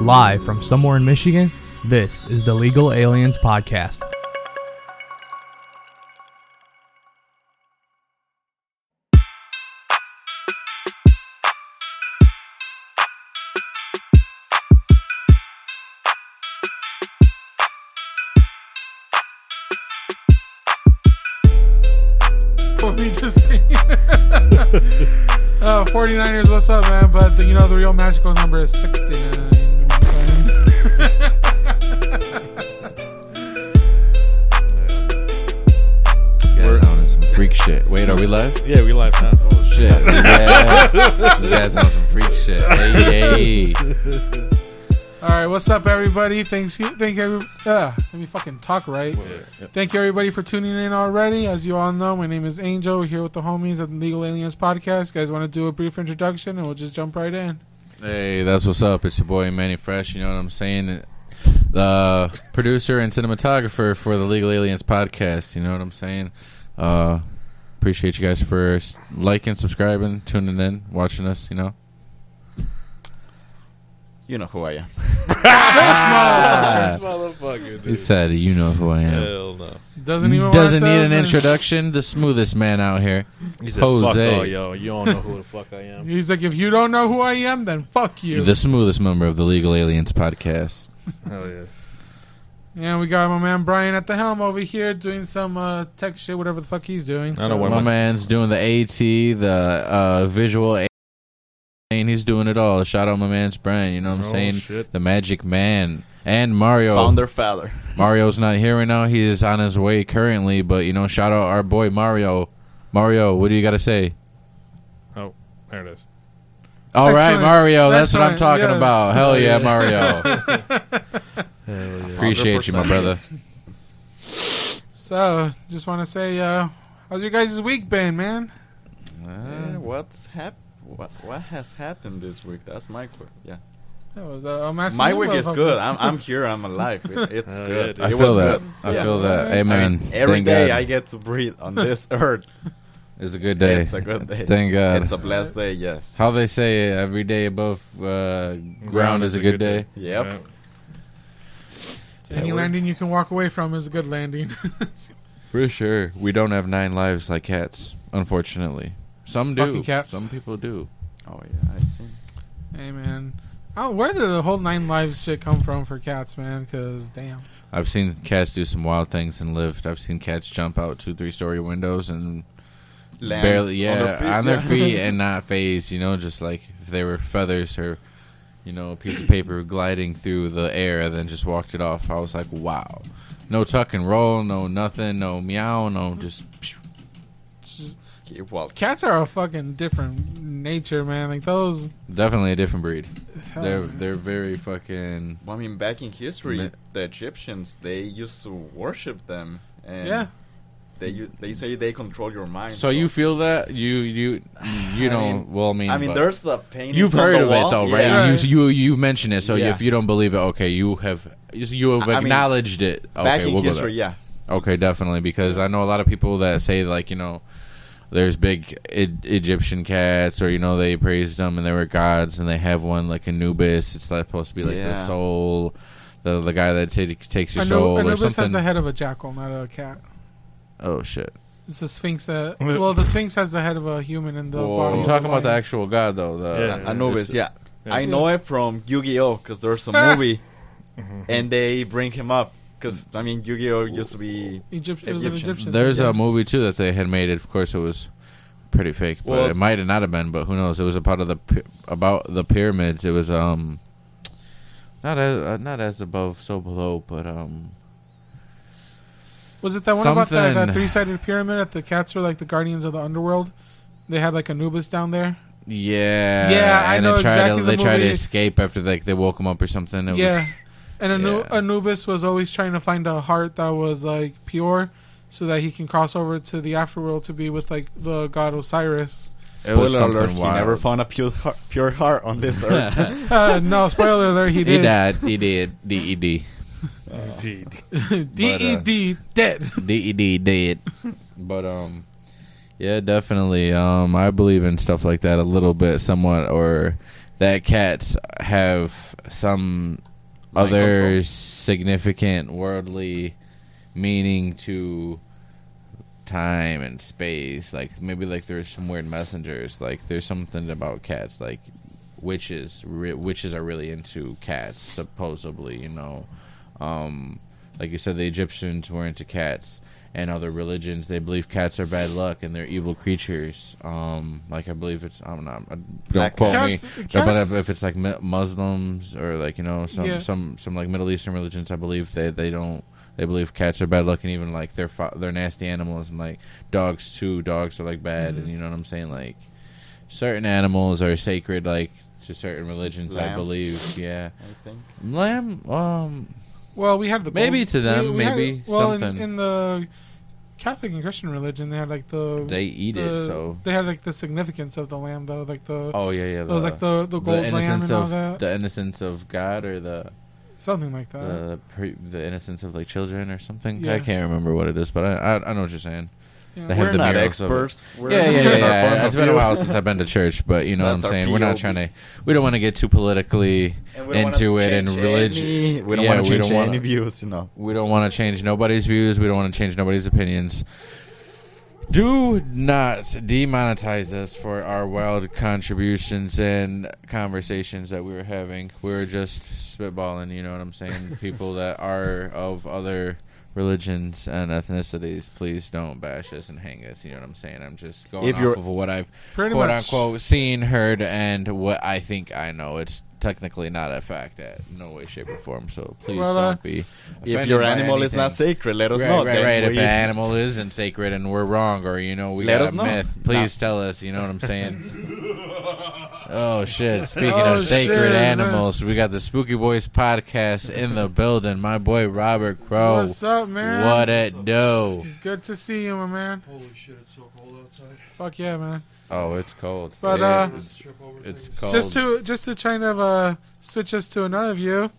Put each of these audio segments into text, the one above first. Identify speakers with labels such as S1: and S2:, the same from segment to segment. S1: Live from somewhere in Michigan, this is the Legal Aliens Podcast.
S2: What we just saying. uh, 49ers, what's up, man? But the, you know, the real magical number is 69. You know what
S3: guys
S4: We're-
S3: on some freak shit. Wait, are we live?
S4: Yeah, we live now.
S3: Oh shit! Yeah, you guys on some freak shit. Hey, hey.
S2: All right, what's up, everybody? Thanks, you, thank every. Uh, let me fucking talk right. Thank you, everybody, for tuning in already. As you all know, my name is Angel. We're here with the homies at the Legal Aliens Podcast. Guys, want to do a brief introduction, and we'll just jump right in.
S3: hey, that's what's up. It's your boy Manny Fresh. You know what I'm saying? The producer and cinematographer for the Legal Aliens podcast. You know what I'm saying? Uh, appreciate you guys for s- liking, subscribing, tuning in, watching us. You know.
S4: You know who I am.
S3: Ah,
S4: Motherfucker,
S3: he said, "You know who I am."
S4: Hell no.
S2: Doesn't even
S3: Doesn't
S2: wanna
S3: need
S2: tell us,
S3: an
S2: man.
S3: introduction. The smoothest man out here.
S4: He said,
S3: Jose.
S4: fuck all y'all. You all know who the fuck I am.
S2: He's like, if you don't know who I am, then fuck you.
S3: The smoothest member of the Legal Aliens podcast.
S4: Hell yeah.
S2: Yeah, we got my man Brian at the helm over here doing some uh, tech shit, whatever the fuck he's doing.
S4: I don't know why
S3: my
S4: my-
S3: man's doing the AT, the uh, visual, a- and he's doing it all. Shout out my man's Brian. You know what I'm
S4: Oh,
S3: saying?
S4: shit.
S3: The Magic Man and Mario.
S5: founder father.
S3: Mario's not here right now. He is on his way currently, but you know, shout out our boy Mario. Mario, what do you got to say?
S4: Oh, there it is.
S3: All right,
S2: Excellent.
S3: Mario. That's what I'm
S2: Excellent.
S3: talking
S2: Yes.
S3: about. Hell yeah, Mario.
S4: Hell yeah.
S3: Appreciate you, my brother.
S2: So, just want to say, uh, how's your guys' week been, man?
S5: Yeah, Eh, what's hap- what, what has happened this week? That's my que- yeah.
S2: That was, uh, I'm asking
S5: My
S2: you
S5: week is
S2: motherfuckers.
S5: good. I'm, I'm here. I'm alive. It, it's
S4: Hell yeah,
S5: good.
S4: dude.
S3: I
S5: it
S3: feel
S5: was
S3: that.
S5: good.
S3: I
S5: Yeah.
S3: feel that. Amen.
S5: Every
S3: Thank
S5: day
S3: God.
S5: I get to breathe on this earth.
S3: It's a good day.
S5: It's a good day.
S3: Thank God.
S5: It's a blessed day. Yes.
S3: How they say it, every day above uh, ground, is, a good, day.
S5: Yep.
S4: Yeah.
S2: Any
S5: Yeah, we're-
S2: landing you can walk away from is a good landing.
S3: For sure. We don't have nine lives like cats, unfortunately. Some do.
S2: Fucking cats.
S3: Some people do.
S5: Oh yeah, I see.
S2: hey, man. Oh, where did the whole nine lives shit come from for cats, man? Because damn,
S3: I've seen cats do some wild things and live. I've seen cats jump out two, three story windows and
S5: Land
S3: barely, yeah, on their feet,
S5: yeah.
S3: and not phased, you know, just like if they were feathers or, you know, a piece of paper gliding through the air and then just walked it off. I was like, wow. No tuck and roll, no nothing, no meow, no just.
S5: Keep walking.
S2: cats are a fucking different nature, man. Like those.
S3: Definitely a different breed.
S2: hell,
S3: They're
S2: man.
S3: they're very fucking
S5: I mean, back in history,
S3: Ma-
S5: the Egyptians they used to worship them, and
S2: yeah.
S5: they u- they say they control your mind.
S3: So you feel that you you you
S5: I
S3: don't
S5: mean-
S3: well I mean
S5: I mean,
S3: but-
S5: there's the painting.
S3: you've heard of it though right
S2: yeah.
S3: you you you mentioned it so
S5: Yeah.
S3: if you don't believe it okay you have you have
S5: I- I mean,
S3: acknowledged it okay
S5: Back in
S3: we'll go
S5: history,
S3: there.
S5: yeah.
S3: okay definitely because I know a lot of people that say like you know there's big e- Egyptian cats or you know they praised them and they were gods and they have one like Anubis it's like, supposed to be like the
S5: Yeah.
S3: soul the the guy that ta- takes your
S2: Anu-
S3: soul or
S2: Anubis has
S3: something
S2: the head of a jackal, not a cat.
S3: oh shit
S2: It's a sphinx that.
S4: Wait.
S2: Well, the sphinx has the head of a human and the
S5: Whoa.
S2: body.
S3: I'm
S2: of
S3: talking
S2: a
S3: about the
S2: lion.
S3: actual god though the,
S4: Yeah.
S5: I Anubis,
S4: it's-
S5: yeah.
S4: yeah.
S5: I know it from Yu-Gi-Oh because there's a movie,
S4: Mm-hmm.
S5: and they bring him up because I mean Yu-Gi-Oh used to be
S2: Egypt- it was an
S5: Egyptian.
S2: Egyptian.
S3: There's
S2: yeah.
S3: a movie too that they had made. Of course, it was pretty fake, but
S5: Well-
S3: it might have not have been. But who knows? It was a part of the py- about the pyramids. It was um not as uh, not as above, so below, but um
S2: Was it that one about that, that
S3: Something.
S2: three sided pyramid at the cats were like the guardians of the underworld? They had like Anubis down there.
S3: yeah,
S2: Yeah, I
S3: and
S2: know
S3: they tried
S2: exactly
S3: to,
S2: the
S3: they tried to
S2: movie.
S3: escape after like they woke him up or something. It
S2: yeah.
S3: was,
S2: And Anu-
S3: yeah.
S2: Anubis was always trying to find a heart that was like pure so that he can cross over to the afterworld to be with like the god Osiris.
S3: It was
S5: spoiler alert.
S3: something
S5: He never
S3: wild.
S5: found a pure heart, pure heart on this earth.
S2: Uh, no, spoiler alert, he
S3: he
S2: did.
S3: died. He did. D E D.
S4: Indeed.
S2: D E D,
S3: uh,
S2: dead.
S3: DED E did. But um yeah, definitely. Um I believe in stuff like that a little bit somewhat or that cats have some
S5: Mind
S3: other
S5: control?
S3: significant worldly meaning to time and space. Like maybe like there's some weird messengers. Like there's something about cats. Like witches, re- witches are really into cats supposedly. You know, um, like you said, the Egyptians were into cats. And other religions, they believe cats are bad luck and they're evil creatures. Um, like I believe it's I'm not I- don't
S5: Black
S3: quote me,
S2: Cats-
S3: no, but
S2: cats-
S3: if, if it's like mu- Muslims or like you know some
S2: Yeah.
S3: some some like Middle Eastern religions, I believe they they don't they believe cats are bad luck and even like they're fa- they're nasty animals and like dogs too. Dogs are like bad
S2: Mm-hmm.
S3: and you know what I'm saying. Like certain animals are sacred, like to certain religions. I
S5: Lamb.
S3: believe, yeah,
S5: I think.
S3: lamb. Um,
S2: Well, we have the
S3: Maybe
S2: gold-
S3: to them,
S2: we- we had-
S3: maybe
S2: well,
S3: something.
S2: In, in the Catholic and Christian religion, they had like the
S3: they eat
S2: the-
S3: it, so
S2: they had like the significance of the lamb, though, like the
S3: oh yeah, yeah.
S2: it was like the the gold lamb
S3: innocence
S2: and all
S3: of
S2: that,
S3: the innocence of God or the
S2: something like that.
S3: the pre- the innocence of like children or something.
S2: Uh-huh. Yeah.
S3: I can't remember what it is, but I I, I know what you're saying.
S2: Yeah.
S3: They have
S5: We're
S3: the
S5: not
S3: murals of it.
S5: experts. We're
S3: yeah, yeah,
S5: we're
S3: yeah.
S5: not
S3: yeah.
S5: fond
S3: It's
S5: of
S3: been a
S5: you.
S3: while since I've been to church, but you know what I'm
S5: That's our
S3: saying. We're not
S5: POV.
S3: trying to. We don't want to get too politically
S5: And we don't wanna
S3: into it and
S5: change
S3: religion.
S5: any- We don't
S3: Yeah,
S5: want
S3: we
S5: to change
S3: don't
S5: any
S3: wanna-
S5: views, you know.
S3: We don't want to change nobody's views. We don't want to change nobody's opinions. Do not demonetize us for our wild contributions and conversations that we were having. We were just spitballing, you know what I'm saying? People that are of other religions and ethnicities, please don't bash us and hang us, you know what I'm saying? I'm just going
S5: If
S3: off
S5: you're-
S3: of what I've
S2: Pretty
S3: quote
S2: much.
S3: unquote seen, heard, and what I think I know. It's technically not a fact at no way, shape, or form. So please
S2: Well,
S3: don't
S2: uh,
S3: be
S5: If
S3: offended
S5: your
S3: by
S5: animal is not
S3: anything.
S5: sacred, let us
S3: Right,
S5: know.
S3: right,
S5: then
S3: right. If
S5: we-
S3: an animal isn't sacred and we're wrong, or you know, we
S5: Let
S3: got
S5: us
S3: a
S5: know.
S3: myth, please tell us. You know what I'm saying? oh shit! Speaking
S2: Oh,
S3: of sacred
S2: shit, man.
S3: animals, we got the Spooky Boys podcast in the building. My boy Robert Crow.
S2: What's up, man?
S3: Oh, What it do?
S2: Good to see you, my man.
S6: Holy shit, it's so cold outside.
S2: Fuck yeah, man.
S3: Oh, it's cold.
S2: But,
S3: It-
S2: uh,
S6: Let's trip over
S3: it's
S6: things.
S3: cold.
S2: Just to just to kind of uh, switch us to another view.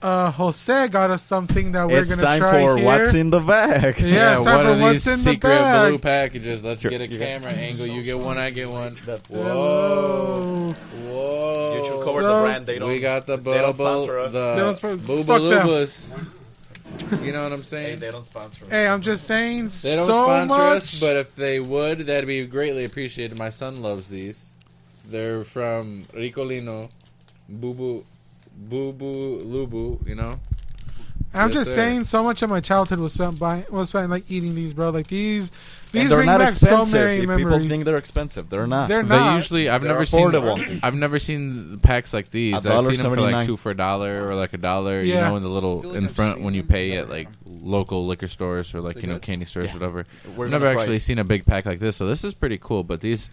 S2: Uh, Jose got us something that we're
S5: it's
S2: gonna
S5: time
S2: try
S5: for
S2: here.
S5: what's in the bag.
S2: Yeah,
S3: yeah,
S2: it's time
S3: what
S2: for
S3: are
S2: what's
S3: these
S2: in the
S3: secret
S2: bag.
S3: blue packages? Let's get a
S5: you got-
S3: camera angle. You get one, I get one.
S5: That's-
S3: Whoa,
S2: Whoa.
S3: whoa!
S5: You
S2: cover
S5: should
S2: the So-
S5: cover the
S2: brand,
S5: brand. They don't.
S3: we got the
S5: they don't
S3: bubble,
S5: sponsor us.
S2: They don't
S3: the
S2: sponsor-
S3: booba
S2: fuck them.
S3: loobas. You know what I'm
S5: They,
S3: saying?
S5: don't sponsor.
S2: Hey, I'm just saying
S3: They don't
S2: so
S3: sponsor
S2: much.
S3: us, but if they would, that'd be greatly appreciated. My son loves these. They're from Ricolino, Bubu, Bubu Lubu. You know,
S2: I'm
S3: Yes,
S2: just
S3: sir.
S2: saying, so much of my childhood was spent by was spent like eating these, bro. Like these, these
S5: and they're
S2: bring
S5: not
S2: back so
S5: expensive.
S2: many
S5: If
S2: memories.
S5: People think they're expensive. They're not.
S2: They're
S3: they
S2: not.
S3: usually. I've
S5: They're
S3: never seen.
S5: affordable.
S3: I've never seen packs like these.
S5: A
S3: I've
S5: dollar
S3: seen them for like
S5: seventy-nine.
S3: two for a dollar or like a dollar.
S2: Yeah.
S3: You know, in the little
S4: feel like
S3: in
S4: I've
S3: front
S4: seen
S3: when you
S4: them.
S3: pay
S4: Never
S3: at
S4: had
S3: like
S4: them.
S3: local liquor stores or like
S4: They
S3: you know
S4: good?
S3: candy stores, whatever.
S5: We're
S3: I've
S5: gonna
S3: never
S5: try
S3: actually
S5: it.
S3: seen a big pack like this, so this is pretty cool. But these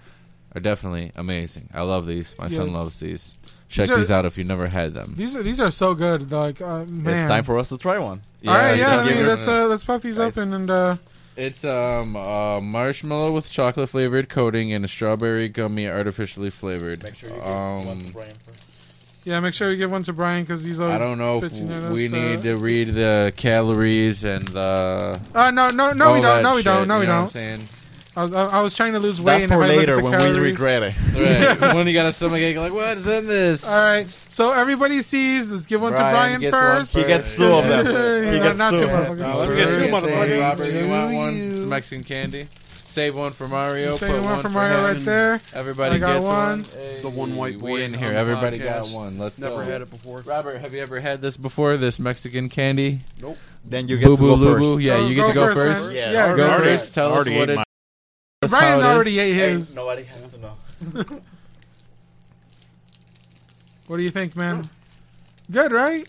S3: are definitely amazing. I love these. My son
S2: Yeah.
S3: loves these. Check
S2: These are-
S3: these out if you never had them.
S2: these are these are so good. Like uh, man,
S5: It's time for us to try one.
S2: all right,
S5: you
S2: yeah.
S5: can
S2: I
S5: give
S2: mean,
S5: it-
S2: let's uh, let's pop these
S5: Nice.
S2: open and uh,
S3: It's um uh, marshmallow with chocolate flavored coating and a strawberry gummy artificially flavored. um,
S2: yeah, make sure you give one to Brian because he's
S3: I
S2: always.
S3: don't know if
S2: bitching at
S3: we
S2: us,
S3: need
S2: uh,
S3: to read the calories and the.
S2: Uh, no, no, no, we
S3: all
S2: don't.
S3: that
S2: No, we don't.
S3: shit,
S2: No, we
S3: you
S2: don't.
S3: know what I'm saying?
S2: I was, I I was trying to lose weight.
S5: That's
S2: and
S5: for
S2: if I look at
S5: later
S2: the
S5: when
S2: calories,
S5: we regret it.
S3: Right. when you got a stomachache, like what's in this?
S2: All right, so everybody sees. Let's give one
S3: Brian
S2: to Brian
S3: gets one
S2: first.
S3: first.
S5: He gets two of them.
S2: Yeah,
S5: He gets
S2: not
S5: two.
S2: two
S3: Now,
S2: motherfuckers.
S3: let's
S4: Robert.
S3: get two
S4: Two
S3: motherfuckers.
S4: motherfuckers.
S3: Robert, you want
S2: To
S3: one?
S2: you.
S3: Some Mexican candy. Save one for Mario.
S2: Save
S3: put
S2: one for
S3: him.
S2: Mario right there.
S3: Everybody
S2: I got
S3: gets
S2: one.
S3: one.
S6: The one white boy
S3: We in
S6: on
S3: here.
S6: the
S3: Everybody
S6: podcast.
S3: got one. Let's
S6: Never
S3: go.
S6: had it before.
S3: Robert, have you ever had this before? This Mexican candy?
S5: Then you get to go
S3: Lubu.
S5: first.
S3: Yeah,
S2: Go-
S3: you get to
S2: go
S3: go
S2: first,
S3: first.
S2: man.
S5: Yeah.
S2: Yeah,
S3: Go
S4: Already-
S3: first. Tell us
S4: already
S3: what
S4: ate
S3: it
S4: mine.
S3: is.
S2: Brian already ate
S5: Hey,
S2: his.
S5: nobody has to know.
S2: What do you think, man? Good, right?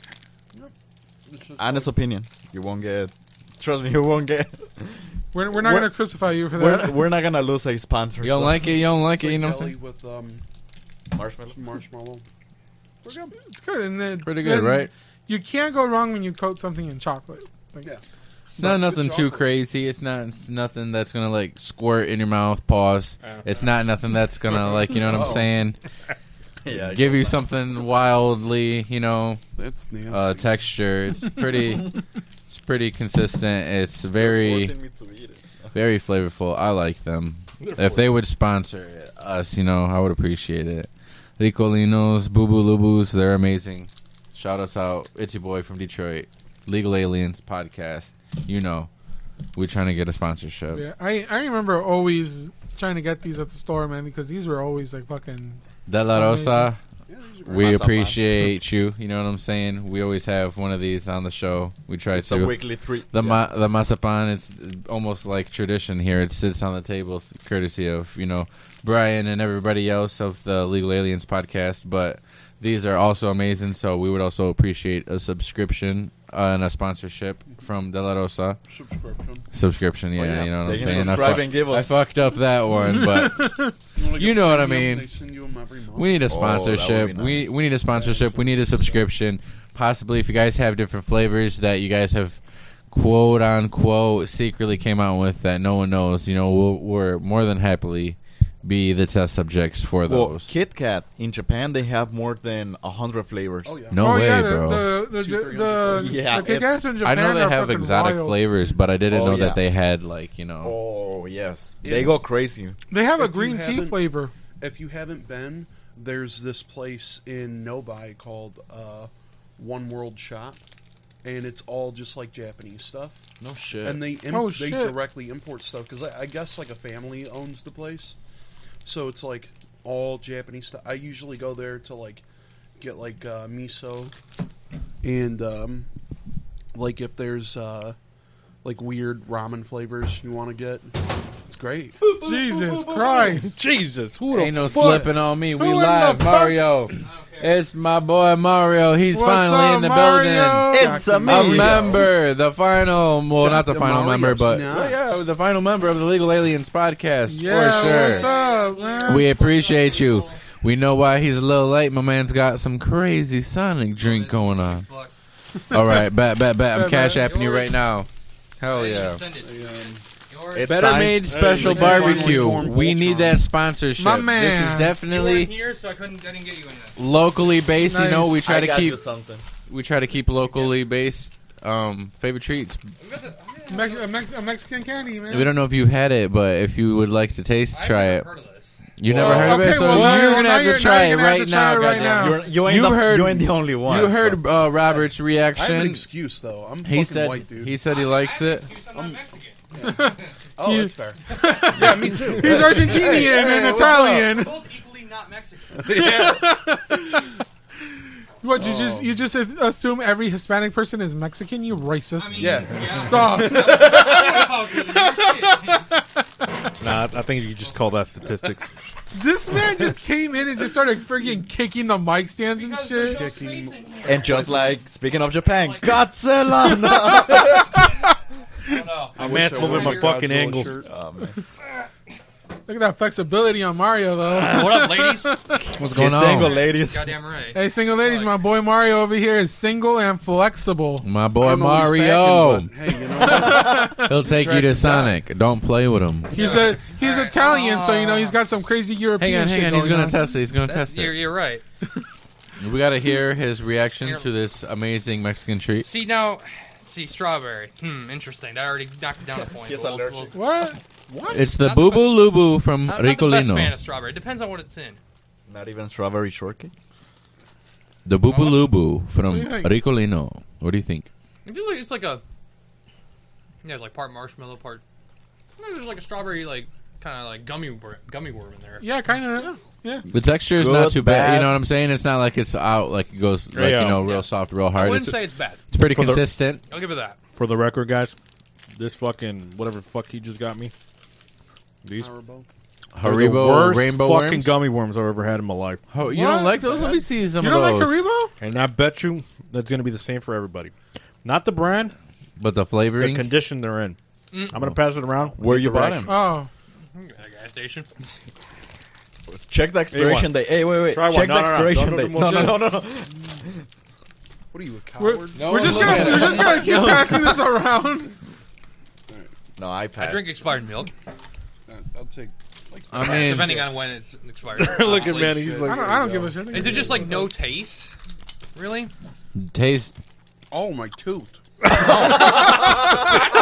S6: It's just-
S5: Honest opinion. You won't get. Trust me, you won't get.
S2: We're, we're not
S5: We're-
S2: going to crucify you for
S5: We're,
S2: that.
S5: we're not gonna lose a sponsor.
S3: You don't
S5: so-
S3: like it. You don't like
S6: it's
S3: it.
S6: like
S3: You know what I'm
S6: jelly
S3: saying?
S6: with um,
S5: marshmallow?
S6: marshmallow.
S2: it's good. And then,
S3: Pretty good, right?
S2: You can't go wrong when you coat something in chocolate. Like,
S6: Yeah.
S3: It's not
S6: It's good
S3: nothing too
S6: chocolate.
S3: crazy. It's not it's nothing that's gonna like squirt in your mouth, pause.
S4: Uh.
S3: It's not nothing that's gonna like you know what I'm
S6: Uh-oh.
S3: saying.
S5: Yeah.
S3: Give you something wildly, you know,
S6: That's nasty.
S3: uh, texture. It's pretty. it's pretty consistent. It's very
S5: Forcing me to eat it.
S3: very flavorful. I like them. If they would sponsor us, you know, I would appreciate it. Ricolinos, Boo Boo Lubus. They're amazing. Shout us out. It's your boy from Detroit. Legal Aliens podcast. You know, we're trying to get a sponsorship.
S2: Yeah, I I remember always trying to get these at the store, man, because these were always like fucking.
S3: De La Rosa,
S6: Yeah, these are very
S3: we
S5: What's up, man?
S3: appreciate you. You know what I'm saying? We always have one of these on the show. We try
S5: It's
S3: to.
S5: a weekly treat.
S3: The
S5: yeah.
S3: ma- the masapan, it's almost like tradition here. It sits on the table, courtesy of you know Brian and everybody else of the Legal Aliens podcast. But these are also amazing, so we would also appreciate a subscription uh, and a sponsorship from De La Rosa
S6: subscription.
S3: subscription. Yeah,
S5: yeah.
S3: you know what
S5: They
S3: I'm
S5: can
S3: saying. I,
S5: subscribe
S3: fuck-
S5: and give us.
S3: I fucked up that one, but
S6: Like
S3: You
S6: a
S3: know what I mean.
S6: premium, They send you 'em every month.
S3: we need a
S5: Oh, that would be
S3: sponsorship. We
S5: nice.
S3: we need a sponsorship. We need a subscription. Possibly, if you guys have different flavors that you guys have quote unquote secretly came out with that no one knows, you know, we'll, we're more than happily be the test subjects for
S5: Well,
S3: those.
S5: Kit Kat in Japan they have more than hundred flavors.
S6: Oh, yeah.
S3: no
S2: oh
S3: way,
S2: yeah, the,
S3: bro.
S2: The the
S6: Two,
S2: the,
S6: three
S2: the,
S6: hundred.
S5: Yeah,
S2: the Kick-Ass
S5: it's-
S2: in
S3: I
S2: Japan
S3: know
S2: are
S3: they have
S2: fucking
S3: exotic
S2: wild.
S3: flavors, but I didn't
S5: Oh,
S3: know
S5: yeah.
S3: that they had like you know.
S5: Oh yes, they go crazy.
S2: They have a
S6: If you
S2: green tea
S6: haven't-
S2: flavor.
S6: If you haven't been, there's this place in Nobai called uh, One World Shop, and it's all just like Japanese stuff.
S3: No shit.
S6: And they im-
S2: Oh,
S6: they
S2: shit.
S6: directly import stuff because I, I guess like a family owns the place, so it's like all Japanese stuff. I usually go there to like get like uh, miso, and um, like if there's uh, like weird ramen flavors you want to get, it's great.
S2: Jesus Christ!
S4: Jesus, who
S3: Ain't no slipping on me. We
S2: Who in
S3: live,
S2: the fuck-
S3: Mario. It's my boy Mario. He's
S2: What's
S3: finally
S2: up,
S3: in the building.
S2: Mario?
S5: It's a
S3: a
S5: Mario.
S3: member, the final, well, not the
S6: Dr.
S3: final
S6: Mario's
S3: member, but
S6: nuts.
S3: yeah, the final member of the Legal Aliens podcast
S2: Yeah,
S3: for
S2: what's
S3: sure.
S2: up, man?
S3: We appreciate you. We know why he's a little late. My man's got some crazy Sonic drink going on. All right, bet,
S2: Bet,
S3: bet, bet. I'm
S2: bet.
S3: cash apping you right now. Hell yeah.
S6: um,
S5: It's
S3: Better
S5: signed-
S3: Made Special
S6: Hey, finally
S3: Barbecue.
S6: formed
S3: We need
S6: Voltron.
S3: that sponsorship.
S2: My
S3: This
S2: man.
S3: is definitely
S7: here, so I couldn't. I didn't get you in that.
S3: locally based. You know,
S2: Nice.
S3: we
S5: I
S3: try to
S5: got
S3: keep
S5: you something.
S3: we try to keep locally based um, favorite treats.
S7: We got the- I mean,
S2: Mex- a, Mex- a Mexican candy, man.
S3: We don't know if you've had it, but if you would like to taste,
S7: I've
S3: try
S7: never
S3: it.
S7: Heard of this.
S3: You
S5: Well,
S3: never heard of
S2: okay,
S3: it, so
S2: well,
S3: you're
S2: well,
S3: gonna
S2: now
S3: have
S2: you're-
S3: to try
S2: now
S3: it
S2: you're gonna have
S3: right
S2: to try
S3: now.
S2: it right
S3: goddamn.
S2: now.
S5: You're, you ain't
S3: You
S5: the,
S3: heard-
S5: you ain't the only one.
S3: You heard uh, Robert's
S6: I have an
S3: reaction.
S6: excuse though. I'm
S3: He
S6: fucking
S3: said
S6: white, dude.
S3: he said he likes
S7: I have
S3: it.
S7: an excuse, I'm not Mexican.
S6: oh, that's fair. yeah, me too.
S2: He's Argentinian and Italian.
S7: Both equally not Mexican.
S2: What you just you just assume every Hispanic person is Mexican? You racist.
S7: I mean,
S6: Yeah.
S2: Oh,
S7: yeah.
S4: Nah, I think you just call that statistics.
S2: this man just came in and just started freaking kicking the mic stands and
S7: Because
S2: shit.
S7: there's no space in here.
S5: And just like speaking of Japan, Godzilla.
S7: I don't know.
S6: I
S4: man's
S6: wish I
S4: moving
S6: wore
S4: my fucking
S6: Godzilla
S4: angles.
S6: shirt.
S5: Oh, man.
S2: Look at that flexibility on Mario though.
S7: What up, ladies?
S3: What's going
S5: He's single,
S3: on?
S5: ladies.
S7: Goddamn right.
S2: hey, single ladies, my boy Mario over here is single and flexible.
S3: My boy
S6: don't know who's
S3: Mario.
S6: packing, but Hey, you know what?
S3: He'll take you to Sonic. Don't play with him.
S2: He's a he's
S7: All right.
S2: Italian, so you know he's got some crazy European
S3: Hang on,
S2: shit
S3: hang on. He's
S2: going
S3: gonna test it. He's gonna test
S7: You're,
S3: it.
S7: you're right.
S3: We gotta hear his reaction
S7: Here.
S3: to this amazing Mexican treat.
S7: See now, see strawberry. Hmm, interesting. That already knocks it down a point.
S5: He's
S7: We'll-
S5: allergic.
S7: we'll-
S2: What?
S3: It's the
S7: Not the
S3: Boo Boo Lubu from
S7: I'm not the best fan
S3: Ricolino.
S7: of strawberry. Depends on what it's in.
S5: Not even strawberry shortcake.
S3: The Boo Boo Lubu from
S2: What do you think?
S3: Ricolino. What do you think?
S7: It feels like it's like a yeah, like part marshmallow, part. No, there's like a strawberry, like kind of like gummy wor- gummy worm in there.
S2: Yeah, kind of. Yeah.
S3: The texture is
S5: Good,
S3: not too bad. You
S5: bad.
S3: know what I'm saying? It's not like it's out like it goes like
S4: Yeah.
S3: you know real
S7: Yeah.
S3: soft, real
S7: I
S3: hard.
S7: wouldn't
S3: It's,
S7: say it's bad.
S3: it's pretty
S4: For the-
S3: consistent.
S7: I'll give it that.
S4: For the record, guys, this fucking whatever the fuck he just got me. These are the
S3: Haribo
S4: worst
S3: rainbow
S4: fucking
S3: worms.
S4: gummy worms I've ever had in my life.
S3: Oh, you
S2: What?
S3: don't like those? Let me see some
S2: You
S3: of
S2: don't like
S3: those.
S2: Haribo?
S4: And I bet you that's gonna be the same for everybody. Not the brand,
S3: But the
S4: the
S3: flavoring.
S4: condition they're in.
S6: Mm.
S4: I'm gonna pass it around.
S5: Where you bought him?
S2: Oh,
S7: At a gas station.
S5: Check the expiration date. Hey, wait, wait.
S4: Try one.
S5: Check
S4: No,
S5: the
S4: no, no.
S5: expiration
S4: Don't do
S5: date.
S4: more
S5: no, no, no, no.
S6: What are you, a
S2: we're,
S6: coward?
S2: we're just gonna we're just gonna keep passing this around.
S5: No, I
S7: I
S5: passed.
S7: drink expired milk,
S6: Uh, I'll take. Like,
S3: I mean,
S7: depending on when it's expired.
S4: Look at
S7: honestly.
S4: man, he's
S6: shit.
S4: like,
S2: I don't I don't give a shit.
S7: Is it just like no taste? Really?
S3: taste.
S6: oh my tooth.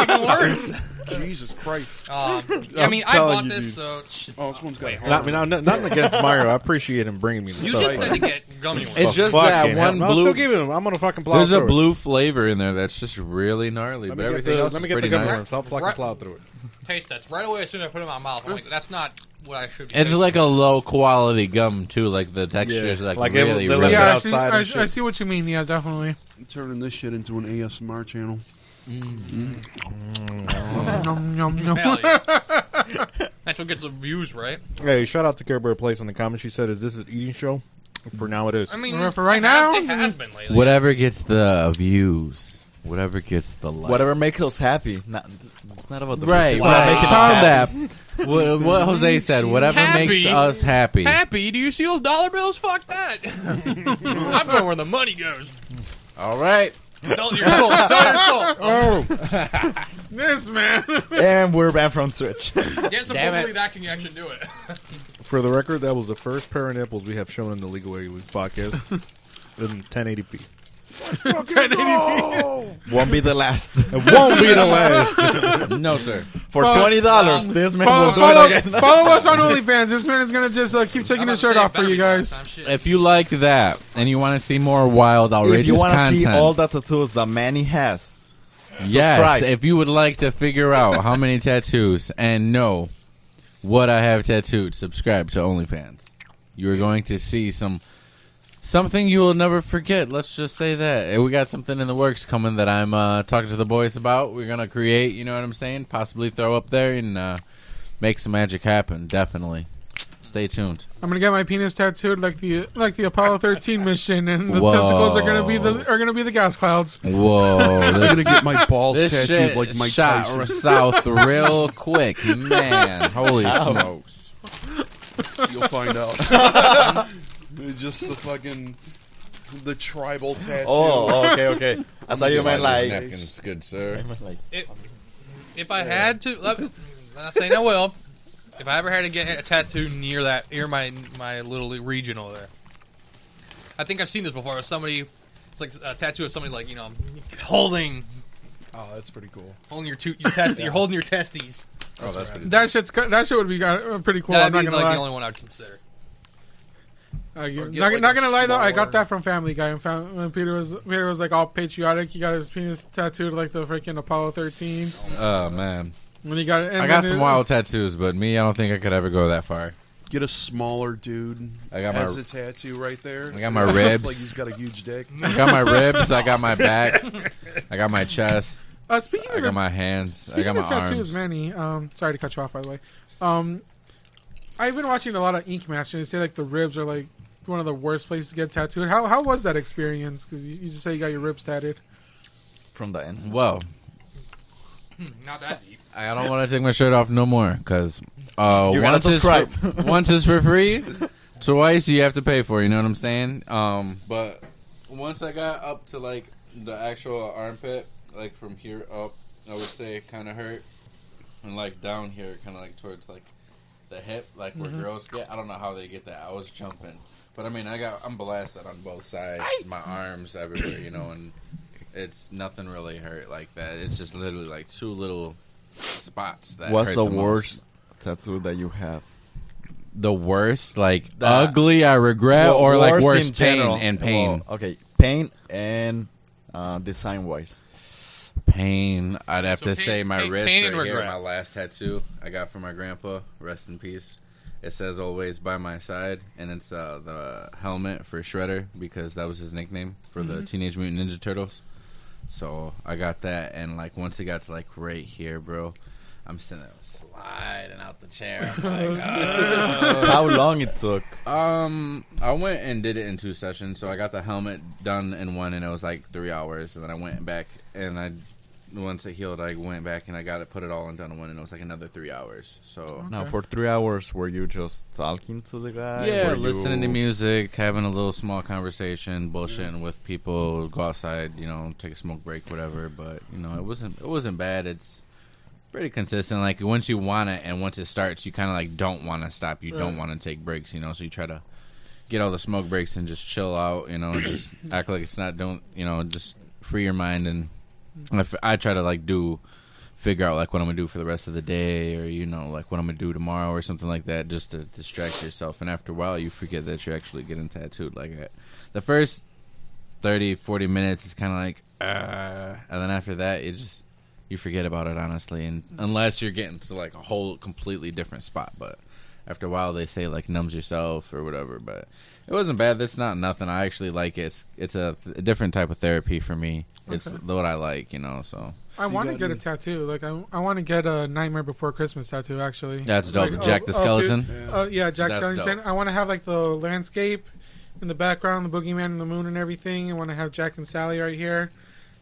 S7: Even worse.
S6: Jesus Christ.
S7: Um, I mean, I
S4: telling
S7: bought
S4: you,
S7: this,
S4: dude.
S7: so sh-
S6: Oh, this one's got
S7: Wait,
S6: a
S7: hold
S4: Not, I mean,
S6: hard.
S4: not, nothing against Mario. I appreciate him bringing me the
S7: you
S4: stuff.
S7: just said to get gummy worms.
S3: It's
S4: But
S3: just that
S4: fucking hell.
S3: one
S4: I'll
S3: blue-
S4: still give it him. I'm gonna fucking plow
S3: There's a
S4: through it.
S3: blue flavor in there that's just really gnarly, but
S4: Let me get
S3: everything
S4: the,
S3: else
S4: let
S3: is
S4: me get the
S3: pretty
S4: gum
S3: nice.
S4: worms. I'll fucking
S7: Right-
S4: plow through it.
S7: taste test right away as soon as I put it in my mouth. I'm like, that's not what I should. be
S3: It's
S7: tasting.
S3: like a low quality gum too. Like the texture is
S4: Yeah.
S3: like,
S4: Like it-
S3: really,
S4: they
S3: really.
S4: left it
S2: yeah, I
S4: outside
S2: see, I,
S4: and shit.
S2: I see what you mean. Yeah, definitely.
S6: turning this shit into an ASMR channel.
S2: Yum, yum, yum.
S7: Hell yeah. That's what gets the views, right?
S4: Hey, shout out to Care Bear Place on the comments. She said, "Is this an eating show?" For now, it is.
S7: I mean,
S2: Well, for right
S7: it has- it
S2: now,
S7: has been lately.
S3: Whatever gets the views, whatever gets the likes.
S5: Whatever makes us happy. Not, it's not about the
S3: Right,
S5: It's
S3: wow.
S5: about making us
S3: Found
S5: happy.
S3: that. what, what Jose said. Whatever
S7: Happy.
S3: makes us happy.
S7: Happy? Do you see those dollar bills? Fuck that! I'm going where the money goes.
S3: All right.
S7: Sell your soul. Sell your soul.
S2: this man.
S5: And we're back from Twitch.
S7: Yeah, supposedly that can actually do it.
S4: For the record, that was the first pair of nipples we have shown in the Legal Aliens podcast in 1080p.
S5: Won't be the last.
S4: It won't be the last.
S3: No, sir.
S5: For twenty dollars, this man
S2: Follow,
S5: will do it
S2: follow,
S5: again.
S2: follow us on OnlyFans. This man is gonna just uh, keep taking his shirt off for you guys.
S3: If you liked that and you want to see more wild,
S5: If
S3: outrageous
S5: you want to
S3: content,
S5: see all the tattoos that Manny has,
S3: yes.
S5: subscribe.
S3: If you would like to figure out how many tattoos and know what I have tattooed, subscribe to OnlyFans. You are going to see some something you will never forget. Let's just say that And we got something in the works coming that I'm uh, talking to the boys about. We're gonna create. You know what I'm saying? Possibly throw up there and uh, make some magic happen. Definitely. Stay tuned.
S2: I'm gonna get my penis tattooed like the like the Apollo 13 mission, and the
S3: Whoa.
S2: testicles are gonna be the are gonna be the gas clouds.
S3: Whoa!
S6: I'm
S3: This
S6: gonna get my balls
S3: This
S6: tattooed
S3: shit
S6: like Mike
S3: shot
S6: Tyson.
S3: r- south real quick, man. Holy smokes!
S6: You'll find out. Just the fucking the tribal tattoo.
S5: Oh, okay, okay. I thought you meant
S3: Slide these
S5: like,
S3: napkins, good sir.
S5: like
S7: If, if I had to, let, I'm not saying I will. If I ever had to get a tattoo near that, near my my little regional there, I think I've seen this before. Of somebody, it's like a tattoo of somebody like you know holding
S6: Oh, that's pretty cool.
S7: holding your two your test, you're holding your testes.
S3: Oh, that's pretty.
S2: That shit's co- that shit would be uh, pretty cool. I'm
S7: That'd
S2: not
S7: be
S2: gonna
S7: like
S2: lie.
S7: the only one I'd consider.
S2: Uh, you-
S7: Or get,
S2: not,
S7: like,
S2: not
S7: a
S2: gonna lie though, I
S7: smaller-
S2: got that from Family Guy. And found, when Peter was Peter was like all patriotic, he got his penis tattooed like the freaking Apollo 13.
S3: Oh man,
S2: When he got it, and
S3: I got
S2: then
S3: some
S2: it-
S3: wild tattoos, but me, I don't think I could ever go that far.
S6: Get a smaller dude.
S3: I got my-
S6: has a tattoo right there.
S3: I got my
S6: It looks
S3: ribs.
S6: Like he's got a huge dick.
S3: I got my ribs, I got my back, I got my chest,
S2: Uh, speaking
S3: I
S2: of
S3: got
S2: the-
S3: my hands, I
S2: Speaking
S3: got my
S2: of tattoos,
S3: arms.
S2: Manny. Um, sorry to cut you off, by the way. Um, I've been watching a lot of Ink Master. and They say like the ribs are like one of the worst places to get tattooed. How how was that experience? Because you, you just say you got your ribs tattooed.
S5: from the end.
S3: Whoa.
S7: Hmm, Not that deep.
S3: I don't want to take my shirt off no more because uh,
S5: You gotta
S3: once it's for,
S5: subscribe.
S3: once it's for free, twice you have to pay for. it, You know what I'm saying? Um, but once I got up to like the actual armpit, like from here up, I would say it kind of hurt, and like down here, kind of like towards like the hip, like where girls get. I don't know how they get that. I was jumping, but I mean, I got I'm blasted on both sides, my arms everywhere, you know, and it's nothing really hurt like that. It's just literally like two little spots that.
S5: What's
S3: hurt
S5: the
S3: most.
S5: worst tattoo that you have?
S3: The worst, like
S5: That-
S3: ugly, I regret,
S5: Well,
S3: or like worst
S5: in
S3: pain
S5: general.
S3: and pain.
S5: Well, okay, pain and uh, design wise.
S3: Pain. I'd have
S7: So
S3: to
S7: pain-
S3: say my
S7: pain-
S3: wrist
S7: pain
S3: right
S7: and
S3: here,
S7: regret.
S3: my last tattoo I got from my grandpa. Rest in peace. It says always by my side, and it's uh, the helmet for Shredder because that was his nickname for the
S7: Mm-hmm.
S3: Teenage Mutant Ninja Turtles. So I got that, and like once it got to like right here, bro, I'm sitting there sliding out the chair. I'm like, "Ah." "Ugh."
S5: How long it took?
S3: Um, I went and did it in two sessions. So I got the helmet done in one, and it was like three hours. And then I went back, and I once it healed, I went back and I got it, put it all in done in one, and it was like another three hours. So
S5: Now for three hours, were you just talking to the guy?
S3: yeah,
S5: Were
S3: listening to
S5: you-
S3: music, having a little small conversation, bullshitting with people, go outside, you know, take a smoke break, whatever. But you know, it wasn't it wasn't bad. It's pretty consistent. Like once you want it, and once it starts, you kind of like don't want to stop. You don't want to take breaks, you know. So you try to get all the smoke breaks and just chill out, you know, and just act like it's not don't you know, just free your mind and I f- I try to like do figure out like what I'm gonna do for the rest of the day, or you know, like what I'm gonna do tomorrow, or something like that, just to distract yourself. And after a while, you forget that you're actually getting tattooed. Like uh, the first 30, 40 minutes is kind of like, uh, and then after that, it just you forget about it honestly, and unless you're getting to like a whole completely different spot, but. After a while, they say like numbs yourself or whatever, but it wasn't bad. That's not nothing. I actually like it. It's, it's a, th- a different type of therapy for me. It's
S2: Okay.
S3: what I like, you know. So
S2: I want to
S6: got
S2: get a
S6: any-
S2: tattoo. Like I, I want to get a Nightmare Before Christmas tattoo. Actually,
S3: That's dope.
S2: Like,
S3: Jack
S2: oh,
S3: the
S2: oh,
S3: Skeleton.
S2: dude. Uh, yeah, Jack
S3: That's
S2: Skellington.
S3: dope.
S2: I want to have like the landscape in the background, the boogeyman and the moon and everything. I want to have Jack and Sally right here.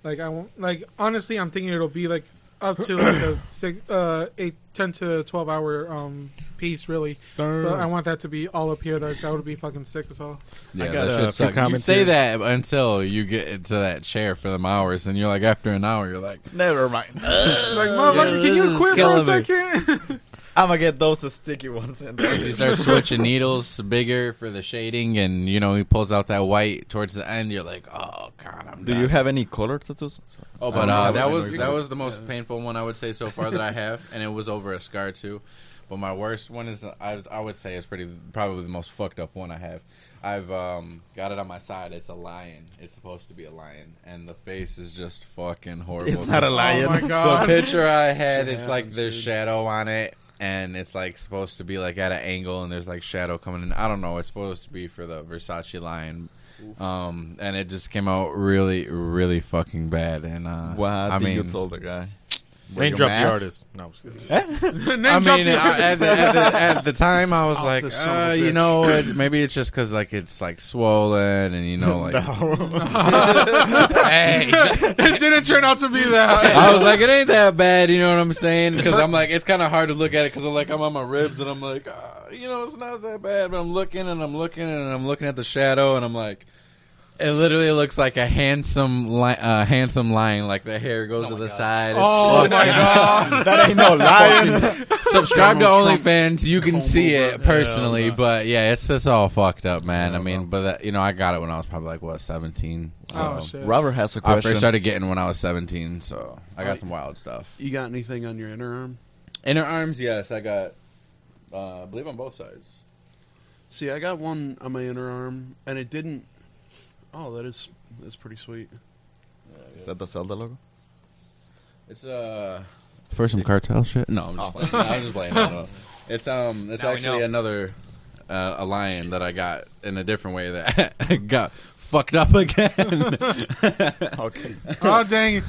S2: Like I won't, like honestly, I'm thinking it'll be like up to like a six, uh, eight, 10 to twelve hour um piece really. But I want that to be all up here. Like that would be fucking sick as hell.
S3: yeah,
S4: got a
S3: that
S4: few
S3: should suck. You
S4: comments
S3: say
S4: here.
S3: that until you get into that chair for them hours, and you're like, after an hour, you're like,
S5: Never mind.
S2: Like motherfucker, can
S5: this is
S2: you quit for a
S5: killing me.
S2: second?
S5: I'm gonna get those sticky ones. And those
S3: you start switching needles bigger for the shading, and you know he pulls out that white towards the end. You're like, oh god, I'm.
S5: Do
S3: done."
S5: you have any color tattoos?
S3: Oh,
S5: I
S3: but
S2: Um,
S5: don't
S3: uh,
S5: have
S3: that
S5: it.
S3: was
S5: Yeah.
S3: that was the most painful one I would say so far that I have, and it was over a scar too. But my worst one is I I would say is pretty probably the most fucked up one I have. I've um got it on my side. It's a lion. It's supposed to be a lion, and the face is just fucking horrible.
S2: oh my
S3: the
S2: god.
S3: picture I had is like there's shadow on it, and it's like supposed to be like at an angle, and there's like shadow coming in. I don't know. It's supposed to be for the Versace lion, um, and it just came out really, really fucking bad. And uh,
S5: What
S3: I
S5: do
S3: mean,
S5: you told the guy?
S4: Name
S5: Your
S4: drop
S5: math?
S4: the artist. No, I'm just kidding.
S3: I
S2: drop
S3: mean,
S2: the
S3: I- at, the, at, the, at the time, I was like,
S6: this Oh, son of a
S3: uh, you
S6: bitch.
S3: know, it, maybe it's just because like it's like swollen, and you know, like
S2: it didn't turn out to be that.
S3: I was like, it ain't that bad, you know what I'm saying? Because I'm like, it's kind of hard to look at it because I'm like, I'm on my ribs and I'm like, ah, you know, it's not that bad. But I'm looking and I'm looking and I'm looking at the shadow and I'm like, it literally looks like a handsome, li- uh, handsome lion. Like the hair goes to the side. It's
S2: Oh my
S3: fucking-
S2: god.
S5: That ain't
S3: Oh,
S5: no lion.
S3: Subscribe to OnlyFans. You can see it personally, but yeah, it's it's all fucked up, man. I mean, but that, you know, I got it when I was probably like what 17. So
S2: Oh shit.
S5: Robert has a
S3: I first
S5: question.
S3: started getting when I was 17, so I got some wild stuff.
S6: You got anything on your inner arm?
S3: Inner arms, yes. I got, uh, I believe on both sides.
S6: See, I got one on my inner arm, and it didn't. Oh, that is that's pretty sweet.
S5: Is that the Zelda logo?
S3: It's uh for some cartel shit. No, I'm just playing. No, I'm just playing. I don't know. It's um, it's
S7: Now we
S3: actually
S7: know.
S3: another uh, a lion that I got in a different way that got fucked up again.
S5: Okay.
S2: Oh dang it.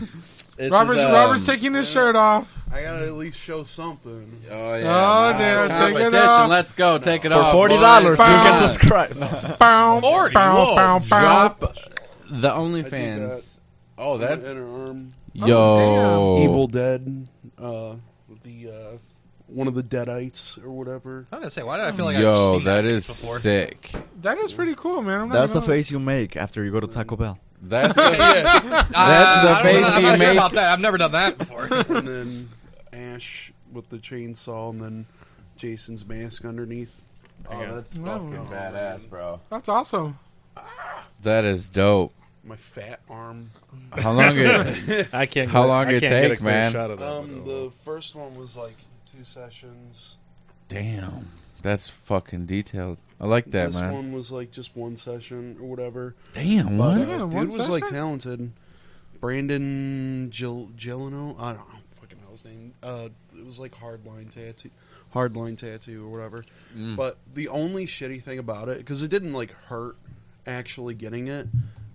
S3: This
S2: Robert's
S3: is, um,
S2: Robert's taking his shirt off.
S6: I gotta at least show something.
S3: Oh
S2: Oh,
S3: yeah!
S2: damn, take it
S3: Competition.
S2: off.
S3: Let's go. Take it
S5: For
S3: off.
S5: forty dollars, you
S3: boys.
S5: can
S2: Fuck.
S5: subscribe.
S2: Bow,
S7: Lordy,
S2: bow,
S7: whoa,
S2: bow, bow.
S3: Drop the
S6: I do
S3: OnlyFans. Oh,
S6: That
S3: that's
S6: inner arm.
S3: yo.
S6: Evil Dead, uh, with the uh, one of the Deadites or whatever.
S7: I'm gonna say, why did I feel like I've
S3: Yo,
S7: seen
S3: that is
S7: face before?
S3: sick.
S2: That is pretty cool, man. I'm not
S5: That's the
S2: gonna-
S5: face you make after you go to Taco Bell.
S3: That's the
S7: Uh,
S3: the
S7: I don't
S3: face
S7: know, I'm
S3: you
S7: not sure
S3: make.
S7: about that. I've never done that before.
S6: and then Ash with the chainsaw, and then Jason's mask underneath.
S3: Oh, that's
S2: No.
S3: fucking badass, bro.
S2: That's awesome.
S3: That is dope.
S6: My fat arm.
S3: How long it?
S4: I can't.
S3: How
S4: get-
S3: long
S4: I
S3: it
S4: can't get a
S3: take,
S4: clear
S3: man?
S4: shot of that
S6: Um,
S4: one, though.
S6: the first one was like two sessions.
S3: Damn, that's fucking detailed. I like that,
S6: this
S3: man.
S6: one was like just one session or whatever.
S3: Damn,
S6: But
S3: what?
S6: uh,
S2: Damn,
S6: dude
S2: one
S6: was like
S2: session?
S6: talented. Brandon Gil- Gilino, I don't know, fucking know his name. Uh, it was like hardline tattoo, hardline tattoo or whatever. But the only shitty thing about it, because it didn't like hurt actually getting it.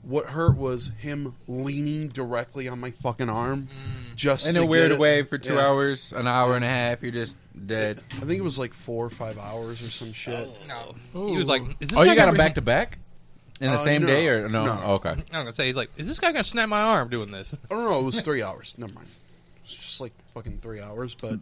S6: What hurt was him leaning directly on my fucking arm, just
S3: In
S6: to
S3: a weird
S6: get it-
S3: way, for two
S6: Yeah.
S3: hours, an hour and a half, you're just dead.
S6: I think it was like four or five hours or some shit.
S7: No. He was like, is this
S3: Oh,
S7: guy
S3: you got
S7: gonna
S3: him
S7: re-
S3: back to back in the
S6: Uh,
S3: same
S6: no.
S3: day, or no? Oh,
S6: No.
S3: Okay.
S7: I'm gonna say he's like, is this guy gonna snap my arm doing this?
S6: I don't know. It was three hours. Never mind. It's just like fucking three hours, but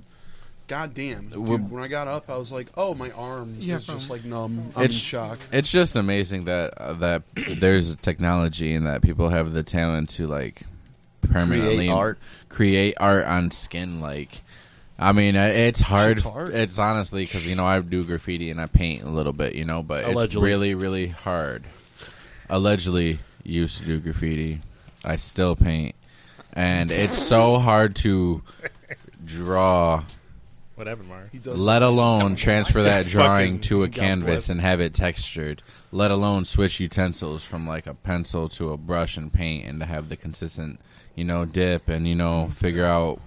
S6: goddamn, dude, when I got up, I was like, oh, my arm
S2: Yeah,
S6: is just
S2: bro.
S6: like numb. I'm in
S3: It's-
S6: shock.
S3: It's just amazing that uh, that there's technology and that people have the talent to like permanently
S5: Create art.
S3: create art on skin. Like, I mean, uh, it's hard.
S6: Shit's
S3: It's,
S6: hard.
S3: honestly because you know I do graffiti and I paint a little bit, you know, but
S4: Allegedly.
S3: it's really really hard. Allegedly, used to do graffiti. I still paint. and it's so hard to draw
S4: What happened, Mario?
S6: He does.
S3: let alone transfer that drawing
S4: Fucking-
S3: to a
S4: God
S3: canvas
S4: bless.
S3: and have it textured let alone switch utensils from like a pencil to a brush and paint and to have the consistent you know dip and you know figure out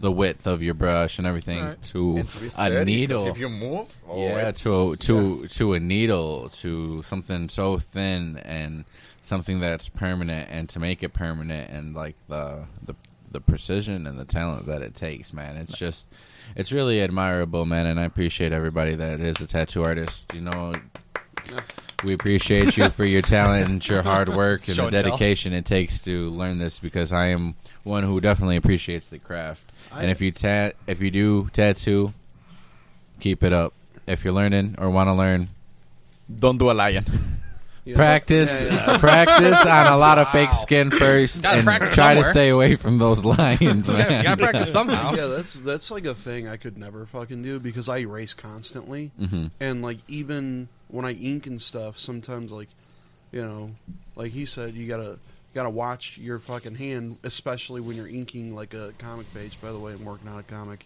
S3: the width of your brush and everything
S2: Right.
S3: to
S5: And to be
S3: a
S5: steady, 'cause
S3: needle
S5: If you move, oh,
S3: yeah
S5: it's-
S3: to a, to to a needle to something so thin and something that's permanent and to make it permanent and like the the the precision and the talent that it takes man it's just it's really admirable man and i appreciate everybody that is a tattoo artist you know we appreciate you for your talent and your hard work and
S7: Show
S3: the
S7: and tell.
S3: dedication it takes to learn this because I am one who definitely appreciates the craft. and if you tat if you do tattoo, keep it up. If you're learning or want to learn,
S5: Don't do a lion.
S6: Yeah.
S3: practice
S6: Yeah, yeah, yeah.
S3: practice on a lot of fake skin 1st
S7: Gotta
S3: and try
S7: practice
S3: to
S7: somewhere.
S3: stay away from those lions,
S7: You gotta,
S3: man.
S7: you gotta practice somehow.
S6: Yeah, that's that's like a thing I could never fucking do because I erase constantly,
S3: Mm-hmm.
S6: and like even when I ink and stuff, sometimes like, you know, like he said, you gotta you gotta watch your fucking hand, especially when you're inking like a comic page. By the way, I'm working on a comic.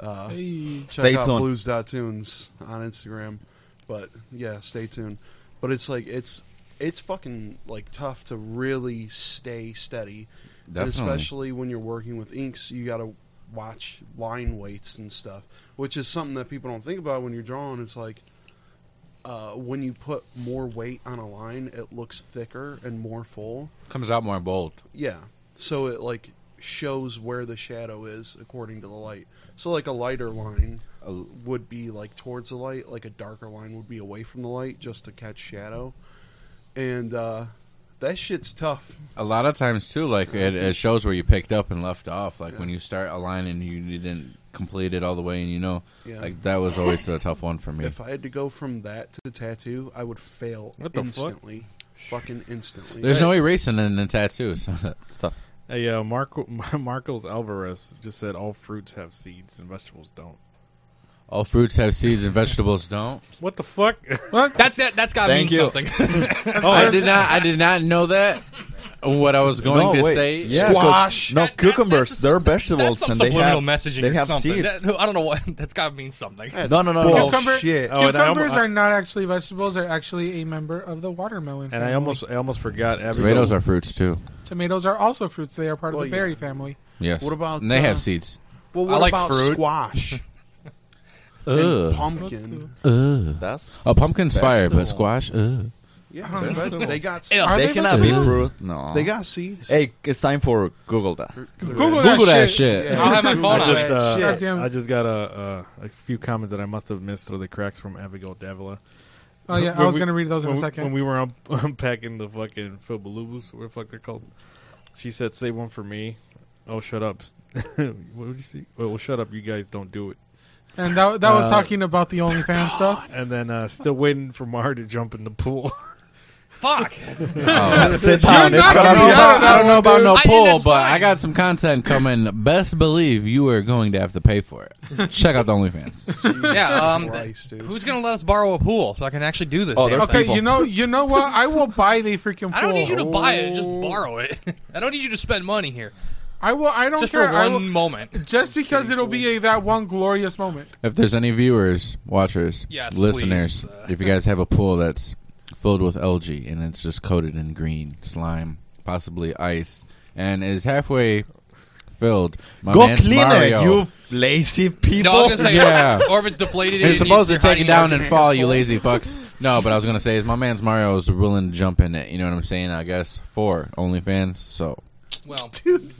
S6: Uh,
S2: Hey.
S5: Stay
S6: check out
S5: tuned.
S6: blues.tunes on Instagram. But yeah, stay tuned. But it's like it's it's fucking like tough to really stay steady. And
S3: Definitely.
S6: especially when you're working with inks, you got to watch line weights and stuff, which is something that people don't think about when you're drawing. It's like uh, when you put more weight on a line, it looks thicker and more full.
S3: Comes out more bold.
S6: Yeah. So it like shows where the shadow is according to the light. So like a lighter line
S3: A-
S6: would be like towards the light, like a darker line would be away from the light just to catch shadow. And uh that shit's tough.
S3: A lot of times too, like it, it shows where you picked up and left off. Like when you start a line and you didn't complete it all the way, and you know,
S6: Yeah.
S3: like that was always a tough one for me.
S6: If I had to go from that to tattoo, I would fail
S4: What the fuck?
S6: instantly. Fucking instantly.
S3: There's no erasing in the tattoos.
S5: Stop.
S4: Hey, uh, Marco, Marcos Alvarez just said all fruits have seeds and vegetables don't.
S3: all fruits have seeds and vegetables don't.
S4: What the fuck?
S7: That's that. That's gotta
S5: Thank
S7: mean
S5: you.
S7: something.
S3: Oh, I did not. I did not know that. What I was going
S5: No,
S3: to
S5: wait.
S3: say.
S5: Yeah, 'cause-
S7: Squash.
S5: No,
S7: That- that-
S5: cucumbers.
S7: that's-
S5: they're vegetables,
S7: that's some
S5: and they
S7: subliminal
S5: have
S7: messaging.
S5: They
S7: or
S5: have
S7: something.
S5: seeds.
S7: That- I don't know what. That's gotta mean something.
S6: That's
S5: no, no, no,
S6: bull-
S5: no.
S2: Cucumber,
S6: shit.
S4: Oh, and I almo-
S2: cucumbers
S4: I-
S2: are not actually vegetables; they're actually a member of the watermelon.
S4: and I
S2: family.
S4: almost, I almost forgot.
S3: Tomatoes are fruits too.
S2: tomatoes are also fruits; they are part
S6: Well,
S2: of the
S6: yeah.
S2: berry family.
S3: Yes.
S6: What about,
S3: And they
S6: uh,
S3: have seeds.
S6: Well,
S3: I
S6: what
S3: like
S6: about
S3: fruit.
S6: squash and
S3: Ugh.
S6: pumpkin?
S3: Ugh.
S5: That's
S3: A pumpkin's fire, but
S5: vegetable.
S3: squash. Ugh.
S6: Yeah, they're veg- they got
S7: Ew.
S2: Are
S5: They,
S2: they
S5: cannot be
S2: vegetables?
S5: fruit. No.
S6: they got seeds.
S5: Hey, it's time for Google that.
S3: Oh.
S2: Google,
S3: Google
S2: that
S3: that
S2: shit.
S3: shit.
S6: Yeah.
S7: I'll have my
S4: I
S7: phone on.
S4: just, uh,
S6: Shit.
S2: Goddamn.
S4: I just got a, a a few comments that I must have missed through the cracks from Abigail Davila.
S2: Oh yeah, I
S4: When
S2: was
S4: we-
S2: gonna read those in
S4: when
S2: a
S4: we-
S2: second.
S4: When we were un- unpacking the fucking Philbalubus, what the fuck they're called. She said, "Say one for me." Oh, shut up! what would you see? Well, well, shut up! You guys don't do it.
S2: and that, that was
S4: Uh,
S2: talking about the OnlyFans stuff.
S4: And then uh still waiting for Mar to jump in the pool.
S7: Fuck.
S3: Oh.
S5: Sit down. It's
S2: not
S5: gonna
S3: I don't know
S5: be.
S3: about, I don't know about no
S7: I- and
S3: pool,
S7: that's
S3: but
S7: fine.
S3: I got some content coming. Best believe you are going to have to pay for it. Check out the OnlyFans.
S7: Yeah. Um.
S6: Christ, dude.
S7: Who's gonna let us borrow a pool so I can actually do this?
S5: Oh,
S7: damn
S5: there's
S7: thing?
S2: Okay,
S5: people.
S2: you know, you know what? I will buy the freaking. Pool.
S7: I don't need you to buy it. Just borrow it. I don't need you to spend money here.
S2: I will. I don't
S7: Just
S2: care.
S7: for
S2: I
S7: one
S2: will-
S7: moment.
S2: just because it'll be a, that one glorious moment.
S3: If there's any viewers, watchers,
S7: Yes,
S3: listeners,
S7: please, uh.
S3: if you guys have a pool that's filled with algae and it's just coated in green slime, possibly ice, and is halfway filled, my
S5: Go
S3: man's
S5: clean
S3: Mario.
S5: it, you lazy people.
S7: No, I was gonna say,
S3: Yeah.
S7: or if it's deflated,
S3: It's
S7: it
S3: supposed to
S7: needs
S3: take it down
S7: hiding
S3: and fall, you lazy fucks. No, but I was gonna say is my man's Mario is willing to jump in it. You know what I'm saying? I guess for OnlyFans. So
S7: Well,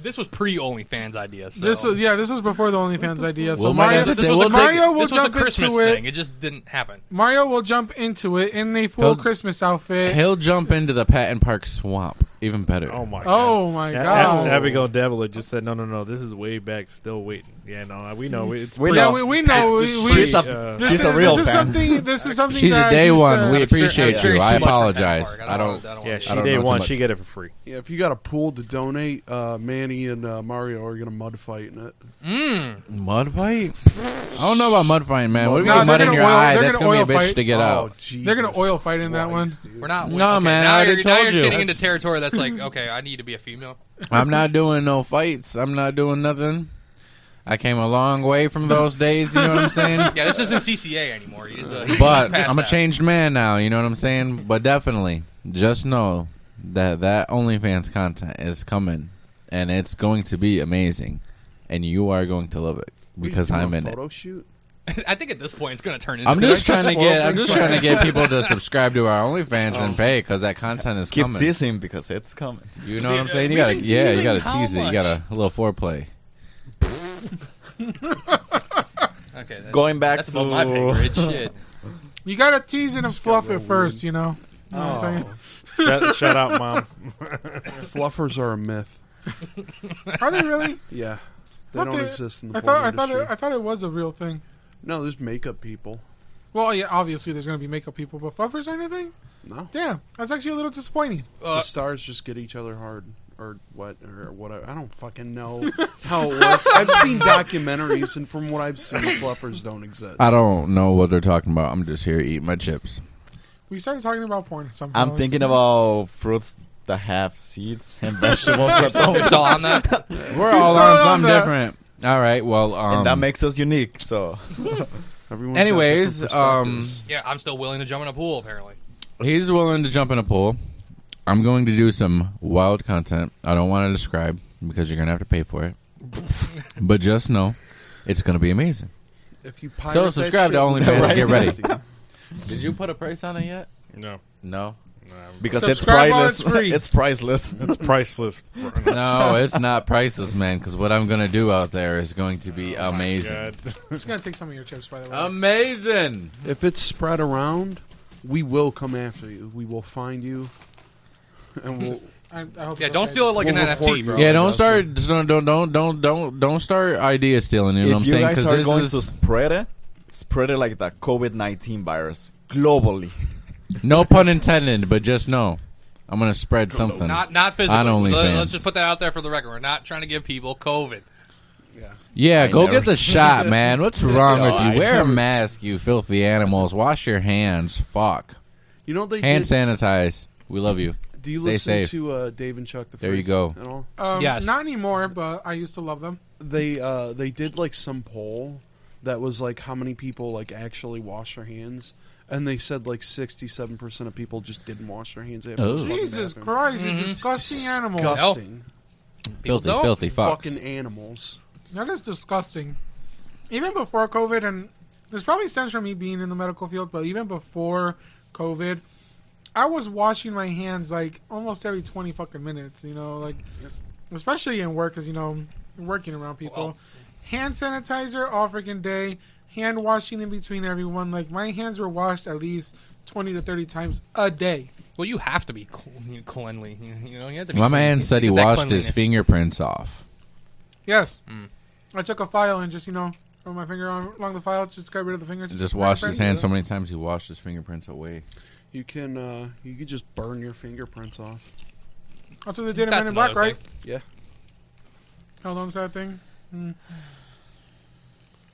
S7: this was pre OnlyFans idea. So.
S2: This was yeah. This was before the OnlyFans idea. So
S3: Well, my
S2: Mario,
S3: God,
S7: this
S3: We'll
S7: was a
S3: take-
S2: Mario will
S7: this was a
S2: jump
S7: Christmas
S2: into it.
S7: thing. It just didn't happen.
S2: Mario will jump into it in a full
S3: He'll-
S2: Christmas outfit.
S3: he'll jump into the Patton Park swamp. Even better.
S4: Oh my!
S2: oh my
S4: A-
S2: god!
S4: A- Abigail Davila just said, "No, no, no! This is way back. Still waiting. Yeah, no, we know it's
S5: We
S4: pre-
S2: yeah,
S5: know.
S2: we, we know.
S4: It's-
S2: We, we,
S5: She's a,
S4: uh,
S2: this
S5: she's
S2: is,
S5: a real
S2: this is
S5: fan.
S2: something. This is something.
S3: She's a
S2: that uh,
S3: day
S2: he
S3: one.
S2: said.
S3: We
S7: I'm
S3: appreciate
S7: curious
S3: you.
S7: too
S3: I
S7: much for
S3: apologize.
S7: Patton Park.
S3: I don't.
S7: wanna-
S4: Yeah,
S7: wanna
S4: she
S7: do
S3: don't
S4: day
S3: know too
S4: one.
S3: much.
S4: She get it for free.
S6: Yeah, if you got a pool to donate, uh, Manny and uh, Mario are gonna mud fight in it.
S7: that. Mm.
S3: Mud fight? I don't know about mud fight, man. What if you
S2: No, they're
S3: get mud in
S2: gonna
S3: your
S2: oil-
S3: eye?
S2: they're
S3: That's
S2: gonna
S3: gonna, be a
S2: oil
S3: bitch
S2: fight.
S3: to get
S6: oh,
S3: out.
S6: Jesus
S2: They're gonna oil fight in that
S6: Christ,
S2: one.
S6: dude.
S7: We're not.
S3: No,
S7: okay,
S3: man,
S7: Now
S3: I
S7: you're,
S3: already
S7: now
S3: told
S7: you're
S3: you.
S7: getting into territory that's that's like, okay, I need to be a female.
S3: I'm not doing no fights. I'm not doing nothing. I came a long way from those days. You know what I'm saying?
S7: Yeah, this isn't CCA anymore. He's, uh, he's
S3: But
S7: past
S3: I'm a
S7: that.
S3: changed man now. You know what I'm saying? But definitely, just know that that OnlyFans content is coming, and it's going to be amazing, and you are going to love it because
S6: Do a
S3: I'm in it.
S6: photo shoot.
S7: I think at this point it's going to turn into.
S3: I'm just trying to
S2: spoil
S3: get. I'm
S2: things
S3: just
S2: for
S3: trying to
S2: us?
S3: get people to subscribe to our OnlyFans
S7: Oh.
S3: and pay because that content is
S5: Keep
S3: coming.
S5: teasing because it's coming.
S3: You know what I'm
S7: Dude,
S3: saying? You
S7: we've
S3: gotta,
S7: been
S3: yeah, you
S7: teasing
S3: gotta
S7: how
S3: tease it. You
S7: much?
S3: gotta a little foreplay.
S7: okay, that-
S5: Going back
S7: that's
S5: to
S7: above my pay grade. Shit.
S2: You gotta tease it and fluff it first, you know. You know what I'm saying?
S4: Shut, shut up, mom.
S6: Fluffers are a myth.
S2: Are they really?
S6: Yeah, they
S2: What
S6: don't
S2: the-
S6: exist in the
S2: I
S6: porn
S2: thought I thought
S6: industry.
S2: it, I thought it was a real thing.
S6: no, there's makeup people.
S2: Well, yeah, obviously there's gonna be makeup people, but fluffers or anything?
S6: No,
S2: Damn, that's actually a little disappointing.
S7: Uh,
S6: the stars just get each other hard or what or whatever. I don't fucking know how it works. I've seen documentaries, and from what I've seen, fluffers don't exist.
S3: I don't know what they're talking about. I'm just here eating my chips.
S2: We started talking about porn somehow.
S5: I'm thinking about fruits that have seeds and vegetables that
S7: You're
S5: don't.
S7: still on that?
S3: We're all on
S2: still on
S3: something
S2: that.
S3: different. All right. Well, um,
S5: And that makes us unique. So
S6: Everyone's got
S3: anyways,
S6: different
S3: um,
S6: perspectives.
S7: Yeah, I'm still willing to jump in a pool. Apparently,
S3: he's willing to jump in a pool. I'm going to do some wild content. I don't want to describe because you're gonna have to pay for it. but just know, it's gonna be amazing.
S6: if you pirate
S3: so
S6: that
S3: subscribe to
S6: shit,
S3: OnlyFans,
S6: right?
S3: get ready. Did you put a price on it yet?
S4: No,
S3: No.
S5: because
S2: Subscribe while
S5: it's
S2: it's
S5: priceless,
S2: free.
S5: it's priceless.
S4: it's priceless.
S3: No, it's not priceless, man. Because what I'm gonna do out there is going to be
S5: Oh
S3: amazing.
S4: God.
S2: I'm just gonna take some of your chips, by the way.
S7: Um,
S3: Amazing.
S6: If it's spread around, we will come after you. We will find you, and we'll.
S2: I, I hope
S7: yeah,
S2: it's
S7: don't
S2: okay.
S7: steal it like an
S6: We'll report
S7: NFT,
S6: you.
S5: Oh,
S7: bro.
S3: Yeah, don't start. just Don't don't don't don't don't don't start idea stealing. You know
S5: if
S3: what I'm
S5: you
S3: saying?
S5: guys are
S3: this
S5: going
S3: is
S5: to spread it, spread it like the COVID nineteen virus globally.
S3: no pun intended, but just know I'm gonna spread something.
S7: Not not physically.
S3: On OnlyFans.
S7: Let, us just put that out there for the record. We're not trying to give people COVID.
S3: yeah,
S5: I
S3: go
S5: never
S3: get the
S5: s-
S3: shot, man. What's wrong
S5: No,
S3: with you?
S5: I
S3: Wear a
S5: never-
S3: mask, you filthy animals. Wash your hands. Fuck.
S6: You know they
S3: Hand
S6: did,
S3: sanitize. We love you.
S6: Do you
S3: Stay
S6: listen
S3: safe.
S6: to uh, Dave and Chuck? The
S3: There you
S6: Freak
S3: go.
S6: At all?
S2: Um,
S7: Yes.
S2: Not anymore, but I used to love them.
S6: They uh, they did like some poll that was like how many people like actually wash their hands, and they said like sixty seven percent of people just didn't wash their hands after.
S3: Oh.
S6: the fucking
S2: Jesus
S6: bathroom.
S2: Christ, you
S7: Mhm.
S2: disgusting animal.
S6: Disgusting,
S3: Filthy,
S7: don't
S3: filthy fucks.
S6: fucking animals.
S2: That is disgusting. Even before COVID, and this probably stems from me being in the medical field, but even before COVID, I was washing my hands like almost every 20 fucking minutes, you know, like especially in work because, you know, working around people.
S7: Well-
S2: Hand sanitizer all freaking day, hand washing in between everyone. Like my hands were washed at least 20 to 30 times a day.
S7: Well, you have to be clean, cleanly. You know, you have to be
S3: My
S7: clean.
S3: man
S7: You
S3: said he
S7: get that
S3: washed his
S7: cleanliness.
S3: fingerprints off.
S2: Yes. I took a file and just, you know, put my finger on, along the file, just got rid of the fingers.
S3: Just washed his hands
S2: Yeah.
S3: so many times he washed his fingerprints away.
S6: You can uh, you could just burn your fingerprints off.
S2: That's what they did in Men
S7: That's
S2: in Black,
S7: another
S2: right?
S7: thing.
S6: Yeah,
S2: How long's that thing? Mm.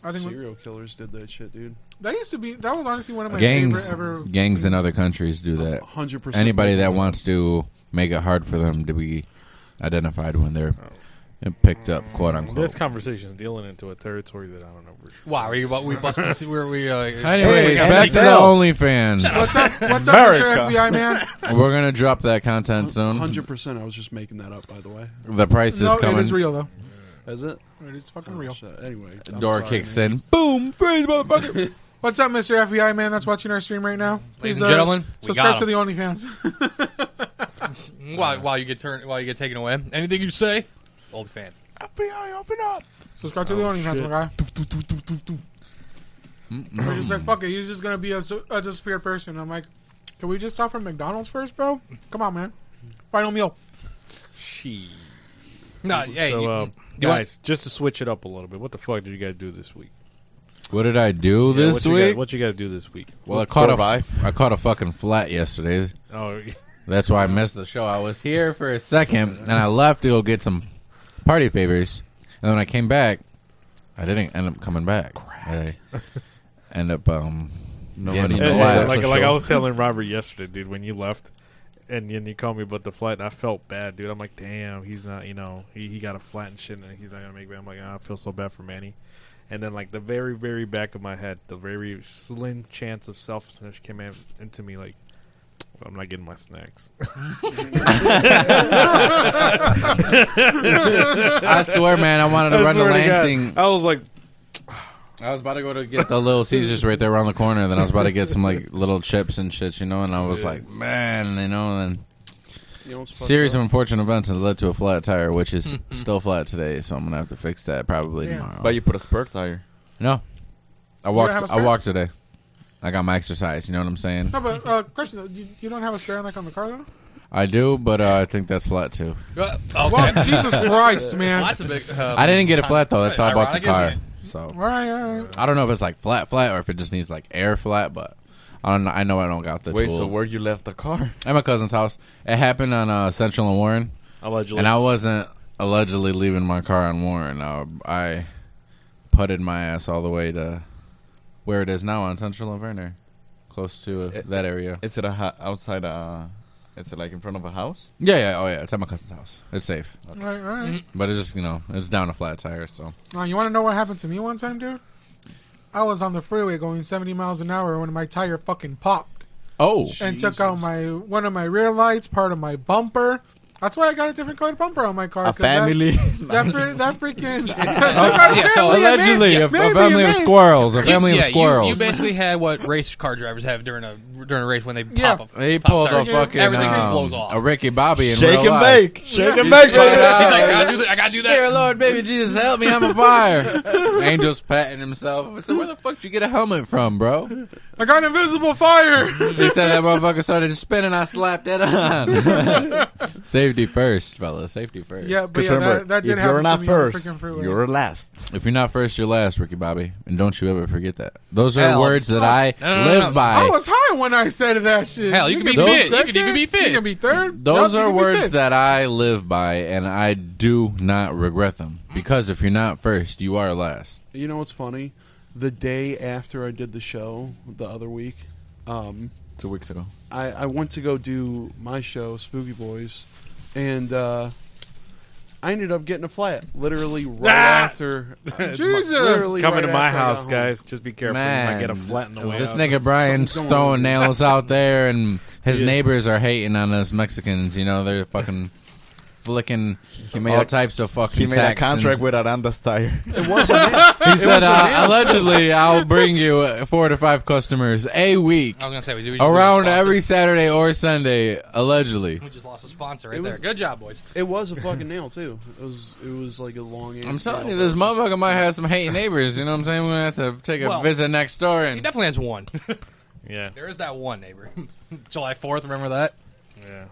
S2: I think we-
S6: serial killers did that shit, dude.
S2: that used to be. That was honestly one of my
S3: gangs,
S2: favorite ever Oh,
S3: gangs in
S2: scenes.
S3: other countries do that.
S6: Hundred percent.
S3: Uh, Anybody that wants to make it hard for them to be identified when they're
S2: Oh.
S3: picked up, quote
S4: This
S3: unquote.
S4: conversation is dealing into a territory that I don't know for sure.
S7: Wow, are you, we busted? Were we? Uh,
S3: Anyways,
S5: Hey,
S3: back to the
S5: Dale.
S3: OnlyFans.
S2: What's up? What's up, Mr.
S5: America.
S2: FBI man?
S3: We're gonna drop that content soon.
S6: Hundred percent. I was just making that up, by the way.
S3: The price
S2: no,
S3: is coming.
S2: it is real though.
S6: Is it?
S2: It is fucking
S6: Oh,
S2: real.
S6: shit. Anyway, I'm
S3: Door
S6: sorry,
S3: kicks
S6: man.
S3: in. Boom! Freeze, motherfucker!
S2: What's up, Mr. FBI man? That's watching our stream right now. Please,
S7: Ladies and
S2: uh,
S7: gentlemen, we
S2: subscribe
S7: got
S2: to the OnlyFans.
S7: while, while Mm, you get turned, while you get taken away, anything you say, old fans.
S3: FBI, open up!
S2: subscribe to the
S6: Oh,
S2: OnlyFans, my guy. We're just like, fuck it. He's just gonna be a, a disappeared person. I'm like, can we just stop from McDonald's first, bro? Come on, man. Final meal.
S4: She.
S7: No, hey,
S4: So,
S7: you,
S4: uh,
S7: you want-
S4: guys, just to switch it up a little bit, what the fuck did you guys do this week?
S3: What did I do
S4: Yeah,
S3: this
S4: what You guys,
S3: week?
S4: what you guys do this week?
S3: well, I caught
S5: Survive.
S3: a I caught a fucking flat yesterday.
S4: Oh,
S3: That's why I missed the show. I was here for a second, and I left to go get some party favors. And when I came back, I didn't end up coming back. I end up um,
S5: No
S3: getting
S5: money.
S3: a
S5: Yeah,
S4: Yeah,
S5: yeah,
S3: flat.
S5: that's
S4: like
S5: a
S4: like I
S5: show.
S4: was telling Robert yesterday, dude, when you left, and then you called me about the flight. And I felt bad, dude. I'm like, damn, he's not. You know, he, he got a flat and shit, and he's not gonna make it. I'm like, ah, I feel so bad for Manny. And then like the very, very back of my head, the very slim chance of selfishness came in, into me like. I'm not getting my snacks.
S3: I swear, man, I wanted to
S4: I
S3: run to
S4: swear to God. Oh.
S3: Lansing.
S4: I was like,
S3: I was about to go to get the Little Caesars right there around the corner. Then I was about to get some like little chips and shit, you know. And I was like, man, you know. And
S6: You know, it's fucked
S3: series
S6: up.
S3: of unfortunate events that led to a flat tire, which is still flat today. So I'm gonna have to fix that probably
S2: Yeah.
S3: tomorrow.
S5: But you put a spare tire.
S3: no,
S2: have
S3: I
S2: a
S3: walked. I
S2: spare?
S3: walked today. I got my exercise. You know what I'm saying?
S2: No, but uh, question: though, you, you don't have a spare like on the car though?
S3: I do, but uh, I think that's flat too.
S7: Oh,
S2: Well, Jesus Christ, man!
S7: Lots of big. uh,
S3: I didn't get it flat though. That's how I bought the car.
S7: Ironic,
S2: All
S3: So
S2: right, all right.
S3: I don't know if it's like flat, flat, or if it just needs like air flat. But I don't. know- I know I don't got the
S5: Wait,
S3: tool.
S5: so where you left the car?
S3: at my cousin's house. It happened on uh, Central and Warren,
S4: allegedly.
S3: and I wasn't allegedly leaving my car on Warren. Uh, I putted my ass all the way to where it is now on Central and Verner, close to
S5: Eh.
S3: uh, that area.
S5: Is it a ha- outside? Uh, is it like in front of a house?
S3: Yeah, yeah, oh yeah, it's at my cousin's house. It's safe,
S2: All right, all right.
S3: but it's just you know it's down a flat tire, so
S2: Uh, you want to know what happened to me one time, dude? I was on the freeway going 70 miles an hour when my tire fucking popped
S3: oh
S2: and took out my one of my rear lights, part of my bumper. That's why I got a different colored bumper on my car.
S5: A
S2: 'cause that-
S5: family.
S2: That, fr- that freaking. yeah,
S7: yeah, so
S3: Oh, allegedly a, a family of squirrels, a
S7: You-
S3: family
S7: yeah,
S3: of
S7: you-
S3: squirrels.
S7: You, basically had what race car drivers have during a during a race when they
S2: Yeah.
S7: pop a
S3: they
S7: pop
S3: pulled
S7: tire.
S3: a fucking
S7: everything
S3: um,
S7: just blows off.
S3: a Ricky Bobby in
S5: Shake
S3: real
S5: and
S3: life.
S5: bake. Shake and bake,
S3: He's
S5: baby.
S7: He's like, I gotta do this. I gotta do
S3: Dear
S7: that.
S3: Lord, baby Jesus, help me! I'm on fire. Angel's patting himself. I said, "Where the fuck did you get a helmet from, bro?"
S2: I got invisible fire.
S3: He said that motherfucker started spinning. I slapped it on. Safety first, fella. Safety first.
S2: yeah, but
S5: Because
S2: yeah,
S5: remember,
S2: that, that did
S5: if
S2: happen
S5: you're not
S2: to me
S5: first,
S2: on the freaking freeway.
S5: you're last.
S3: If you're not first, you're last, Ricky Bobby, and don't you ever forget that. Those are
S5: Hell.
S3: words that I
S7: No, no, no,
S3: live
S7: no.
S3: by.
S2: I was high when I said that shit.
S7: Hell, you could be
S2: be
S7: fifth. You could- you could
S2: second, You
S7: be fifth.
S2: can be third.
S3: Those
S2: Yep, you
S3: are
S2: could be
S3: words
S2: fifth.
S3: that I live by, and I do not regret them because if you're not first, you are last.
S6: You know what's funny? The day after I did the show the other week, um,
S5: Two weeks ago.
S6: I, I went to go do my show, Spooky Boys, and uh, I ended up getting a flat literally right
S4: Ah!
S6: after.
S2: Jesus.
S6: literally
S4: Coming
S6: right
S4: to my
S6: after I got
S4: house,
S6: home.
S4: guys. Just be careful. you might get a flat in the way.
S3: this
S4: out.
S3: nigga Brian's
S6: Something's going
S3: throwing
S6: on.
S3: nails out there, and his
S4: Yeah.
S3: neighbors are hating on us Mexicans. You know, they're fucking flicking
S5: made
S3: all
S5: a-
S3: types of fucking.
S5: He made a
S3: tax and-
S5: contract with Aranda's tire.
S6: It wasn't. it.
S3: He said, uh, allegedly, I'll bring you uh, four to five customers a week
S7: I was gonna say we, we just
S3: around
S7: lost a
S3: every
S7: sponsor.
S3: Saturday or Sunday. Allegedly,
S7: We just lost a sponsor right
S6: It was-
S7: there. Good job, boys.
S6: It was a fucking nail too. It was. It was like a long. ass
S3: I'm telling you,
S6: nail, but
S3: this
S6: it was-
S3: motherfucker might have some hating neighbors. You know what I'm saying? We're gonna have to take a
S7: Well,
S3: visit next door
S7: He
S3: and
S7: definitely has one.
S4: Yeah,
S7: there is that one neighbor. July Fourth. Remember that?
S4: yeah.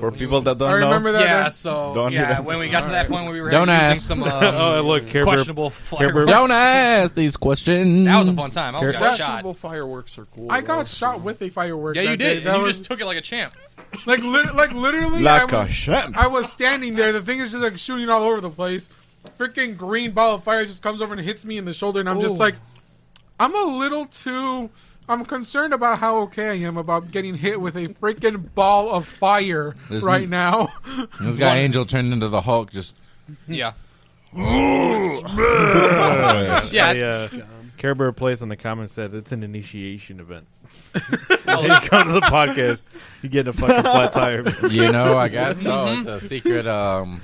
S5: For people that don't
S2: I remember
S5: know,
S2: that.
S7: yeah.
S2: uh,
S7: So
S5: Don't
S7: yeah,
S5: even-
S7: when we got to that point where we were
S3: Don't
S7: using
S3: ask.
S7: some
S4: Oh,
S7: um,
S4: look, Care Bear-
S7: questionable
S4: Care Bear-
S7: fireworks.
S3: don't ask these questions.
S7: That was a fun time. I almost got shot.
S6: Questionable fireworks are cool.
S2: I
S6: though.
S2: got shot with a firework.
S7: Yeah, you
S2: that day.
S7: did.
S2: That
S7: And you
S2: was-
S7: just took it like a champ.
S2: Like, lit- like literally, I
S5: like a
S2: was,
S5: champ.
S2: I was standing there. The thing is just like shooting all over the place. Freaking green ball of fire just comes over and hits me in the shoulder, and I'm just like, I'm a little too. I'm concerned about how okay I am about getting hit with a freaking ball of fire
S3: There's
S2: right
S3: n-
S2: now.
S3: This guy Angel turned into the Hulk. Just
S7: Yeah.
S4: yeah.
S3: Oh,
S7: Yeah.
S4: uh, Care Bear Place in the comments says it's an initiation event. you come to the podcast, you get a fucking flat tire.
S3: you know, I guess so. It's
S7: Mm-hmm.
S3: a secret. Um,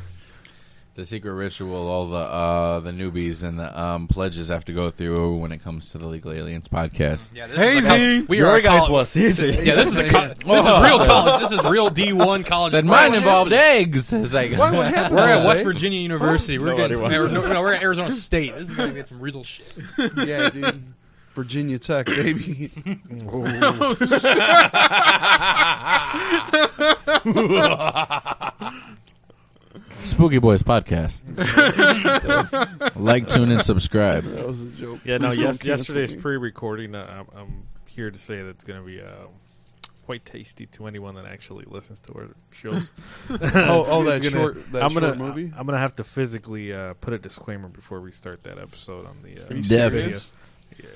S3: it's a secret ritual. All the uh, the newbies and the um, pledges have to go through when it comes to the Legal Aliens podcast.
S7: Yeah, this is a
S2: Hazy.
S7: col- we
S5: Your
S7: are a
S5: guys
S7: col-
S5: was easy.
S7: Yeah, this is a col- this is real college. This is real D one college.
S3: Said mine
S7: football.
S3: involved eggs. It's like
S2: what happened?
S7: We're at
S2: Jose?
S7: West Virginia University. We're
S5: Nobody
S7: getting some,
S5: wants
S7: Ari- no, no, we're at Arizona State. This is gonna get some real shit.
S6: Yeah, dude. Virginia Tech, baby. Oh,
S3: Spooky Boys podcast. like, tune, and subscribe.
S6: That was a joke.
S4: Yeah, no.
S6: Please don't
S4: Yes,
S6: cancel
S4: yesterday's
S6: me.
S4: pre-recording. Uh, I'm, I'm here to say that's going to be um, quite tasty to anyone that actually listens to our shows.
S6: Oh, oh,
S4: It's
S6: that short- that
S4: I'm gonna,
S6: short movie?
S4: I'm gonna have to physically uh, put a disclaimer before we start that episode on the.
S6: Are
S4: Uh,
S6: you
S3: Dev.
S6: serious?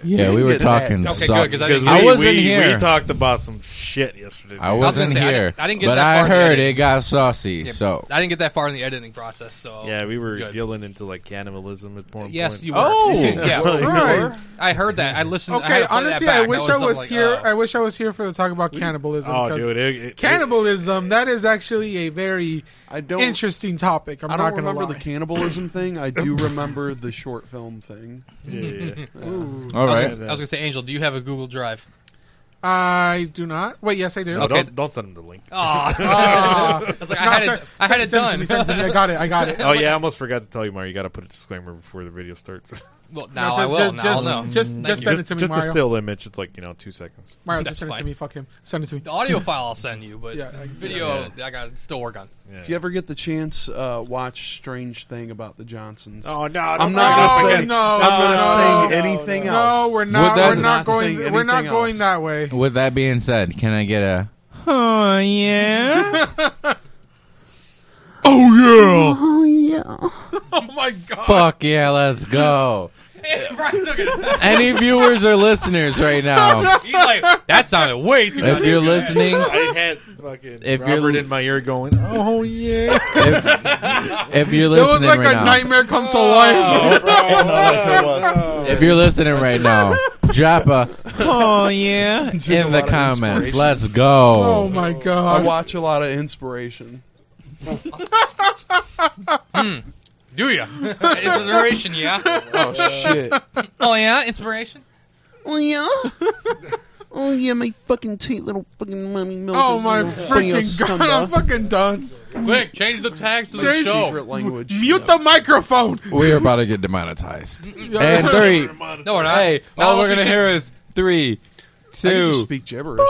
S3: Yeah, we were
S6: Get that.
S3: talking.
S7: Okay,
S3: suck-
S7: good because I
S4: Because
S7: didn't.
S4: we,
S3: I
S7: get-
S3: wasn't
S4: we,
S3: here.
S4: We talked about some shit yesterday.
S3: I
S4: man.
S7: was gonna
S3: wasn't
S7: say, I
S3: here,
S7: didn't- I didn't get
S3: but
S7: that
S3: I
S7: far in the
S3: heard
S7: edit.
S3: it got saucy. So
S7: I didn't get that far in the editing process, so
S4: Yeah, we were
S7: Good.
S4: yelling into like cannibalism at one
S7: Yes,
S4: point.
S7: you were.
S3: Oh,
S7: yeah,
S4: so-
S2: Christ.
S7: I heard that. I listened. I
S2: Okay,
S7: had to play that
S2: honestly,
S7: back.
S2: I
S7: That
S2: wish I
S7: something
S2: was
S7: like,
S2: here.
S7: oh.
S2: I wish I was here for the talk about cannibalism.
S4: Oh,
S2: 'cause
S4: dude, it, it,
S2: cannibalism. That is actually a very
S6: I don't.
S2: interesting topic. I'm not
S6: I don't
S2: going to
S6: remember
S2: lie.
S6: the cannibalism thing. I do remember the short film thing.
S4: It, yeah, yeah.
S2: Ooh.
S3: all
S7: I
S3: right,
S7: was, gonna, I was gonna say, Angel, do you have a Google Drive?
S2: I do not. Wait, yes, I do.
S4: No,
S7: Okay.
S4: don't, don't send him the link.
S7: Oh,
S2: Ah.
S7: I was like,
S2: No,
S7: I had
S2: send-
S7: it. I had it
S2: send- send
S7: done.
S2: to me, send to me. I got it. I got it.
S4: Oh yeah, I almost forgot to tell you, Mario. You got to put a disclaimer before the video starts.
S7: well, now
S2: No,
S7: I will.
S2: Just,
S7: now
S2: just,
S7: I'll know.
S2: just, just
S7: you.
S2: send
S4: just
S2: it to me,
S4: just
S2: Mario.
S4: a still image. It's like you know two seconds.
S2: Mario, just
S7: That's
S2: send it to
S7: fine.
S2: me. Fuck him. Send it to me.
S7: the audio file I'll send you, but
S2: Yeah, I-
S7: video
S4: yeah.
S7: I got still work on.
S4: Yeah.
S6: If you ever get the chance, uh, watch Strange Thing about the Johnsons.
S4: oh no,
S6: I'm not
S2: no,
S6: gonna say.
S2: no,
S6: I'm not
S2: no,
S6: saying anything
S4: no.
S6: else.
S2: No, we're not.
S3: that's-
S2: We're not
S6: not
S2: going.
S6: saying
S2: We're not
S6: anything
S2: going
S6: else.
S2: that way.
S3: With that being said, can I get a? Oh yeah. oh yeah.
S7: Oh my god!
S3: Fuck yeah, let's go.
S7: Brian took it.
S3: Any viewers or listeners right now,
S7: He's like, that sounded way too.
S3: if
S7: good.
S3: you're listening,
S4: I had fucking
S3: If you're-
S4: Robert in my ear going, oh yeah,
S3: if, if you're
S2: It was
S3: listening
S2: like
S3: right
S2: a
S3: now,
S2: nightmare come to
S7: Oh.
S2: life.
S3: if you're listening right now, drop a oh yeah in the
S6: lot of
S3: comments.
S6: inspiration.
S3: Let's go.
S2: Oh my
S6: I
S2: god!
S6: watch a lot of inspiration.
S7: Do you? inspiration, yeah.
S6: Oh shit!
S7: Oh yeah, inspiration.
S8: Oh yeah. oh yeah, my fucking tight little fucking mommy milk.
S2: Oh my freaking god! I'm fucking done.
S7: Quick, change the tags to the
S2: Change-
S7: show.
S6: Secret language.
S2: Mute the microphone.
S3: We're about to get demonetized. And three.
S7: No, we're not.
S3: Hey,
S7: No,
S3: all we're
S7: let's
S3: gonna
S7: be-
S3: hear is three,
S6: I could just
S3: two.
S6: speak gibberish.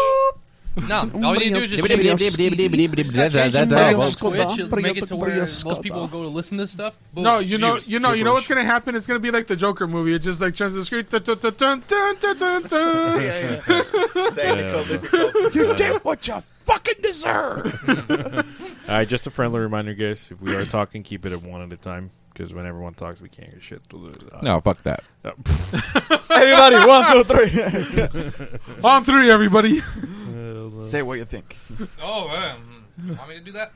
S7: No, all you need to do is just change it.
S3: That's
S8: Scoda.
S7: Switch, it'll make it to where
S8: Bring a
S7: most
S8: Skoda.
S7: people will go to listen to this stuff. Boom,
S2: No, you know,
S7: use.
S2: you know, you know what's gonna happen. It's gonna be like the Joker movie. It just like turns the screen. Dun, dun, dun, dun, dun, dun, dun, dun.
S5: yeah, yeah. Technical difficulties.
S8: Get what you fucking deserve.
S4: All right, just a friendly reminder, guys. If we are talking, keep it at one at a time because when everyone talks, we can't get shit.
S3: No, fuck that.
S4: Uh,
S5: Everybody, one, two, three.
S2: On three, everybody.
S5: Say what you think.
S7: Oh, um, want me to do that?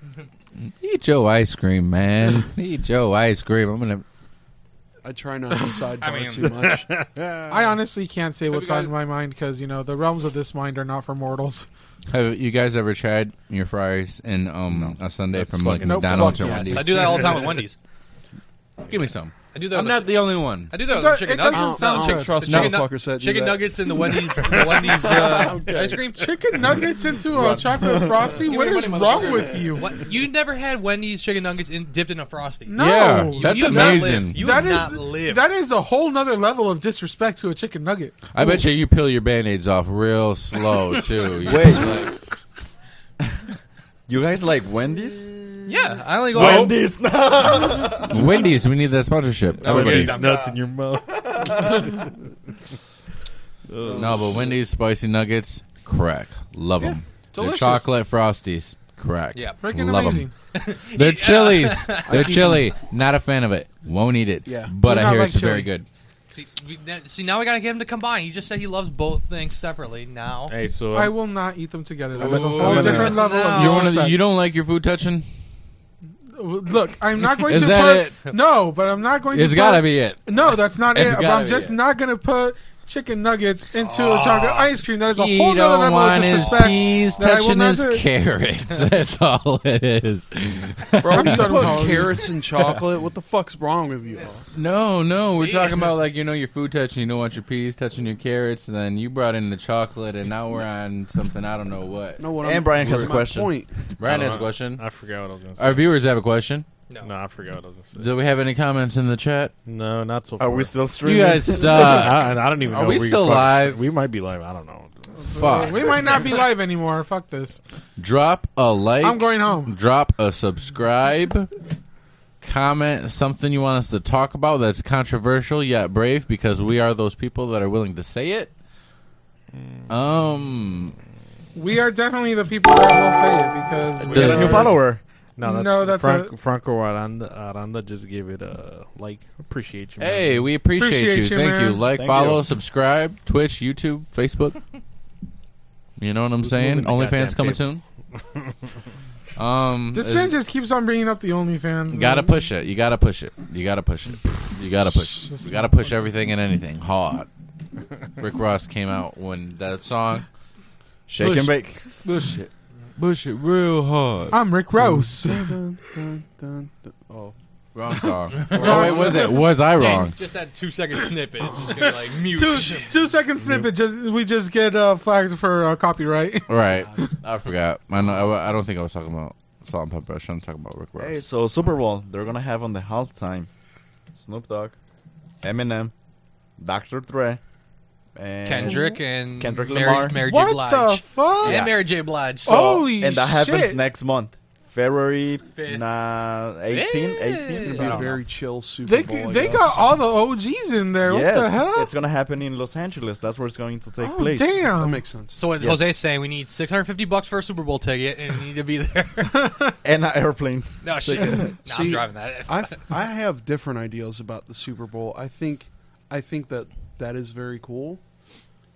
S3: Eat your ice cream, man. Eat your ice cream. I'm gonna.
S6: I try not to sidebar
S7: I mean-
S6: too much.
S2: I honestly can't say what's
S7: you guys-
S2: on my mind because you know the realms of this mind are not for mortals.
S3: Have you guys ever tried your fries and um a Sunday
S4: That's
S3: from like
S4: fucking- Nope.
S3: McDonald's
S2: Fuck
S3: or
S2: yes.
S3: Wendy's?
S7: I do that all the time with Wendy's.
S3: Give me some.
S7: I do that.
S3: I'm
S7: with
S3: not
S7: the,
S3: the only one.
S7: I do that with
S2: It
S7: the chicken
S2: doesn't
S7: nuggets.
S2: sound
S7: No,
S2: good.
S7: chick-
S6: Trust
S7: the chicken, nu-
S6: motherfuckers that do
S7: chicken
S6: that.
S7: nuggets and the Wendy's, the Wendy's uh, ice cream.
S2: Chicken nuggets into a chocolate frosty.
S7: Give
S2: What
S7: me
S2: is
S7: money,
S2: wrong
S7: motherfucker.
S2: with you?
S7: What? You never had Wendy's chicken nuggets in, dipped in a frosty.
S2: No,
S3: Yeah,
S2: You-
S3: that's
S7: you have not
S3: amazing.
S7: lived. You
S2: that
S7: have
S2: is
S7: not lived.
S2: that is a whole nother level of disrespect to a chicken nugget.
S3: I bet you you peel your band-aids off real slow too.
S5: Wait. you guys like Wendy's?
S7: yeah, I only go.
S5: Wendy's? No.
S3: Wendy's, we need that sponsorship. Everybody.
S4: Everybody's nuts in your mouth.
S3: No, but Wendy's spicy nuggets, crack. Love them.
S2: delicious.
S3: chocolate frosties, crack.
S7: Yeah,
S2: Freaking
S3: Love 'em.
S2: amazing.
S3: They're chilies. They're chili. Not a fan of it. Won't eat it.
S6: Yeah.
S3: But
S2: Do
S3: I
S2: not
S3: hear
S2: like
S3: it's
S2: chili.
S3: very good.
S7: See, we, that- see, now we gotta get him to combine. He just said he loves both things separately. Now,
S4: Hey, so
S2: I
S4: um,
S2: will not eat them together. That is a
S5: Ooh.
S2: whole
S3: I'm
S2: different
S7: gonna-
S2: level of
S7: You
S3: You,
S2: disrespect.
S3: don't like your food touching?
S2: Look, I'm not going
S3: Is
S2: to
S3: that
S2: put no, but I'm not going to.
S3: It's
S2: put-
S3: gotta be it.
S2: No, that's not
S3: It's
S2: it. But
S3: gotta
S2: I'm
S3: be
S2: just
S3: it. Oh,
S2: not gonna put chicken nuggets into a chocolate ice cream. That is a
S3: He
S2: whole nother
S3: don't
S2: level of
S3: want his
S2: disrespect.
S3: peas
S2: that I will
S3: touching
S2: not
S3: his
S2: do.
S3: carrots. That's all it is.
S6: Bro, you
S2: done with all
S6: put
S2: of you.
S6: carrots and chocolate. What the fuck's wrong with you?
S3: No, no, we're talking about like you know your food touching. You don't want your peas touching your carrots. And then you brought in the chocolate, and now we're on something I don't know what.
S6: No, what
S5: And
S6: I'm,
S5: Brian has
S6: what's
S5: a
S6: my
S5: question.
S6: Point.
S3: Brian
S4: I don't
S3: has a
S4: know.
S3: question. Uh,
S4: I forgot what I was gonna say.
S3: Our viewers have a question.
S4: no, I forgot what I was gonna say.
S3: Do we have any comments in the chat?
S4: No, not so far.
S5: Are we still streaming?
S3: You guys suck.
S4: I, I don't even.
S3: Uh, Are
S4: know
S3: we
S4: if
S3: still
S4: fucking-
S3: live?
S4: We might be live. I don't know.
S3: Fuck.
S2: We might not be live anymore. Fuck this.
S3: Drop a like.
S2: I'm going home.
S3: Drop a subscribe. Comment something you want us to talk about that's controversial yet brave because we are those people that are willing to say it. Um,
S2: Mm. We are definitely the people that will say it because
S5: There's a new follower.
S4: No, that's,
S2: No, that's
S4: Frank,
S2: a-
S4: Franco Aranda, Aranda just gave it a like. Appreciate you. man.
S3: Hey, we appreciate,
S2: Appreciate
S3: you.
S2: you,
S3: Thank you.
S2: man.
S3: Like,
S5: Thank
S3: follow,
S5: you.
S3: subscribe, Twitch, YouTube, Facebook. You know what I'm
S4: Who's
S3: saying?
S4: moving the
S3: OnlyFans
S4: goddamn
S3: coming soon. um,
S2: This
S3: is-
S2: man just keeps on bringing up the OnlyFans.
S3: gotta push it. You gotta push it. You gotta push it. You gotta push. It. You gotta push everything and anything hard. Rick Ross came out when that song
S5: Shake
S3: Push.
S5: and bake.
S3: push it, push it real hard.
S2: I'm Rick Rose.
S8: Dun, dun, dun, dun. Oh.
S3: Wrong song. oh wait, was it? Was I wrong?
S7: Just that two second snippet. It's just gonna be like mute.
S2: two two second snippet. Just we just get uh, flagged for uh, copyright.
S3: Right. I forgot. I, know, I, I don't think I was talking about Salt and Pepper. I shouldn't talk about Rick Ross.
S5: Hey, so Super Bowl, they're gonna have on the halftime Snoop Dogg, Eminem, Dr. Dre, and
S7: Kendrick and
S5: Kendrick
S7: Mary,
S5: Lamar.
S7: Mary J.
S2: what
S7: Blige.
S2: the Oh. fuck?
S7: And Mary J. Blige.
S5: So-
S2: Holy
S5: And that happens
S2: shit.
S5: next month, February
S7: Fifth.
S5: nah, 18, 18.
S6: It's
S5: I
S6: gonna be a
S5: don't know.
S6: very chill Super
S2: They
S6: Bowl. I
S2: they
S6: guess.
S2: got all the OGs in there.
S5: yes,
S2: what the hell?
S5: it's gonna happen in Los Angeles. That's where it's going to take
S2: oh
S5: place.
S6: That
S2: damn!
S6: makes sense.
S7: So what Jose's saying, we need 650 bucks for a Super Bowl ticket, and we need to be there.
S5: And an airplane.
S7: no shit. no, I'm
S6: See,
S7: driving that.
S6: I I have different ideas about the Super Bowl. I think I think that that is very cool.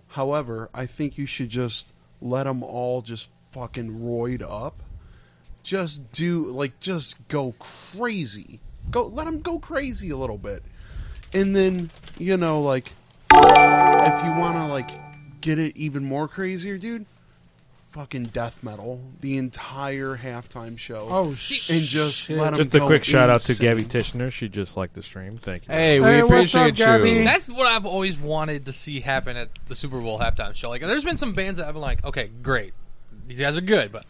S6: However, I think you should just let them all just fucking roid up. Just do like just go crazy. Go let them go crazy a little bit. And then, you know, like if you want to like get it even more crazier, dude, fucking death metal the entire halftime show.
S2: oh shit!
S6: and just let 'em
S4: Just a
S6: go
S4: quick shout out to
S6: insane.
S4: Gabby Tishner. She just liked the stream. Thank you.
S3: Hey, we
S2: Hey, what's up,
S3: appreciate you.
S2: Gabby?
S7: That's what I've always wanted to see happen at the Super Bowl halftime show. Like, there's been some bands that I've been like, okay, great, these guys are good, but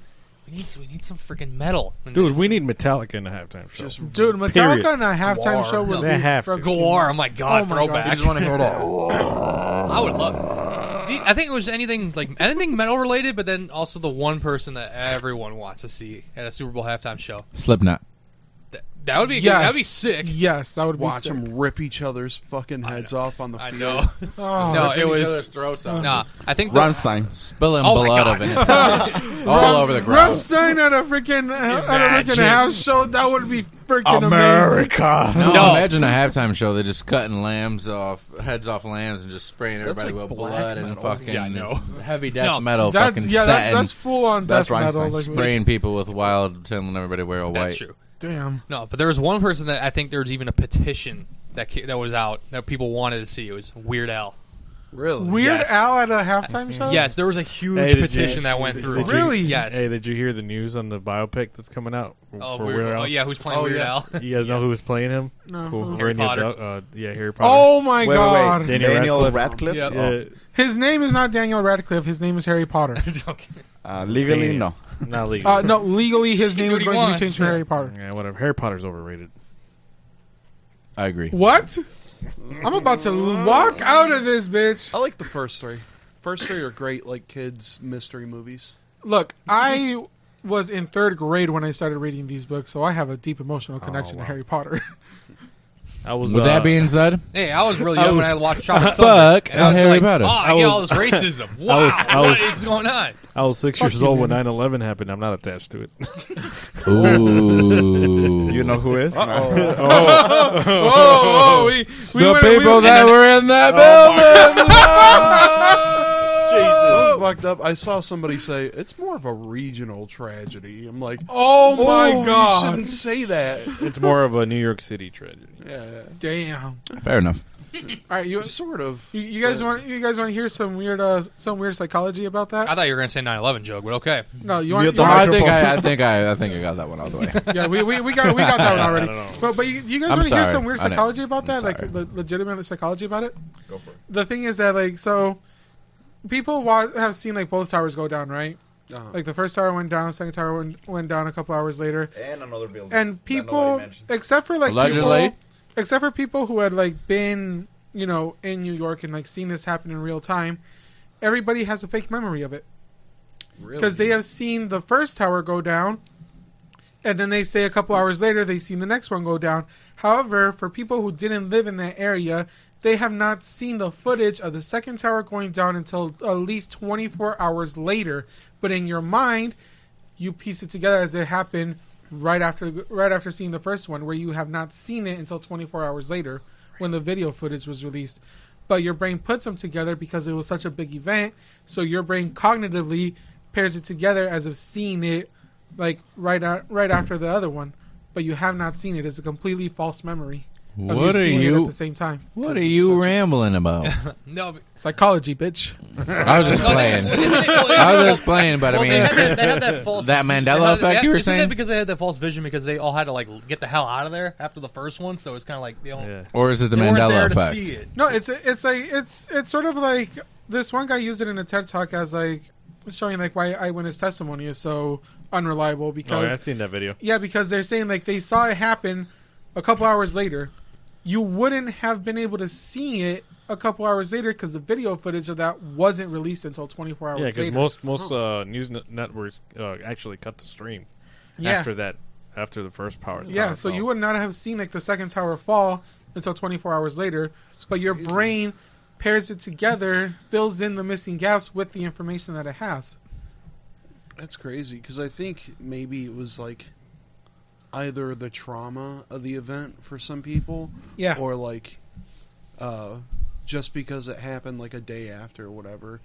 S7: we need we need some freaking metal, And
S4: dude.
S7: it's
S4: We need Metallica in the halftime show.
S6: Just
S2: Dude,
S4: Period.
S2: Metallica on a halftime
S7: War.
S2: show would
S4: They
S2: be
S4: have to.
S2: fucking-
S7: Gore. I'm like, God,
S2: Oh my
S7: throwback.
S2: God.
S7: I just want to go to. I would love. The- I think it was anything like anything metal related, but then also the one person that everyone wants to see at a Super Bowl halftime show.
S3: Slipknot.
S7: That, that would be
S2: Yes.
S7: that would be sick.
S2: Yes, that would be
S6: watch
S2: sick.
S6: them rip each other's fucking heads off on the
S7: I
S6: field.
S7: know.
S2: Oh,
S7: No, it was
S3: throats out.
S7: nah. I think the-
S5: Rammstein.
S3: Spilling
S7: Oh my
S3: blood of
S7: God.
S3: it. All over the ground.
S2: Rammstein at a freaking at a freaking
S4: Imagine.
S2: house show. That would be freaking amazing.
S5: America.
S3: No,
S7: No.
S3: imagine a halftime show. They're just cutting lambs off, heads off lambs, and just spraying everybody
S6: like
S3: with
S6: black
S3: blood and
S6: metal.
S3: fucking
S7: Yeah, I know.
S3: heavy death
S7: No,
S3: metal,
S2: That's
S3: fucking
S2: yeah, that's,
S3: satin,
S2: that's full on
S5: That's
S2: death metal.
S5: Rammstein.
S2: Like,
S3: spraying people with wild tin, and everybody wear all white.
S7: that's true.
S2: Damn.
S7: No, but there was one person that I think there was even a petition that ca- that was out that people wanted to see. It was Weird Al.
S6: Really?
S2: Weird
S7: Yes.
S2: Al at a halftime show.
S7: Yes, there was a huge
S4: Hey, did you-
S7: petition that went
S4: did
S7: through.
S4: you-
S2: Really?
S7: Yes.
S4: Hey, did you hear the news on the biopic that's coming out
S7: oh,
S4: for
S7: Weird,
S4: Weird Al?
S7: oh, yeah, who's playing Weird
S6: yeah.
S7: Al?
S4: You guys know who was playing him?
S2: No.
S4: Cool.
S2: Harry
S4: Harry
S7: Potter.
S4: uh, yeah, Harry Potter.
S2: Oh my
S5: Wait,
S2: god.
S5: wait, wait.
S4: Daniel
S5: Daniel,
S4: Radcliffe.
S5: Radcliffe?
S7: Yep.
S5: Oh.
S2: His name is not Daniel Radcliffe. His name is Harry Potter.
S7: Okay.
S5: Uh, legally,
S4: Damn.
S5: no.
S4: not legal.
S2: Uh, no, legally his
S7: She
S2: name
S7: knew
S2: is
S7: what
S2: going
S7: he wants.
S2: to be changed to Harry Potter.
S4: Yeah, whatever. Harry Potter's overrated.
S3: I agree.
S2: What? I'm about to l- walk out of this bitch.
S6: I like the first three. First three are great, like kids mystery movies.
S2: Look, I was in third grade when I started reading these books, so I have a deep
S3: Oh,
S2: emotional connection
S4: wow.
S2: to Harry Potter.
S4: I was.
S3: With
S4: uh,
S3: that being said,
S7: Hey, I was really young when I watched Tropic Thunder.
S3: fuck
S7: and I was
S3: Harry
S7: like,
S3: Potter.
S7: Oh, I,
S4: I
S7: get
S4: was-
S7: all this racism. Wow,
S4: was- I
S7: what
S4: was-
S7: is going on?
S4: I was six years
S2: you,
S4: old when 9/11 happened. I'm not attached to it.
S3: Ooh.
S5: You know who is?
S2: Whoa, whoa, we, we
S3: the
S2: went- we-
S3: people that were in that building.
S6: I'm fucked up. I saw somebody say it's more of a regional tragedy. I'm like,
S2: Oh my
S6: "Oh, you
S2: god!
S6: shouldn't say that.
S4: it's more of a New York City tragedy.
S6: yeah,
S2: Damn.
S3: Fair enough.
S2: All right, you
S6: sort of.
S2: you- you guys want you guys want to hear some weird uh, some weird psychology about
S7: I
S2: that?
S7: thought you were going to say 9/11 joke, but okay.
S2: No, you want.
S5: the
S2: you want-
S3: I think I, I think I, I think I got that one out of the way.
S2: yeah, we, we, we got we got that one
S4: I
S2: already.
S4: don't know.
S2: But but you, you guys
S3: I'm
S2: want to hear
S3: sorry.
S2: some weird
S3: I know.
S2: psychology about
S3: I'm
S2: that?
S3: sorry.
S2: Like le- legitimate psychology about it.
S5: Go for it.
S2: The thing is that like so, people wa- have seen like both towers go down, right?
S6: Uh-huh.
S2: Like the first tower went down, second tower went, went down a couple hours later,
S5: And another building.
S2: and people except for like
S3: Allegedly.
S2: people, except for people who had like been you know in New York and like seen this happen in real time, everybody has a fake memory of it
S6: Really?
S2: because they have seen the first tower go down and then they say a couple hours later they've seen the next one go down however for people who didn't live in that area they have not seen the footage of the second tower going down until at least 24 hours later but in your mind you piece it together as it happened right after right after seeing the first one, where you have not seen it until 24 hours later when the video footage was released. But your brain puts them together because it was such a big event, so your brain cognitively pairs it together as if seeing it like right out, right after the other one, but you have not seen it. It's a completely false memory. of
S3: What are
S2: seeing it at
S3: you?
S2: the same time?
S3: What are you rambling about?
S7: No, but-
S2: Psychology, bitch.
S3: I was just
S7: no, they-
S3: playing.
S7: well,
S3: I was just playing, but I
S7: well,
S3: mean,
S7: they, had that, they had that false
S3: that
S7: they
S3: Mandela
S7: had- they
S3: effect
S7: had-
S3: you were
S7: isn't that
S3: saying,
S7: because they had that false vision because they all had to like get the hell out of there after the first one, so it's kind of like they don't.
S4: Yeah.
S3: or is it the
S7: they weren't there
S3: Mandela
S7: to see
S3: effect?
S7: it.
S2: No, it's it's like it's it's sort of like this one guy used it in a TED talk as like showing like why eyewitness testimony is so unreliable
S4: Oh, yeah, I've
S2: because
S4: seen that video.
S2: yeah because they're saying like they saw it happen a couple hours later, you wouldn't have been able to see it a couple hours later because the video footage of that wasn't released until 24 hours
S4: Yeah, because
S2: later.
S4: most most
S3: Oh.
S4: uh, news net- networks uh, actually cut the stream
S2: Yeah.
S4: after that, after the first power.
S2: Yeah,
S4: tower
S2: so
S4: fell.
S2: you would not have seen like the second tower fall until 24 hours later, but your brain pairs it together, fills in the missing gaps with the information that it has.
S6: That's crazy because I think maybe it was like either the trauma of the event for some people,
S2: Yeah.
S6: or like uh, just because it happened like a day after or whatever,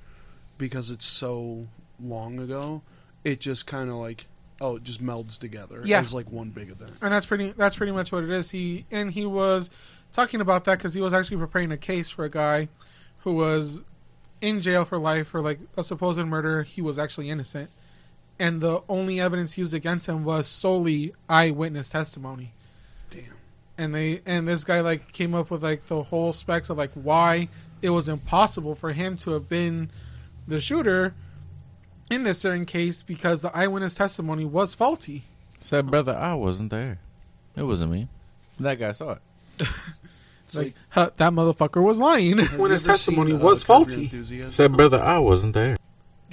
S6: because it's so long ago, it just kind of like oh, it just melds together.
S2: Yeah.
S6: it's like one big event.
S2: and that's pretty that's pretty much what it is. He and he was talking about that because he was actually preparing a case for a guy who was in jail for life for like a supposed murder. He was actually innocent, and the only evidence used against him was solely eyewitness testimony.
S6: Damn.
S2: And they and this guy like came up with like the whole specs of like why it was impossible for him to have been the shooter in this certain case because the eyewitness testimony was faulty.
S3: Said brother, I wasn't there. It wasn't me. That guy saw it.
S6: It's
S2: Like, huh, that motherfucker was lying
S6: have
S2: when
S6: you
S2: his
S6: ever
S2: testimony
S6: seen, uh,
S2: was
S6: Curb Your
S2: faulty.
S6: Enthusiasm?
S3: Said brother, I wasn't there.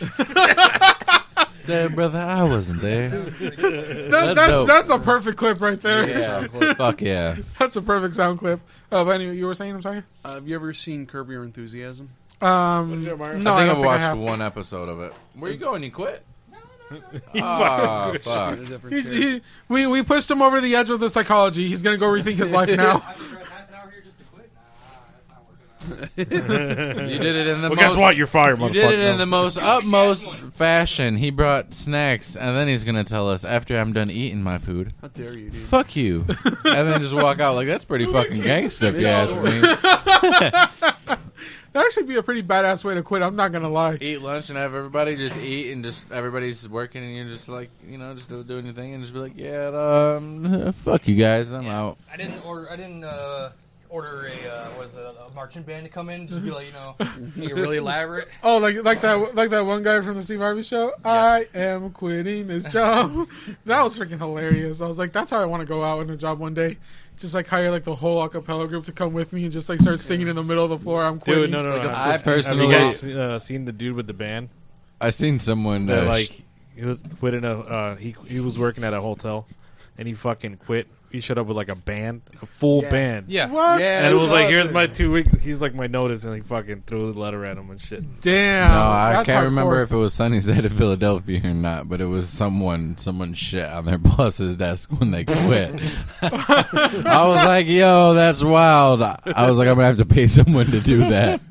S3: Said brother, I wasn't there.
S2: That,
S3: That's
S2: that's
S3: dope.
S2: that's a perfect clip right there.
S3: Fuck yeah.
S2: That's a perfect sound clip. Uh, but anyway, you were saying I'm sorry.
S6: Uh, have you ever seen Curb Your Enthusiasm?
S2: Um,
S4: What's up, Myron?
S2: no, I, don't
S3: I think I've
S2: think I
S3: watched
S2: have.
S3: one episode of it. Where you going? You quit?
S4: He
S3: Ah,
S4: fucking-
S3: fuck.
S6: A different
S2: He's,
S6: chair.
S2: he, we we pushed him over the edge with the psychology. He's gonna go rethink his life now.
S3: You did it in the
S4: well,
S3: most.
S4: guess what? You're fired,
S3: you
S4: motherfucker.
S3: did it in
S4: No,
S3: the most utmost fashion. He brought snacks, and then he's gonna tell us after I'm done eating my food.
S6: How dare you, dude?
S3: Fuck you, and then just walk out like that's pretty fucking gangsta if you ask me.
S2: That'd actually be a pretty badass way to quit. I'm not gonna lie.
S3: Eat lunch and have everybody just eat, and just everybody's working, and you're just like you know just don't do anything, and just be like yeah, um, fuck you guys, I'm out.
S7: I didn't order. I didn't uh, order a uh, what's it, a marching band to come in. Just be like, you know, make it really elaborate.
S2: Oh, like like that like that one guy from the Steve Harvey show. I am quitting this job. that was freaking hilarious. I was like, that's how I want to go out on a job one day. Just like hire like the whole a cappella group to come with me and just like start singing in the middle of the floor. I'm quitting.
S4: Dude, no, no, no. no.
S3: I
S4: Have you
S3: personally,
S4: guys uh, seen the dude with the band?
S3: I seen someone
S4: that
S3: uh,
S4: like he was quitting a uh, he he was working at a hotel, and he fucking quit. He showed up with like a band, a full band.
S7: Yeah.
S2: What?
S6: Yeah.
S4: And it was like,
S6: Stop
S4: here's
S6: it.
S4: my two weeks. He's like, my notice, and he fucking threw the letter at him and shit.
S2: Damn.
S3: No, I
S2: Um, That's
S3: can't
S2: hardcore.
S3: remember if it was Sunny's Day to Philadelphia or not, but it was someone someone shit on their boss's desk when they quit. I was like, "Yo, that's wild." I was like, "I'm gonna have to pay someone to do that,"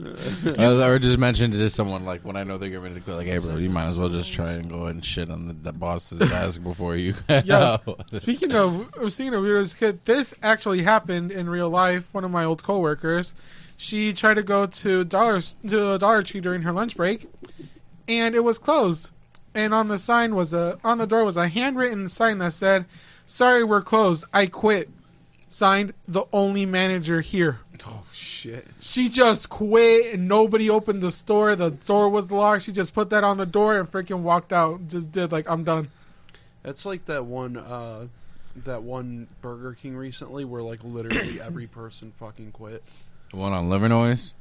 S3: I was- or just mentioned to just someone like when I know they're getting ready to quit, like, "Hey, bro, you might as well just try and go and shit on the, the boss's desk before you."
S2: Yeah.
S3: go."
S2: Speaking of of speaking of weirdos, kid, this actually happened in real life. One of my old coworkers, she tried to go to Dollar to a Dollar Tree during her lunch break, and it was closed. And on the sign was a on the door was a handwritten sign that said, "Sorry, we're closed. I quit." Signed, the only manager here.
S6: Oh shit!
S2: She just quit, and nobody opened the store. The door was locked. She just put that on the door and freaking walked out. Just did like, "I'm done."
S6: That's like that one, uh, that one Burger King recently where like literally every person fucking quit.
S3: The one on Livernois.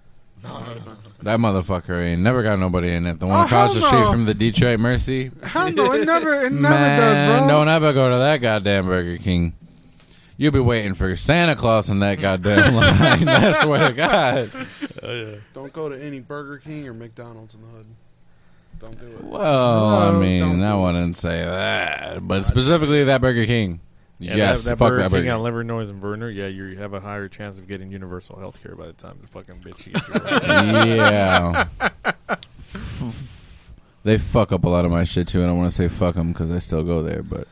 S3: That motherfucker ain't never got nobody in it. The one
S2: Oh,
S3: across the
S2: hell
S3: street
S2: no.
S3: from the Detroit Mercy.
S2: Hell no, it never, it never does,
S3: Man,
S2: bro.
S3: don't ever go to that goddamn Burger King. You'll be waiting for Santa Claus in that goddamn line. I swear to God. Oh,
S6: Don't go to any Burger King or McDonald's in the hood. Don't do it.
S3: Well,
S2: No,
S3: I
S2: don't
S3: mean, I
S2: do it.
S3: wouldn't say that, but specifically that Burger King.
S4: Yeah,
S3: yes,
S4: that, that
S3: fuck
S4: Burger
S3: that
S4: King
S3: Burger
S4: on Livernois and Verner, yeah, you have a higher chance of getting universal health care by the time the fucking bitch eats you.
S3: yeah. they fuck up a lot of my shit too. and I don't want to say fuck them because I still go there, but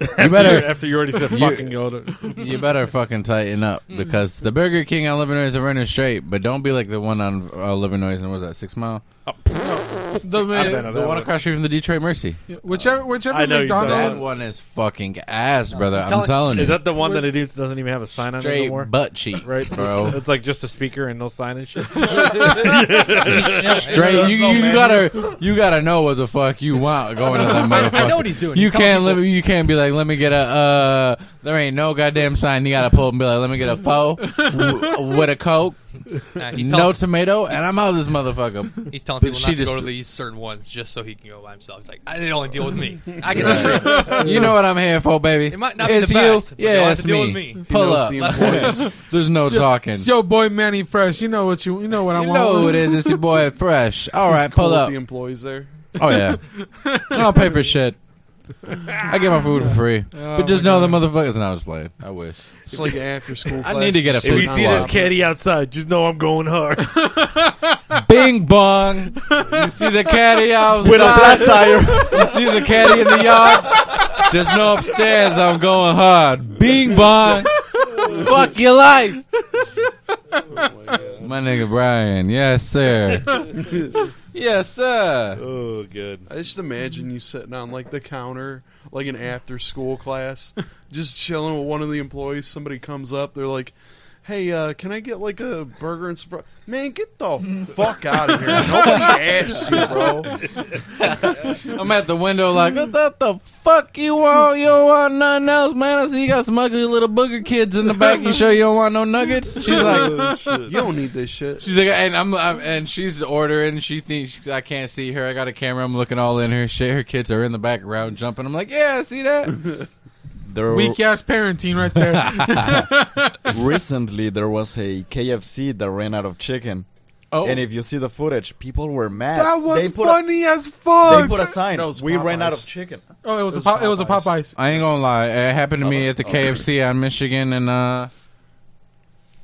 S3: you
S4: after,
S3: better
S4: after you already said
S3: You-
S4: fucking go to.
S3: you better fucking tighten up because the Burger King on Livernois and Vernon is straight, but don't be like the one on uh, Livernois and was that Six Mile,
S2: The,
S4: I've been on
S3: the
S4: that
S3: one
S4: one.
S3: across the street from the Detroit Mercy.
S2: whichever whichever
S4: Uh, I know you're talking
S3: That
S2: McDonald's.
S3: one is fucking ass, brother. I'm
S7: telling-
S3: telling you,
S4: Is that the one that it is- doesn't even have a sign on it
S3: straight
S4: anymore?
S3: butt cheek,
S4: Right,
S3: bro.
S4: It's like just a speaker and no sign and shit.
S3: Straight, you, you gotta you gotta know what the fuck you want going to that motherfucker.
S7: I know what he's doing.
S3: You
S7: He's telling
S3: can't let me, you can't be like let me get a uh there ain't no goddamn sign you gotta pull up and be like let me get a faux w- with a coke
S7: Nah, he's,
S3: no
S7: telling,
S3: tomato and I'm out of this motherfucker.
S7: he's telling
S3: But
S7: people
S3: she
S7: not to go
S3: just-
S7: to these certain ones just so he can go by himself. He's like, I didn't only deal with me. I can actually.
S3: You know what I'm here for, baby.
S7: It might not be
S3: it's
S7: the
S3: you.
S7: best, but you'll
S3: yeah,
S7: have
S3: it's
S7: to deal
S3: me.
S7: with me. He
S3: Pull
S6: knows
S3: up.
S6: the importance.
S3: There's no talking.
S2: It's your boy Manny Fresh. You know what you you know what I
S3: you
S2: want.
S3: know who it is. It's your boy Fresh. All right,
S6: It's cool
S3: pull
S6: with
S3: up.
S6: The employees there.
S3: Oh yeah. I don't pay for shit. I get my food for free.
S2: Oh
S3: but just
S2: my
S3: know
S2: God.
S3: the motherfuckers and I was playing. I wish.
S6: It's like an after school.
S3: I need to get a
S4: if
S3: flip
S4: you see
S3: flop.
S4: this caddy outside, just know I'm going hard.
S3: Bing bong. You see the caddy outside.
S5: With a flat tire.
S3: You see the caddy in the yard. Just know upstairs I'm going hard. Bing bong. Fuck your life. My nigga Brian. Yes, sir. yes, sir.
S4: oh, good.
S6: I just imagine you sitting on like the counter, like an after school class, just chilling with one of the employees. Somebody comes up, they're like, "Hey, uh, can I get like a burger and surprise?" Man, get the fuck out of here! Nobody asked you, bro.
S3: I'm at the window like, what the fuck you want? You don't want nothing else, man. I see you got some ugly little booger kids in the back. You sure you don't want no nuggets? She's like,
S6: You don't need this shit.
S3: she's like, and I'm, I'm and she's ordering. She thinks she's- I can't see her. I got a camera. I'm looking all in her shit. Her kids are in the background jumping. I'm like, yeah, I see that.
S5: There
S2: Weak ass parenting right there.
S5: recently there was a KFC that ran out of chicken.
S3: Oh,
S5: And if you see the footage, people were mad.
S2: that was
S5: they put
S2: funny as
S5: A,
S2: fuck.
S5: they put a sign.
S6: No, it was
S5: we ran
S6: Popeyes.
S5: out of chicken.
S2: oh, it was,
S6: it was
S2: a pop, it was a
S6: Popeyes.
S2: Popeyes.
S3: I ain't gonna lie. It happened to me
S5: Oh,
S3: at the
S5: oh.
S3: KFC on Michigan and uh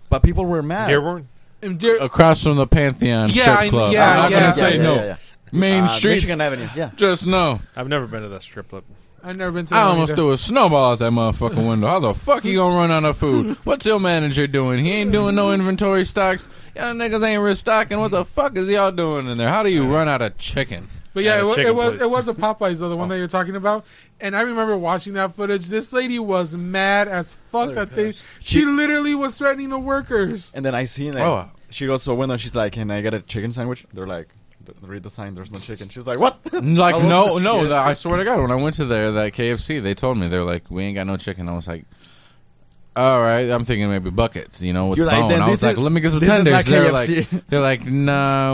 S5: But people were mad.
S4: Dearborn?
S2: And dear-
S3: across from the Pantheon
S2: Yeah, I-
S3: strip club.
S2: yeah,
S3: I'm not
S2: yeah.
S3: gonna say no. Main
S5: Uh,
S3: streets,
S5: Michigan Avenue. Yeah.
S3: just no.
S4: I've never been to that strip club.
S2: I've never been to.
S3: I
S2: that
S3: almost
S2: either.
S3: threw a snowball at that motherfucking window. How the fuck you gonna run out of food? What's your manager doing? He ain't doing no inventory stocks. Y'all niggas ain't restocking. What the fuck is y'all doing in there? How do
S2: Uh,
S3: you run out of chicken?
S2: But yeah,
S4: Yeah,
S2: it,
S4: the
S2: wa- it
S4: chicken
S2: was
S4: place.
S2: it was a Popeyes though, the one that you're talking about. And I remember watching that footage. This lady was mad as fuck that they. She literally was threatening the workers.
S5: And then I seen it.
S3: Oh.
S5: She goes to a window. She's like, "Can I get a chicken sandwich?" They're like, "Th- "Read the sign. There's no chicken." She's like, "What?"
S3: Like
S6: love
S3: no,
S6: the
S3: no.
S6: skit.
S3: that- I swear to God, when I went to there, that KFC, they told me they're like, we ain't got no chicken. I was like. All right, I'm thinking maybe buckets, you know, with
S5: You're like,
S3: bone.
S5: then
S3: I was
S5: this
S3: like,
S5: is-
S3: let me get some
S5: this is
S3: tenders.
S5: not
S3: They're
S5: KFC.
S3: like, they're like,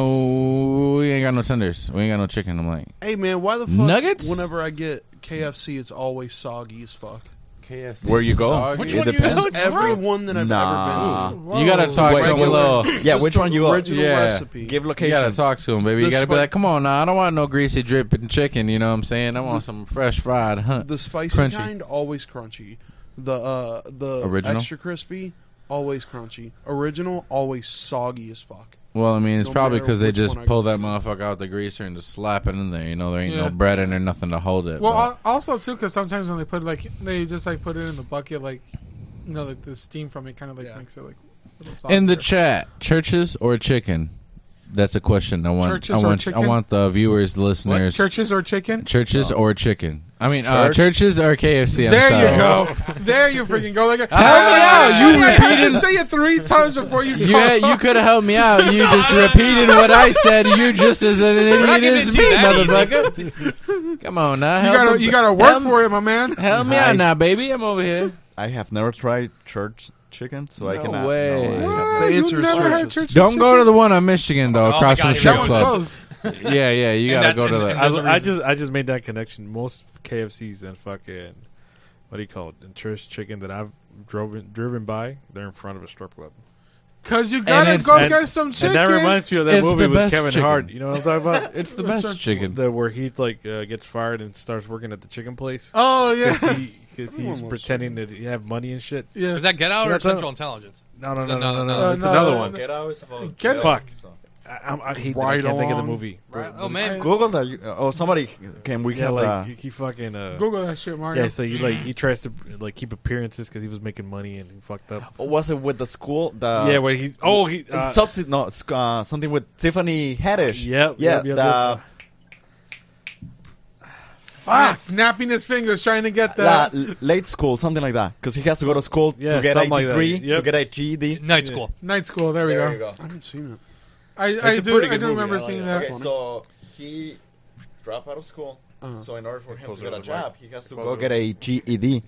S3: no, we ain't got no tenders. We ain't got no chicken. I'm like,
S6: Hey, man, why the fuck?
S3: Nuggets?
S6: Whenever I get KFC, it's always soggy as fuck.
S3: KFC.
S5: Where you go?
S3: Which
S5: It
S3: one
S5: depends.
S6: Just every one that I've
S5: Nah.
S6: ever been to.
S3: You gotta talk to him a
S6: Regular.
S3: little.
S5: Yeah,
S6: Just
S5: which one you want?
S6: original
S3: Yeah.
S6: recipe.
S5: Give
S3: You gotta
S5: locations.
S3: talk to him, baby. You
S6: The
S3: gotta be
S6: spi-
S3: like, come on now. I don't want no greasy dripping chicken. You know what I'm saying? I want some fresh fried hunt.
S6: The spicy
S3: Crunchy.
S6: kind always crunchy. The uh the
S3: Original?
S6: extra crispy always crunchy. Original always soggy as fuck.
S3: well, I mean, it's
S6: no
S3: probably
S6: matter
S3: because they
S6: which
S3: just
S6: one I
S3: pull
S6: go
S3: that motherfucker out the greaser and just slap it in there. You know, there ain't
S2: Yeah.
S3: no bread in there, nothing to hold it.
S2: Well,
S3: but-
S2: al- also too, because sometimes when they put like they just like put it in the bucket, like you know, like the steam from it kind of like
S6: Yeah.
S2: makes it like. a little
S3: in the
S2: softer.
S3: chat, churches or chicken? That's a question. I want.
S2: Churches
S3: I
S2: or
S3: want. I
S2: chicken?
S3: want the viewers, listeners,
S2: churches or chicken.
S3: churches or chicken. I mean, uh,
S5: Church?
S3: churches or KFC. I'm
S2: There
S3: sorry.
S2: you go. there you freaking go. Like,
S3: out. You
S2: repeated. Say it three times before you.
S3: You
S2: go.
S3: had, you could have helped me out. You just repeated what I said. You just as an idiot
S7: not giving
S3: as
S7: it to
S3: me,
S7: you that easy.
S3: motherfucker. Come on now,
S2: You
S3: help
S2: gotta
S3: him-
S2: you gotta work
S3: help-
S2: for it, my man.
S3: Help me
S5: Hi.
S3: out now, baby. I'm over here.
S5: I have never tried church chicken, so I
S3: No
S5: cannot.
S3: way.
S5: No, I
S3: What?
S5: have
S6: The
S2: You
S6: answer is
S2: Ah, never had
S6: churches.
S2: churches
S3: Don't go
S2: chicken?
S3: to the one on Michigan though,
S7: Oh my
S3: across from
S7: God,
S3: the
S7: here
S2: That
S3: strip
S7: we
S2: one's
S7: go.
S3: club.
S2: closed.
S3: Yeah, yeah, you
S7: And
S3: gotta go
S7: that's-
S3: to
S7: and-
S3: the.
S7: and
S4: I,
S7: There's a
S4: I
S7: reason.
S4: just I just made that connection. Most KFCs and fucking what do you call it? And church chicken that I've driven driven by, they're in front of a strip club.
S2: Cause you gotta
S4: it's-
S2: go
S4: and-
S2: get Oh, some chicken.
S4: And that reminds me of that
S3: It's
S4: movie
S3: the
S4: with
S3: best
S4: Kevin
S3: chicken.
S4: Hart. You know what I'm talking about? It's
S3: the best chicken.
S4: The, where he like uh, gets fired and starts working at the chicken place
S2: oh
S4: because
S2: yeah,
S4: he's pretending to have money and shit.
S2: yeah. Uh,
S7: Was that Get Out
S4: Yeah,
S7: or
S4: that's not-
S7: Central Intelligence?
S4: No, no, no, no,
S7: No,
S4: no,
S7: no,
S4: no.
S7: no,
S4: it's
S2: no,
S4: another
S2: no,
S4: one.
S2: no.
S5: Get out is about
S2: Get
S5: jail,
S4: Fuck.
S5: so.
S4: I, I'm- I hate.
S5: Right
S4: that. I can't think of the
S5: along.
S4: movie.
S7: Right?
S4: But-
S7: Oh man,
S5: Google that. you- Oh, somebody, can we
S4: yeah,
S5: have
S4: like
S5: uh,
S4: he, he fucking. Uh,
S2: Google that shit, Mario.
S4: yeah, so he like he tries to like keep appearances because he was making money and he fucked up.
S5: oh, was it with the school? The
S4: yeah, where he's oh he uh,
S5: subsid no sc- uh, something with Tiffany Haddish.
S4: Yep,
S5: yeah,
S4: yep, yep,
S5: the,
S2: Fuck, snapping his fingers trying to get that.
S5: la- late school, something like that. Because he has to go to school
S4: Yeah,
S5: to get a
S4: something like that.
S5: degree, to
S4: Yep.
S5: get a E GED.
S7: Night School.
S2: Night school. There we go.
S6: I haven't seen it.
S2: I, I
S4: a
S2: do.
S4: pretty
S2: I
S4: good
S2: do
S4: movie.
S2: remember
S4: I like
S2: seeing
S4: it.
S2: that.
S5: Okay, so he dropped out of school.
S2: Uh-huh.
S5: So in order for him to
S4: Closer
S5: get
S4: to
S5: a
S4: the mic.
S5: job, he has to go
S4: Closer.
S5: get a GED.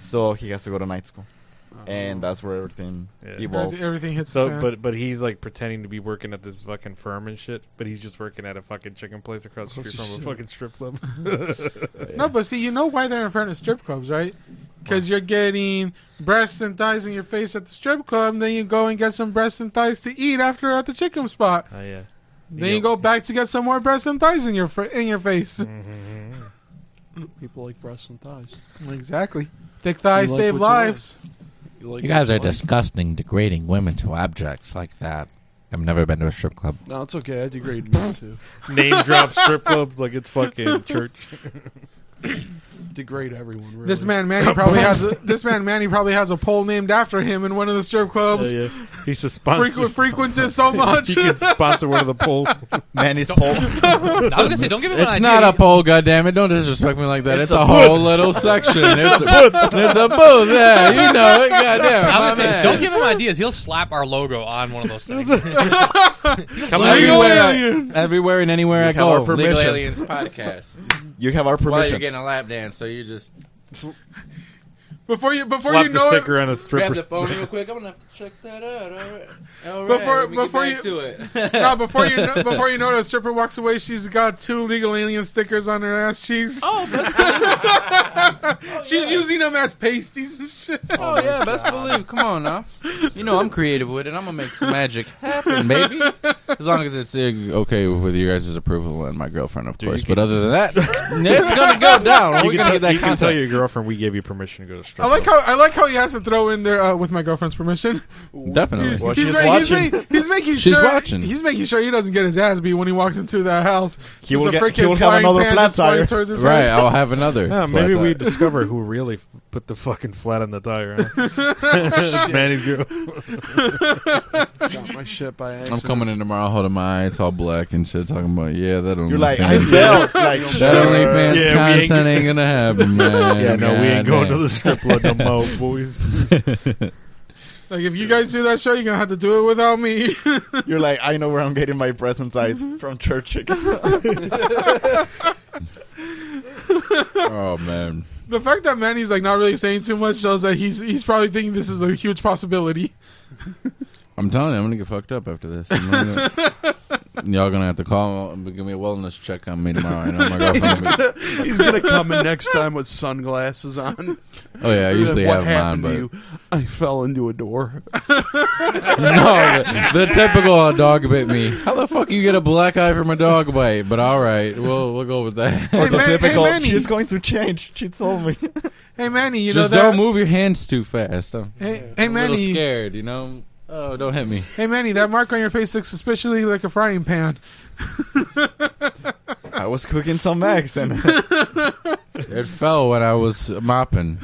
S5: So he has to go to night school,
S4: Uh-huh.
S5: and that's where everything
S4: Yeah.
S5: evolves.
S2: Everything, everything hits. the
S4: So,
S2: fan.
S4: but but he's like pretending to be working at this fucking firm and shit, but he's just working at a fucking chicken place across the street from a fucking strip club.
S2: No, but see, you know why they're in front of strip clubs, right? Because you're getting breasts and thighs in your face at the strip club, and then you go and get some breasts and thighs to eat after at the chicken spot.
S4: Oh yeah,
S2: Then you go back to get some more breasts and thighs in your fr- in your face.
S6: People like breasts and thighs.
S2: Exactly. Thick thighs
S6: You like
S2: save
S6: what you
S2: lives.
S6: You, like
S3: You guys
S6: what
S3: are
S6: you like.
S3: disgusting, degrading women to objects like that. I've never been to a strip club.
S6: No, it's okay. I degrade men too.
S4: name drop strip clubs like it's fucking church.
S6: Degrade everyone. Really.
S2: This man Manny probably has a, this man Manny probably has a pole named after him in one of the strip
S4: Yeah,
S2: clubs.
S4: yeah. He's a
S2: Frequ-
S4: sponsor.
S2: frequents it so much.
S4: he can sponsor one of the polls.
S5: Man is Paul.
S7: I was gonna say, don't give him
S3: It's
S7: an
S3: not
S7: idea.
S3: a poll, goddammit. Don't disrespect me like that. It's,
S5: It's
S3: a,
S5: a
S3: whole little section. It's, a booth. It's a booth. Yeah, you know it. Goddamn.
S7: I
S3: My
S7: was gonna say,
S3: man.
S7: don't give him ideas. He'll slap our logo on one of those things. Mm,
S4: Come on,
S2: Legal
S4: you-
S3: everywhere, I-
S2: aliens.
S3: everywhere and anywhere I
S5: have
S3: go.
S5: our
S3: Legal
S5: permission.
S3: Aliens podcast.
S5: you have our
S3: Well, you're
S5: permission.
S3: getting a lap dance, so you just
S2: before you before
S4: slap
S2: you
S4: the
S2: know it,
S4: sticker on a
S3: grab
S4: stripper.
S3: the phone real quick. I'm gonna have to check that out. All right. All right.
S2: Before-
S3: let me get
S2: before
S3: back
S2: you-
S3: to it.
S2: No, before you know, before you know, it, a stripper walks away. She's got two legal alien stickers on her ass cheeks. Oh, she's using them as pasties and shit.
S9: Oh, yeah, best believe. Come on now. You know I'm creative with it. I'm gonna make some magic happen, baby.
S3: As long as it's uh, okay with you guys' approval and my girlfriend, of course.
S4: you
S3: But
S4: can-
S3: other than that,
S9: It's gonna go down.
S4: You
S9: We're gonna
S4: can, tell,
S9: get that
S4: you can tell
S9: content.
S4: your girlfriend we gave you permission to go to strip.
S2: I like
S4: club.
S2: how I like how he has to throw in there uh, with my girlfriend's permission.
S3: definitely.
S2: he's,
S5: she's
S2: ma- he's
S5: watching.
S2: ma- he's making
S3: She's
S2: sure
S3: watching.
S2: he's making sure he doesn't get his ass beat when he walks into that house. He
S5: will
S2: a
S5: get-
S2: freaking
S5: he will have
S2: frying
S5: another
S2: pan
S5: flat
S2: just flying
S5: tire.
S2: towards his
S3: Right,
S2: head.
S3: I'll have another.
S4: Yeah, maybe
S3: flat
S4: we
S3: tire.
S4: discover who really f- put the fucking flat on the tire. Huh? Manny's girl.
S6: Got my shit by accident.
S3: I'm coming in tomorrow holding my eye, it's all black and shit, talking about, yeah, that only
S5: You're like, I
S3: fans,
S5: felt like
S3: that only fans
S4: Yeah, we ain't
S3: content ain't gonna happen, man.
S4: Yeah, no, we ain't going to
S3: Goddamn.
S4: the strip club no more, boys.
S2: Like if you guys do that show, you're gonna have to do it without me.
S5: You're like, I know where I'm getting my present size
S2: Mm-hmm.
S5: from church chicken.
S3: Oh, man.
S2: the fact that Manny's like not really saying too much shows that he's he's probably thinking this is a huge possibility.
S3: I'm telling you, I'm gonna get fucked up after this. I'm gonna- y'all gonna have to call and give me a wellness check on me tomorrow. I know my girlfriend. will be-
S6: He's gonna come in next time with sunglasses on.
S3: oh, yeah, I usually
S6: what
S3: have mine,
S6: happened
S3: but.
S6: to you? I fell into a door.
S3: no, the, the typical uh, dog bit me. How the fuck you get a black eye from a dog bite? But all right, we'll we'll go with that.
S2: Hey, Man- hey,
S5: Typical.
S2: Manny.
S5: She's going to change. She told me.
S2: Hey Manny, you
S3: Just
S2: know that.
S3: don't move your hands too fast. I'm
S2: Hey, hey
S3: a little
S2: Manny,
S3: scared, you know. Oh, don't hit me.
S2: hey Manny, that mark on your face looks suspiciously like a frying pan.
S5: I was cooking some eggs and
S3: It fell when I was mopping.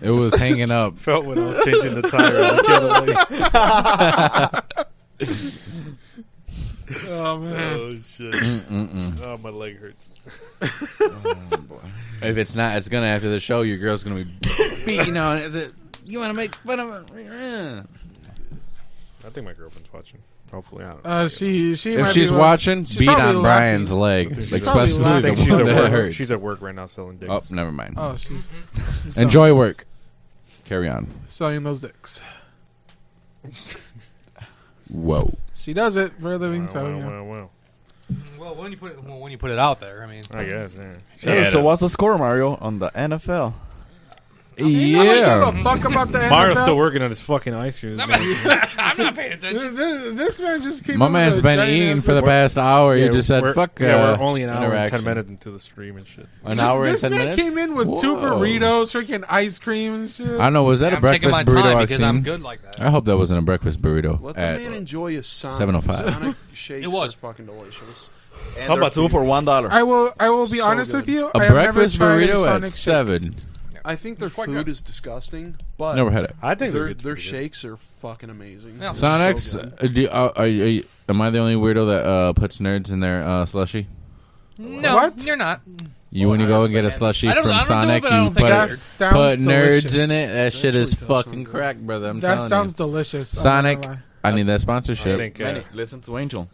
S3: It was hanging up.
S4: Felt when I was changing the tire. I killed it, like-
S2: Oh man,
S4: Oh shit!
S3: Mm-mm-mm.
S4: Oh, my leg hurts.
S3: If it's not, it's gonna after the show. Your girl's gonna be.
S9: Beating on it. Is it- You want to make fun of it?
S4: I think my girlfriend's watching. Hopefully, I don't know.
S2: uh, she she
S3: If
S2: might
S3: she's
S2: be
S3: watching, beat
S2: probably
S3: on
S2: laughing.
S3: Brian's leg,
S4: She's
S3: especially
S2: probably
S3: the
S4: I think
S2: laughing.
S3: one
S4: she's at
S3: that
S4: work.
S3: hurt.
S4: She's at work right now selling dicks.
S3: oh, never mind.
S2: Oh, she's
S3: Enjoy work. Carry on.
S2: selling those dicks.
S3: Whoa.
S2: She does it for a living,
S4: Wow,
S2: so
S4: wow,
S2: you know.
S4: wow, wow.
S7: Well, when you put it, well, when you put it out there, I mean,
S4: I guess. Yeah.
S5: so what's the score, Mario, on the NFL?
S2: I don't give
S3: Yeah.
S2: a fuck about the NFL.
S4: Mario's still working on his fucking ice cream.
S7: I'm
S4: man.
S7: not, I'm not paying attention.
S2: This, this man just came.
S3: My
S2: up with
S3: man's
S2: a
S3: been
S2: giant
S3: eating
S2: ass-
S3: for the past hour. you just said,
S4: we're-
S3: fuck.
S4: Yeah,
S3: uh,
S4: we're only an hour and
S3: interaction."
S4: ten minutes into the stream and shit.
S3: An
S2: This,
S3: hour
S2: this
S3: and ten
S2: man
S3: minutes.
S2: came in with two
S3: Whoa.
S2: burritos, freaking ice cream and shit.
S3: I know. Was that a
S7: I'm taking
S3: breakfast
S7: my
S3: burrito?
S7: time
S3: I've
S7: because I'm
S3: seen? Uh,
S7: good like that.
S3: I hope that wasn't a breakfast burrito.
S6: Let the
S3: at-
S6: man enjoy his Sonic.
S3: 7:05.
S6: Sonic shakes
S7: It was.
S6: are fucking delicious.
S5: How about two for one dollar?
S2: I will. I will be
S6: So
S2: honest
S6: good.
S2: with you.
S3: a
S2: I have
S3: breakfast
S2: never tried a
S3: burrito
S2: Sonic
S3: at
S2: shake.
S3: seven.
S6: I think their
S7: Quite
S6: food
S7: good.
S6: is disgusting, but
S3: Never had it.
S4: I think
S6: their
S4: they're
S6: their shakes are fucking amazing.
S7: Yeah.
S6: They're so
S3: Sonic's.
S6: good.
S3: uh, do, uh, are, you- are you- am I the only weirdo that uh, puts nerds in their uh, slushy?
S7: No,
S2: What?
S7: you're not.
S3: You when you go and get a
S7: I
S3: slushy
S7: don't-
S3: from
S7: I don't do it,
S3: Sonic,
S7: but I
S3: you
S7: don't think
S3: put,
S7: I-
S2: That
S7: Put
S2: sounds
S3: put
S2: delicious.
S3: nerds in it. That shit is
S6: actually does
S3: fucking
S6: sound good.
S3: crack, brother. I'm
S2: That
S3: telling
S2: sounds
S3: you.
S2: delicious. I'm not
S3: Sonic,
S2: gonna
S3: I need that sponsorship.
S4: I think uh,
S5: Manny, listen to Angel.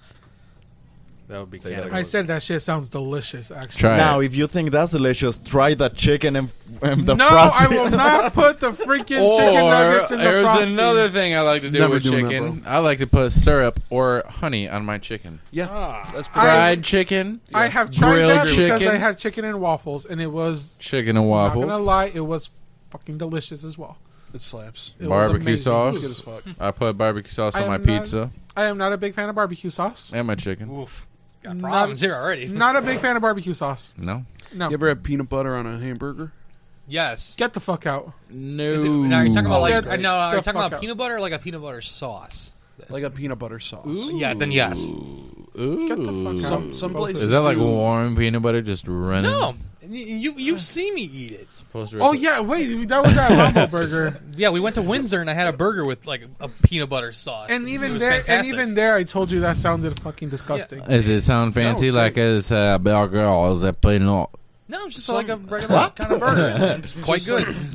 S4: that would be
S5: Say that
S4: Canada.
S2: lie. I said that shit sounds delicious. Actually,
S3: Try
S5: Now,
S3: it.
S5: if you think that's delicious, try the chicken and, and the
S2: no, I
S5: frosting.
S2: will not put the freaking chicken
S3: Or
S2: nuggets in the
S3: there's
S2: frosting.
S3: another thing I like to do
S6: Never
S3: with
S6: doing that,
S3: chicken. I like to put syrup or honey on my chicken.
S6: That's pretty
S3: Fried chicken,
S2: I have tried
S3: Grilled
S2: that because
S3: chicken.
S2: I had chicken and waffles, and it was
S3: chicken and
S2: not
S3: waffles.
S2: gonna lie, it was fucking delicious as well.
S6: It slaps.
S2: It was
S3: Barbecue
S2: amazing.
S3: sauce.
S6: Good as fuck.
S3: I put barbecue sauce
S2: I
S3: on my
S2: am not-
S3: pizza
S2: I am not a big fan of barbecue sauce.
S3: and my chicken.
S7: Oof. Got
S2: Not-
S7: problems here already.
S2: Not a big fan of barbecue sauce.
S3: No,
S2: No,
S6: You ever had peanut butter on a hamburger?
S7: yes.
S2: get the fuck out.
S3: no.
S7: Is it, now you're talking about like
S2: Get
S7: no, are you
S2: the
S7: talking
S2: fuck
S7: about
S2: out.
S7: peanut butter or like a peanut butter sauce?
S6: Like a peanut butter sauce.
S7: Yeah, then yes.
S3: Ooh.
S2: Get the fuck
S6: Some-
S2: out.
S6: some
S2: Both of
S6: places-
S3: Is that like
S6: Dude.
S3: warm peanut butter just running?
S7: No, you you've seen me eat it.
S2: Oh yeah, wait, that was that Rumble Burger,
S7: Yeah, we went to Windsor and I had a burger with like a peanut butter sauce.
S2: and even
S7: it was
S2: there,
S7: fantastic.
S2: and even there, I told you that sounded fucking disgusting.
S3: Does it sound fancy
S6: it's
S3: like it's uh, burger or is it plain old?
S7: no, it's just
S6: Some-
S7: like a regular kind of burger. Quite good.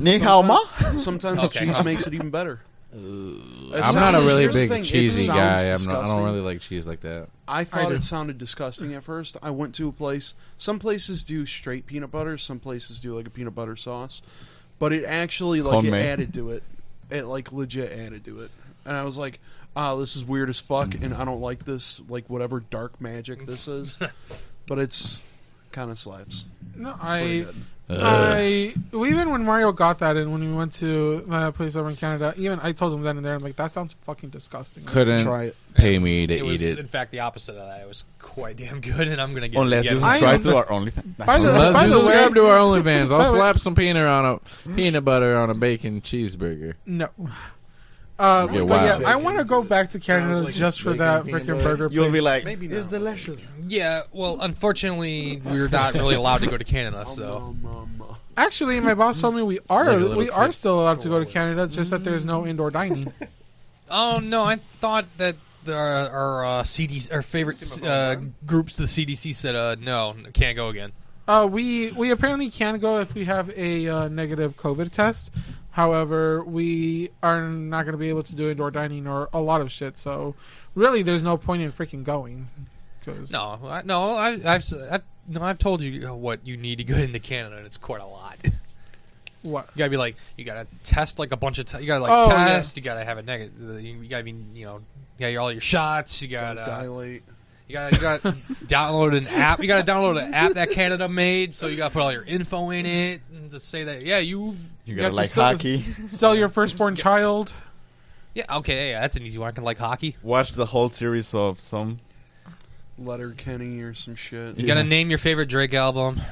S5: Ni hao ma?
S6: Sometimes
S7: Okay.
S6: cheese makes it even better.
S3: I'm not a really
S6: Here's the
S3: big
S6: thing, it
S3: cheesy
S6: sounds
S3: guy. I'm not, I don't
S6: disgusting.
S3: really like cheese like that.
S6: I thought
S2: do.
S6: it sounded disgusting at first. I went to a place. Some places do straight peanut butter. Some places do like a peanut butter sauce. But it actually like it
S5: Homemade.
S6: added to it. It like legit added to it. And I was like, ah, this is weird as fuck, and I don't like this. Like whatever dark magic this is, but it's kind of slaps.
S2: No, I,
S6: good.
S2: I, well, even when Mario got that, and when we went to that place over in Canada, even I told him then and there, I'm like, that sounds fucking disgusting.
S3: Couldn't
S6: Try it.
S3: pay me to
S7: It was,
S3: eat it.
S7: in fact, the opposite of that. It was quite damn good, and I'm gonna get.
S5: Unless
S7: get
S5: you
S2: I
S5: subscribe
S2: am-
S5: to our OnlyFans.
S2: By the,
S3: Let's
S2: by the way,
S3: subscribe to our OnlyFans. I'll
S2: By the way-
S3: slap some peanut on a peanut butter on a bacon cheeseburger.
S2: no. Uh, but
S3: Yeah,
S2: yeah,
S3: wow.
S2: I want to go back to Canada
S6: Sounds like
S2: just for
S6: bacon,
S2: that
S6: peanut
S2: freaking
S6: butter.
S2: burger.
S5: You'll be
S2: place.
S5: like,
S6: Maybe
S5: it's
S6: not.
S5: delicious.
S7: Yeah, well, unfortunately, we're not really allowed to go to Canada, so
S6: Um, um, uh,
S2: actually, my boss told me we are
S3: Like a little
S2: we are
S3: kid.
S2: still allowed to go to Canada, just that there's no indoor dining.
S7: Oh no, I thought that the, our uh, CDC, our favorite uh, groups, the CDC said, uh, no, can't go again.
S2: Uh, we we apparently can go if we have a uh, negative COVID test. However, we are not going to be able to do indoor dining or a lot of shit. So, really, there's no point in freaking going. 'cause-
S7: No, I, no, I, I've, s- I've, no, I've told you uh, what you need to get into Canada, and it's quite a lot. You
S2: what?
S7: gotta be like, you gotta test like a bunch of, t- you gotta like
S2: Oh, yeah.
S7: test, you gotta have a negative, you you gotta be, you know, you got your, all your shots, you gotta,
S6: dilate.
S7: you gotta, you gotta download an app, you gotta download an app that Canada made, so you gotta put all your info in it and to say that, yeah, you,
S5: You
S2: have
S5: gotta
S2: to
S5: like
S2: sub-
S5: hockey.
S2: Sell your firstborn child.
S7: yeah, okay, yeah, that's an easy one. I can like hockey.
S5: Watch the whole series of some.
S6: Letter Kenny or some shit.
S7: You gotta name your favorite Drake album.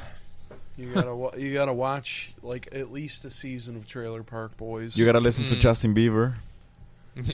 S6: You gotta wa- you gotta watch like at least a season of Trailer Park Boys.
S5: You gotta listen to
S7: Mm.
S5: Justin Bieber.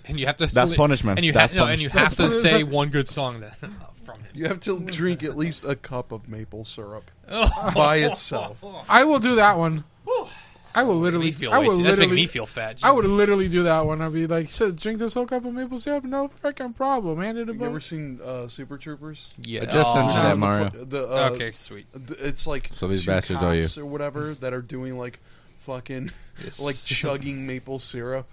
S7: and you have to
S5: That's punishment.
S7: And you have
S5: That's
S7: no, and you have to
S2: punishment.
S7: say one good song that from him.
S6: You have to drink at least a cup of maple syrup
S7: Oh.
S6: by itself.
S2: I will do that one.
S7: Whew.
S2: I will
S7: Make
S2: literally.
S7: me feel
S2: I
S7: way
S2: will
S7: too- that's making
S2: literally.
S7: me feel fat.
S2: I would
S7: Jesus.
S2: literally do that one. I'd be like, so drink this whole cup of maple syrup, no freaking problem. Hand it a
S6: You ever
S2: book.
S6: seen uh, Super Troopers?
S7: yeah.
S3: just sent you
S7: Aw.
S3: that,
S6: The
S3: Mario.
S6: fu- The, uh,
S7: okay, sweet.
S6: th- it's like
S3: So these
S6: two
S3: bastards are you.
S6: cops or whatever that are doing like fucking like chugging maple syrup.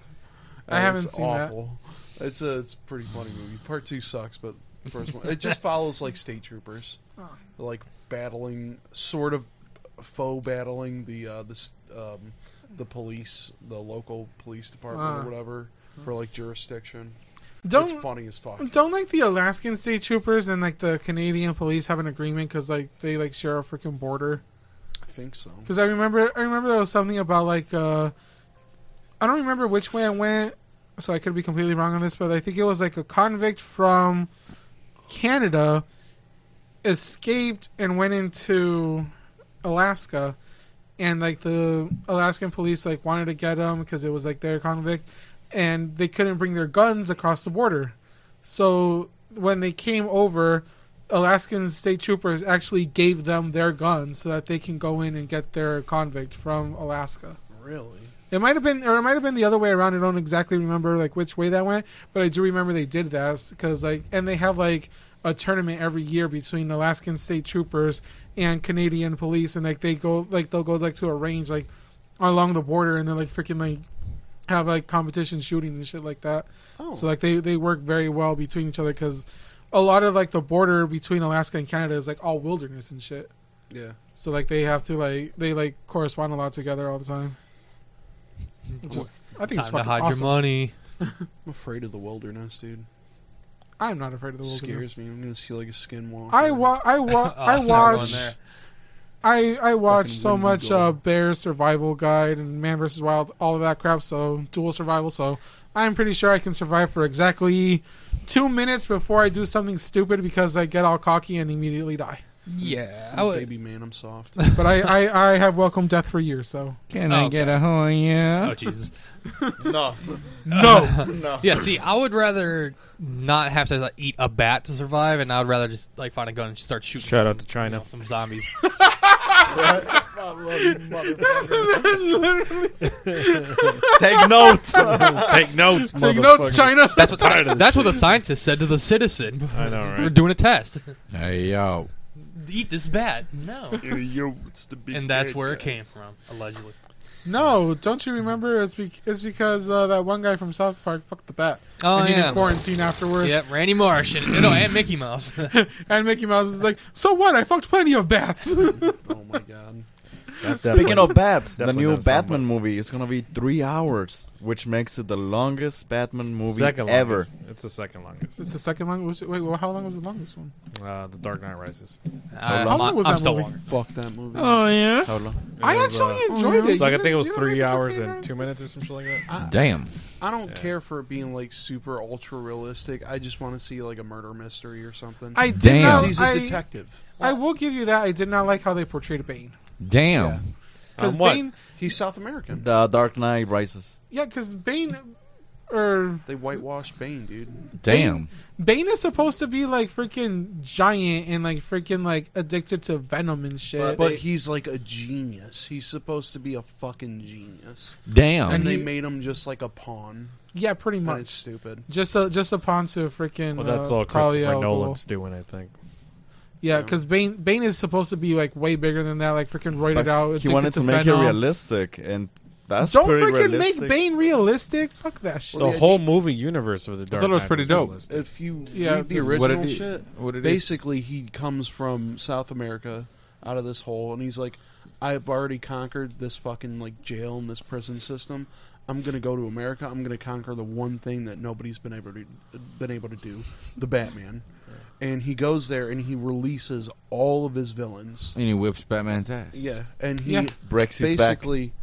S2: I
S6: And
S2: haven't
S6: it's
S2: seen that.
S6: awful. that. It's a it's a pretty funny movie. Part two sucks, but the first one it just follows like state troopers,
S2: Oh.
S6: like battling sort of faux battling the uh, this um, the police, the local police department
S2: Ah.
S6: or whatever for like jurisdiction. it's
S2: Don't
S6: funny as fuck.
S2: don't like the Alaskan state troopers and like the Canadian police have an agreement because like they like share a freaking border.
S6: think so.
S2: Because I remember, I remember there was something about like, uh, I don't remember which way it went, so I could be completely wrong on this, but I think it was like a convict from Canada escaped and went into Alaska, and like the Alaskan police like wanted to get him because it was like their convict, and they couldn't bring their guns across the border, so when they came over. Alaskan state troopers actually gave them their guns so that they can go in and get their convict from Alaska.
S6: Really?
S2: It might have been, or it might have been the other way around. I don't exactly remember like which way that went, but I do remember they did that because like, and they have like a tournament every year between Alaskan state troopers and Canadian police, and like they go like they'll go like to a range like along the border, and then like freaking like have like competition shooting and shit like that.
S6: Oh.
S2: So like they they work very well between each other because a lot of like the border between Alaska and Canada is like all wilderness and shit.
S6: Yeah.
S2: So like they have to like they like correspond a lot together all the time. Which is- I think it's
S7: Time to
S2: fucking
S7: hide
S2: awesome.
S7: your money.
S6: I'm afraid of the wilderness, dude.
S2: I'm not afraid of the
S6: It
S2: wilderness.
S6: scares me. I'm gonna see like a skinwalker.
S2: I wa- I wa-
S7: Oh,
S2: I
S7: I'm not going
S2: watch
S7: there.
S2: I I watch
S6: Fucking
S2: so
S6: Wendy
S2: much
S6: Gore.
S2: uh, Bear Survival Guide and Man vs Wild, all of that crap. So dual survival. So I'm pretty sure I can survive for exactly two minutes before I do something stupid because I get all cocky and immediately die.
S7: Yeah, I
S6: I'm a
S7: would.
S6: baby man. I'm soft.
S2: But I I, I have welcomed death for years. So
S9: Can I
S7: I Okay.
S9: get
S7: get
S9: a oh yeah?
S7: Oh Jesus.
S5: No.
S2: no,
S5: No.
S7: Yeah, see, I would rather not have to like, eat a bat to survive, and I would rather just like find a gun and just start shooting.
S4: Shout
S7: some,
S4: out to China.
S7: you know, some zombies.
S5: Take notes.
S4: Take notes,
S2: take notes, China.
S7: That's what that's what the scientist said to the citizen. before
S4: I know,
S7: we We're
S4: right?
S7: doing a test.
S3: Hey yo,
S7: Eat this bat. No.
S5: Yo, it's the big
S7: And that's where it came from, allegedly.
S2: No, don't you remember? It's be- it's because uh, that one guy from South Park fucked the bat.
S7: Oh
S2: and he did
S7: yeah.
S2: quarantine afterwards.
S7: Yep, Randy Marsh and no, and Mickey Mouse.
S2: And Mickey Mouse is like, so what? I fucked plenty of bats.
S6: oh my god.
S5: Speaking of bats, the
S4: Definitely
S5: new
S4: not somebody.
S5: Batman movie is gonna be three hours, which makes it the longest Batman movie
S4: second
S5: ever.
S4: longest. It's the second longest.
S2: it's the second long. Was it, wait, well, how long was the longest one?
S4: Uh, the Dark Knight Rises.
S7: I,
S2: long
S7: am
S2: was that
S7: still
S2: movie?
S7: longer.
S6: Fuck that movie.
S2: Oh,
S9: yeah.
S5: How long?
S2: I
S4: It was,
S2: actually
S4: uh,
S2: enjoyed it.
S4: it's like
S2: You
S4: I think it
S2: didn't-
S4: was
S2: you don't
S4: three
S2: make it to
S4: hours
S2: three
S4: and two minutes or something like that.
S3: damn.
S6: I don't care for it being like super ultra realistic. I just want to see like a murder mystery or something.
S2: I did
S3: Damn.
S2: not.
S6: 'Cause he's a
S2: I-
S6: detective.
S2: I will give you that. I did not like how they portrayed Bane.
S3: Damn.
S2: Because
S4: Um, what?
S2: Bane,
S6: He's South American.
S5: The Dark Knight Rises.
S2: yeah, because Bane, er, or
S6: They whitewashed Bane, dude.
S3: Damn.
S2: Bane is supposed to be like freaking giant and like freaking like addicted to venom and shit.
S6: But, he's like a genius. He's supposed to be a fucking genius.
S3: Damn.
S6: And they
S2: he-
S6: made him just like a pawn.
S2: yeah, pretty
S6: And it's
S2: much.
S6: stupid.
S2: Just a just a pawn to freaking.
S4: Well, that's
S2: uh,
S4: all
S2: Talia
S4: Christopher
S2: al Ghul.
S4: Nolan's doing, I think.
S2: Yeah, because Bane Bane is supposed to be like way bigger than that, like freaking roided
S5: But
S2: out.
S5: he
S2: addicted
S5: wanted to make
S2: venom.
S5: it realistic, and that's
S2: Don't
S5: pretty
S2: freaking
S5: realistic.
S2: make Bane realistic. Fuck that shit.
S4: The whole movie universe was a Dark
S3: thought it was
S4: Knight
S3: pretty dope.
S4: realistic.
S6: If you
S2: Yeah,
S6: read the
S2: this
S3: what
S6: original
S3: it is-
S6: shit,
S3: what it is-
S6: basically he comes from South America out of this hole and he's like, I've already conquered this fucking like jail and this prison system. I'm gonna go to America. I'm gonna conquer the one thing that nobody's been able to been able to do, the Batman. And he goes there and he releases all of his villains.
S3: And he whips Batman's ass.
S6: Yeah, and he
S2: Yeah.
S5: Breaks his back.
S6: basically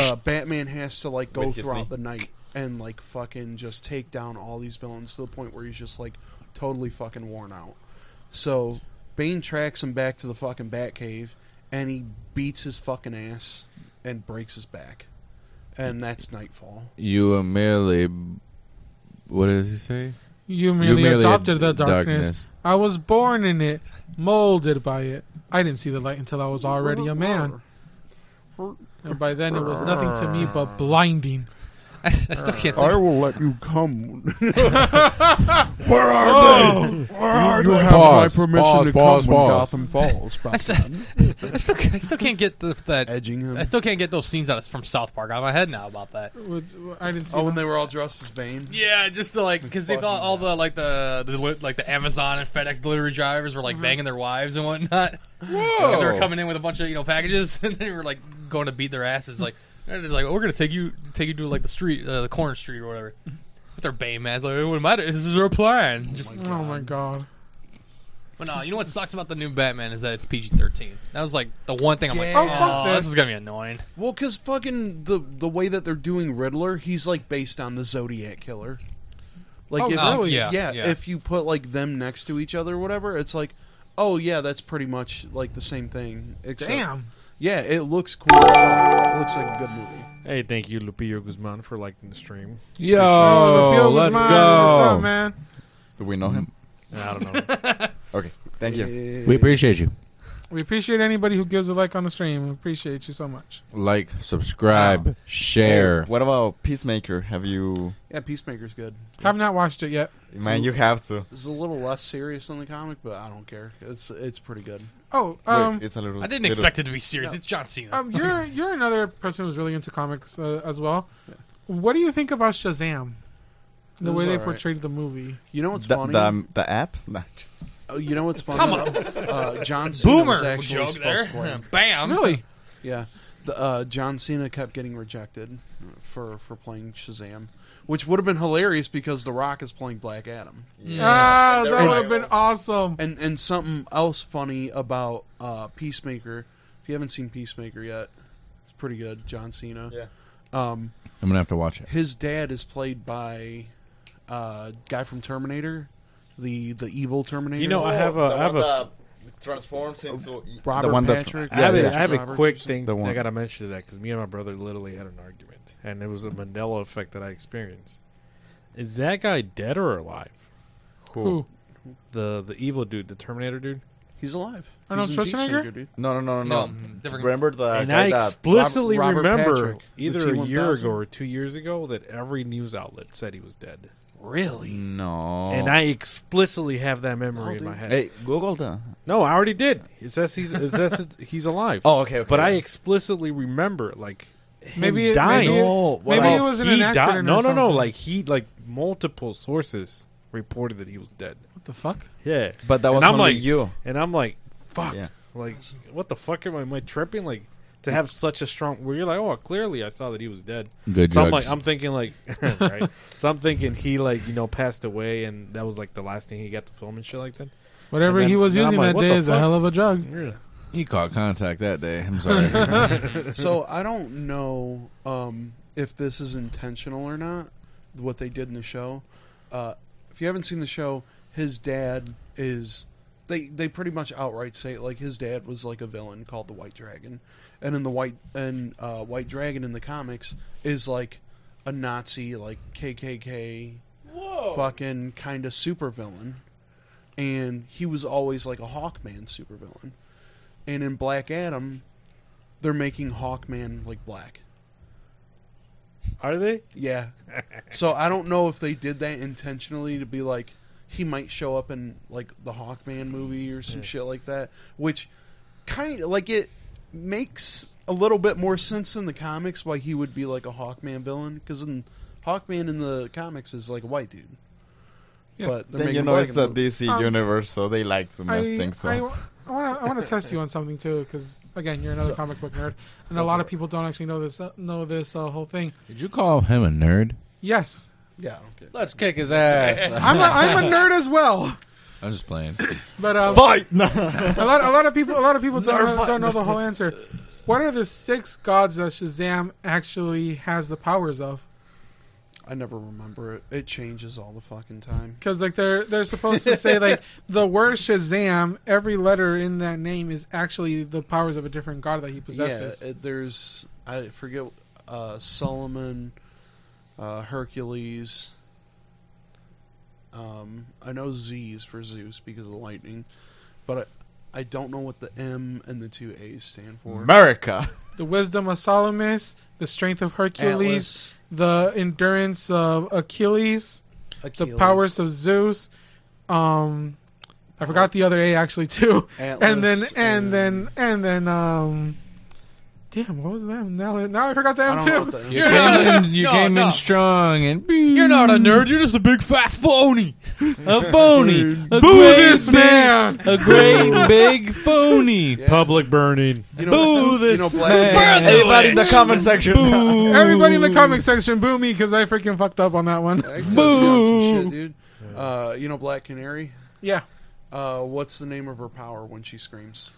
S6: uh, Batman has to like go
S5: With his knee.
S6: throughout the night and like fucking just take down all these villains to the point where he's just like totally fucking worn out. So Bane tracks him back to the fucking Batcave and he beats his fucking ass and breaks his back. And that's Nightfall.
S3: You are merely. What does he say?
S2: You merely,
S3: merely
S2: adopted the
S3: ad-
S2: darkness.
S3: darkness.
S2: I was born in it, molded by it. I didn't see the light until I was already a man. And by then, it was nothing to me but blinding.
S7: I, I still can't.
S6: I
S7: Think.
S6: will let you come.
S3: Where are they?
S6: you
S3: have Pause, my permission pause, to come pause, when pause. Gotham
S6: Falls.
S7: I still, I still, I still can't get the, that.
S6: Edging him.
S7: I still can't get those scenes out of, from South Park out of my head now about that.
S2: Would- I didn't see.
S6: Oh, when
S2: them.
S6: they were all dressed as Bane.
S7: Yeah, just to like because they thought all the like the, the deli- like the Amazon and FedEx delivery drivers were like banging their wives and whatnot. Because they were coming in with a bunch of you know packages and they were like going to beat their asses. Like they're just like we're gonna take you take you to like the street uh, the corner street or whatever. But their Bane man's like what am I? This is our plan. Just
S2: oh my god!
S7: But no, you know what sucks about the new Batman is that it's PG thirteen. That was like the one thing I'm
S6: Yeah. Oh,
S7: like,
S2: fuck
S7: oh, this.
S2: this."
S7: is gonna be annoying.
S6: Well, because fucking the the way that they're doing Riddler, he's like based on the Zodiac killer. Like
S2: Oh,
S6: if
S2: really?
S6: yeah,
S7: Yeah, yeah.
S6: if you put like them next to each other or whatever, it's like, oh yeah, that's pretty much like the same thing. Except,
S2: Damn.
S6: Yeah, it looks cool. as fuck. It looks like a good movie.
S4: Hey, thank you, Lupillo Guzman, for liking the stream.
S5: Yo,
S2: Lupio
S5: let's
S2: Guzman, What's
S5: go.
S2: up, man?
S5: Do we know him?
S2: Mm.
S4: I don't know.
S5: Okay, thank you.
S3: We appreciate you.
S2: We appreciate anybody who gives a like on the stream. We appreciate you so much.
S3: Like, subscribe, share.
S5: What about Peacemaker? Have you?
S6: Yeah, Peacemaker's good.
S2: Have not watched it yet.
S5: Man, you have to.
S6: It's a little less serious than the comic, but I don't care. It's it's pretty good.
S2: Oh, um,
S5: Wait, it's a little.
S7: I didn't
S5: little-
S7: expect it to be serious. It's John Cena.
S2: um, you're you're another person who's really into comics uh, as well. What do you think about Shazam? The
S6: It was
S2: way they
S6: alright.
S2: portrayed the movie.
S6: You know what's
S5: The,
S6: funny?
S5: the, the app? Nah, just-
S6: Oh, you know what's funny?
S7: Come on.
S6: uh, John Cena was
S7: Boomer
S6: actually
S7: joke
S6: supposed to play.
S7: there. Bam.
S2: Really?
S6: Yeah, the, uh, John Cena kept getting rejected for for playing Shazam, which would have been hilarious because The Rock is playing Black Adam,
S2: Ah, that
S5: And-
S2: would have been awesome.
S6: and and something else funny about uh, Peacemaker. If you haven't seen Peacemaker yet, it's pretty good. John Cena.
S5: Yeah.
S6: Um,
S3: I'm gonna have to watch it.
S6: his dad is played by uh, guy from Terminator, the the evil Terminator.
S4: You know, I have a, I have a,
S5: transforms into
S6: Robert
S5: the one that-
S6: Patrick.
S4: I have,
S5: Yeah,
S4: a,
S5: yeah.
S4: I have a
S6: Roberts or
S4: quick thing
S6: something.
S5: The
S4: that I
S5: one.
S4: gotta mention to that because me and my brother literally had an argument, and it was a Mandela effect that I experienced. Is that guy dead or alive?
S2: Who?
S4: The the evil dude, the Terminator dude.
S6: He's alive.
S2: Arnold
S6: He's in
S2: Schwarzenegger?
S6: Peacemaker, dude.
S5: No, no, no, no, no.
S7: different-
S5: Remember Uh, the
S4: and
S5: guy
S4: I
S5: that
S4: explicitly
S6: Rob- Robert
S4: remember
S6: Patrick, the
S4: either a year
S6: T-1000.
S4: ago or two years ago that every news outlet said he was dead,
S6: Really?
S5: No.
S4: and I explicitly have that memory
S6: Oh,
S4: in my
S6: dude.
S4: head.
S5: Hey, Google that.
S4: No, I already did. It says he's it says it's- he's alive.
S5: Oh, okay, okay.
S4: but I explicitly remember like him
S2: Maybe it-
S4: dying.
S2: maybe it-
S4: No,
S2: maybe
S4: like,
S2: it was in
S4: he
S2: an
S4: di-
S2: accident
S4: no,
S2: or
S4: no, no.
S2: something.
S4: Like he like multiple sources reported that he was dead.
S6: What the fuck?
S4: Yeah,
S5: But that
S4: And
S5: was
S4: I'm
S5: only
S4: like-
S5: you.
S4: and I'm like, fuck,
S5: Yeah.
S4: like what the fuck am I, am I tripping? Like to have such a strong where you're like, oh, clearly I saw that he was dead.
S3: Good
S4: So I'm
S3: drugs.
S4: like, I'm thinking like, right? So I'm thinking he like you know passed away, and that was like the last thing he got to film and shit like that.
S2: Whatever
S4: And
S2: he
S4: then-
S2: was
S4: then I'm
S2: using
S4: like,
S2: that
S4: what
S2: day
S4: the
S2: is a
S4: fuck?
S2: hell of a drug.
S3: he caught contact that day. I'm sorry.
S6: So I don't know um, if this is intentional or not. What they did in the show. Uh, if you haven't seen the show, his dad is. They they pretty much outright say it, like his dad was like a villain called the White Dragon, and in the White and uh, White Dragon in the comics is like a Nazi like KKK fucking kind of supervillain, and he was always like a Hawkman supervillain, and in Black Adam they're making Hawkman like black.
S4: Are they?
S6: Yeah. so I don't know if they did that intentionally to be like he might show up in like the Hawkman movie or some shit like that, which kind of like it makes a little bit more sense in the comics why he would be like a Hawkman villain because in Hawkman in the comics is like a white dude.
S2: Yeah.
S6: But
S5: Then
S6: they're making
S5: you
S6: him
S5: know
S6: black
S5: it's
S6: in
S5: the
S6: movie.
S5: DC
S2: Um,
S5: universe, so they like to mess things
S2: I,
S5: up.
S2: want to I want to test you on something too, because again, you're another comic book nerd, and a lot of people don't actually know this uh, know this uh, whole thing.
S3: Did you call him a nerd?
S2: Yes,
S6: yeah. I don't care.
S3: Let's kick his ass.
S2: I'm a, I'm a nerd as well,
S3: I'm just playing.
S2: but um,
S5: Fight!
S2: a lot a lot of people a lot of people don't,
S5: Nerd
S2: know,
S5: fight.
S2: don't know the whole answer. What are the six gods that Shazam actually has the powers of?
S6: I never remember it. It changes all the fucking time.
S2: Because like they're they're supposed to say like the word Shazam, every letter in that name is actually the powers of a different god that he possesses.
S6: Yeah, it, there's I forget uh, Solomon, uh, Hercules. Um, I know Z's for Zeus because of lightning, but I, I don't know what the M and the two A's stand for.
S5: America!
S2: the wisdom of Solomon, the strength of Hercules,
S6: Atlas,
S2: the endurance of Achilles, the
S6: Achilles,
S2: powers of Zeus. Um, I forgot the other A actually too.
S6: Atlas,
S2: And then and then and then um, damn, what was that? Now now I forgot the
S6: I
S2: M
S6: don't know
S2: too.
S6: what the M-
S3: You
S7: You're
S3: came
S7: not-
S3: in. You
S7: no,
S3: came
S7: no.
S3: in strong and.
S7: You're not a nerd. You're just a big fat phony.
S3: A phony.
S2: Boo
S3: A great
S2: this
S3: big-
S2: man!
S3: A great big phony.
S4: Public burning.
S6: you know,
S3: Boo this
S6: know, Black-
S3: man.
S5: Everybody in the comment section!
S3: Boo.
S2: Everybody in the comment section boo me because I freaking fucked up on that one.
S6: I can tell you on some shit, dude. Uh, you know Black Canary.
S2: Yeah.
S6: Uh, what's the name of her power when she screams?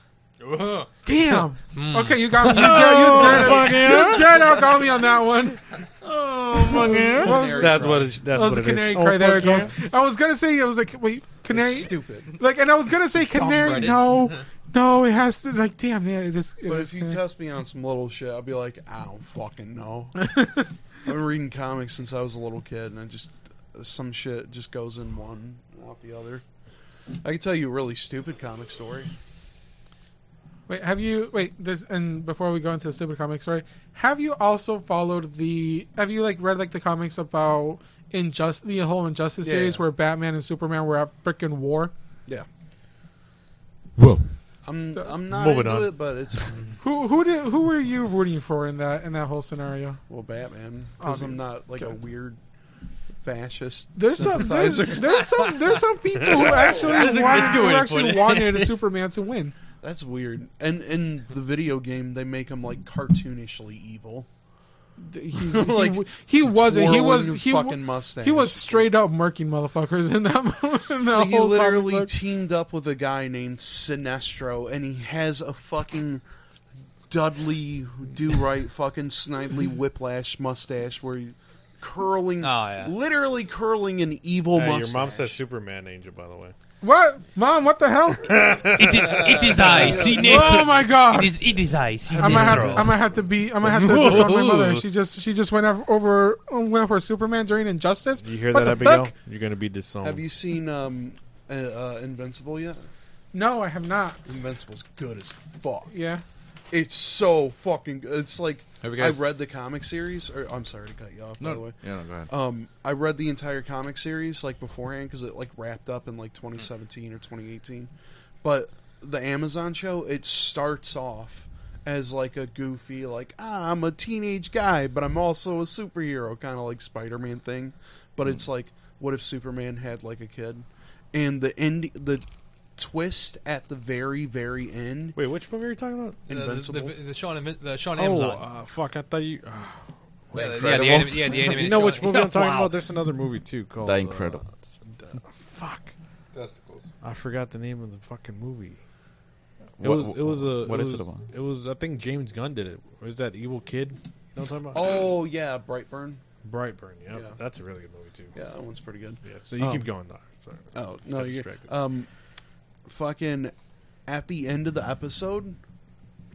S7: Ugh.
S2: Damn.
S4: Mm.
S2: Okay, you got me. You dead. You dead. You dead. out got me on that one.
S4: Oh,
S2: That was-
S4: That's what it, that's
S2: That was
S4: what
S2: a
S4: it
S2: canary
S4: is.
S2: cry.
S4: Oh,
S2: there it
S4: fuck yeah.
S2: goes. I was gonna say it was like wait canary.
S6: Stupid.
S2: Like, and I was gonna say canary.
S7: Reddit.
S2: No, no, it has to. Like, damn, yeah, it is. it
S6: But
S2: is
S6: if you
S2: canary.
S6: test me on some little shit, I'll be like, I don't fucking know. I've been reading comics since I was a little kid, and I just some shit just goes in one out the other. I can tell you a really stupid comic story.
S2: Wait, have you wait this? And before we go into the stupid comics, right? Have you also followed the? Have you like read like the comics about injustice, the whole injustice
S6: Yeah,
S2: series
S6: yeah.
S2: where Batman and Superman were at frickin' war?
S3: Whoa.
S6: I'm I'm not
S4: Moving
S6: into
S4: on.
S6: it, but it's fine.
S2: Who who did who were you rooting for in that in that whole scenario?
S6: well Batman because I'm not like a
S2: Okay.
S6: weird fascist.
S2: There's some there's,
S6: sympathizer.
S2: there's some there's some people who actually
S7: That's a-
S2: wanted,
S7: that's a good
S2: who
S7: way to put
S2: actually
S7: it.
S2: wanted Superman to win.
S6: That's weird. And in the video game, they make him like cartoonishly evil.
S2: He's, he,
S6: Like,
S2: w- he wasn't. He
S6: Twirling
S2: was he,
S6: fucking
S2: w-
S6: mustache.
S2: he was straight up murking motherfuckers in that, in that
S6: So
S2: whole
S6: he
S7: Oh,
S2: comic
S6: literally
S2: book.
S6: teamed up with a guy named Sinestro, and he has a fucking Dudley Do Right fucking Snidely Whiplash mustache where he curling,
S7: Oh, yeah.
S6: literally curling an evil
S4: Hey,
S6: mustache.
S4: your mom says Superman Angel, by the way.
S2: What mom? What the hell?
S10: It is, it is I, Sinestro.
S2: oh my god!
S10: It is, it is I, Sinestro.
S2: I'm gonna have I'm gonna have to be I'm gonna have to disown my mother. She just she just went af- over went for Superman during Injustice.
S4: You hear
S2: what
S4: that,
S2: the
S4: Abigail?
S2: fuck?
S4: You're gonna be disowned.
S6: Have you seen um, uh, uh, Invincible yet?
S2: No, I have not.
S6: Invincible's good as fuck.
S2: Yeah.
S6: It's so fucking. good. It's like
S3: Have you guys-
S6: I read the comic series. Or I'm sorry to cut you off. By the
S3: No.
S6: way,
S3: Yeah, no, go ahead.
S6: um, I read the entire comic series like beforehand because it like wrapped up in like 2017 or 2018. But the Amazon show, it starts off as like a goofy, like ah, I'm a teenage guy, but I'm also a superhero, kind of like Spider-Man thing. But it's like, what if Superman had like a kid? And the end, the twist at the very, very end,
S4: Wait, which movie are you talking about?
S7: The- the-
S6: Invincible.
S7: The, the, Sean, Invi- the Sean
S4: Oh,
S7: Amazon.
S4: uh, fuck! I thought you. Uh,
S7: yeah, the, yeah, the anim- yeah, the animated
S4: you know
S7: Sean-
S4: which movie I'm talking
S7: Wow.
S4: about? There's another movie too called
S5: The
S4: uh,
S5: Incredibles.
S4: d- fuck!
S3: Testicles.
S4: I forgot the name of the fucking movie. It
S5: What-
S4: was. It was a.
S5: what
S4: it
S5: is
S4: was-
S5: it about?
S4: It was. I think James Gunn did it. Was that evil kid? You know what I'm talking about?
S6: Oh yeah, Brightburn.
S4: Brightburn. Yep.
S6: Yeah.
S4: that's a really good movie too.
S6: Yeah, that one's pretty good.
S4: Yeah, so you
S6: Oh.
S4: keep going though. Sorry.
S6: Oh no,
S4: Got
S6: you
S4: distracted.
S6: um, fucking at the end of the episode,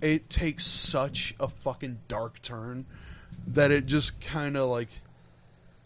S6: it takes such a fucking dark turn that it just kind of like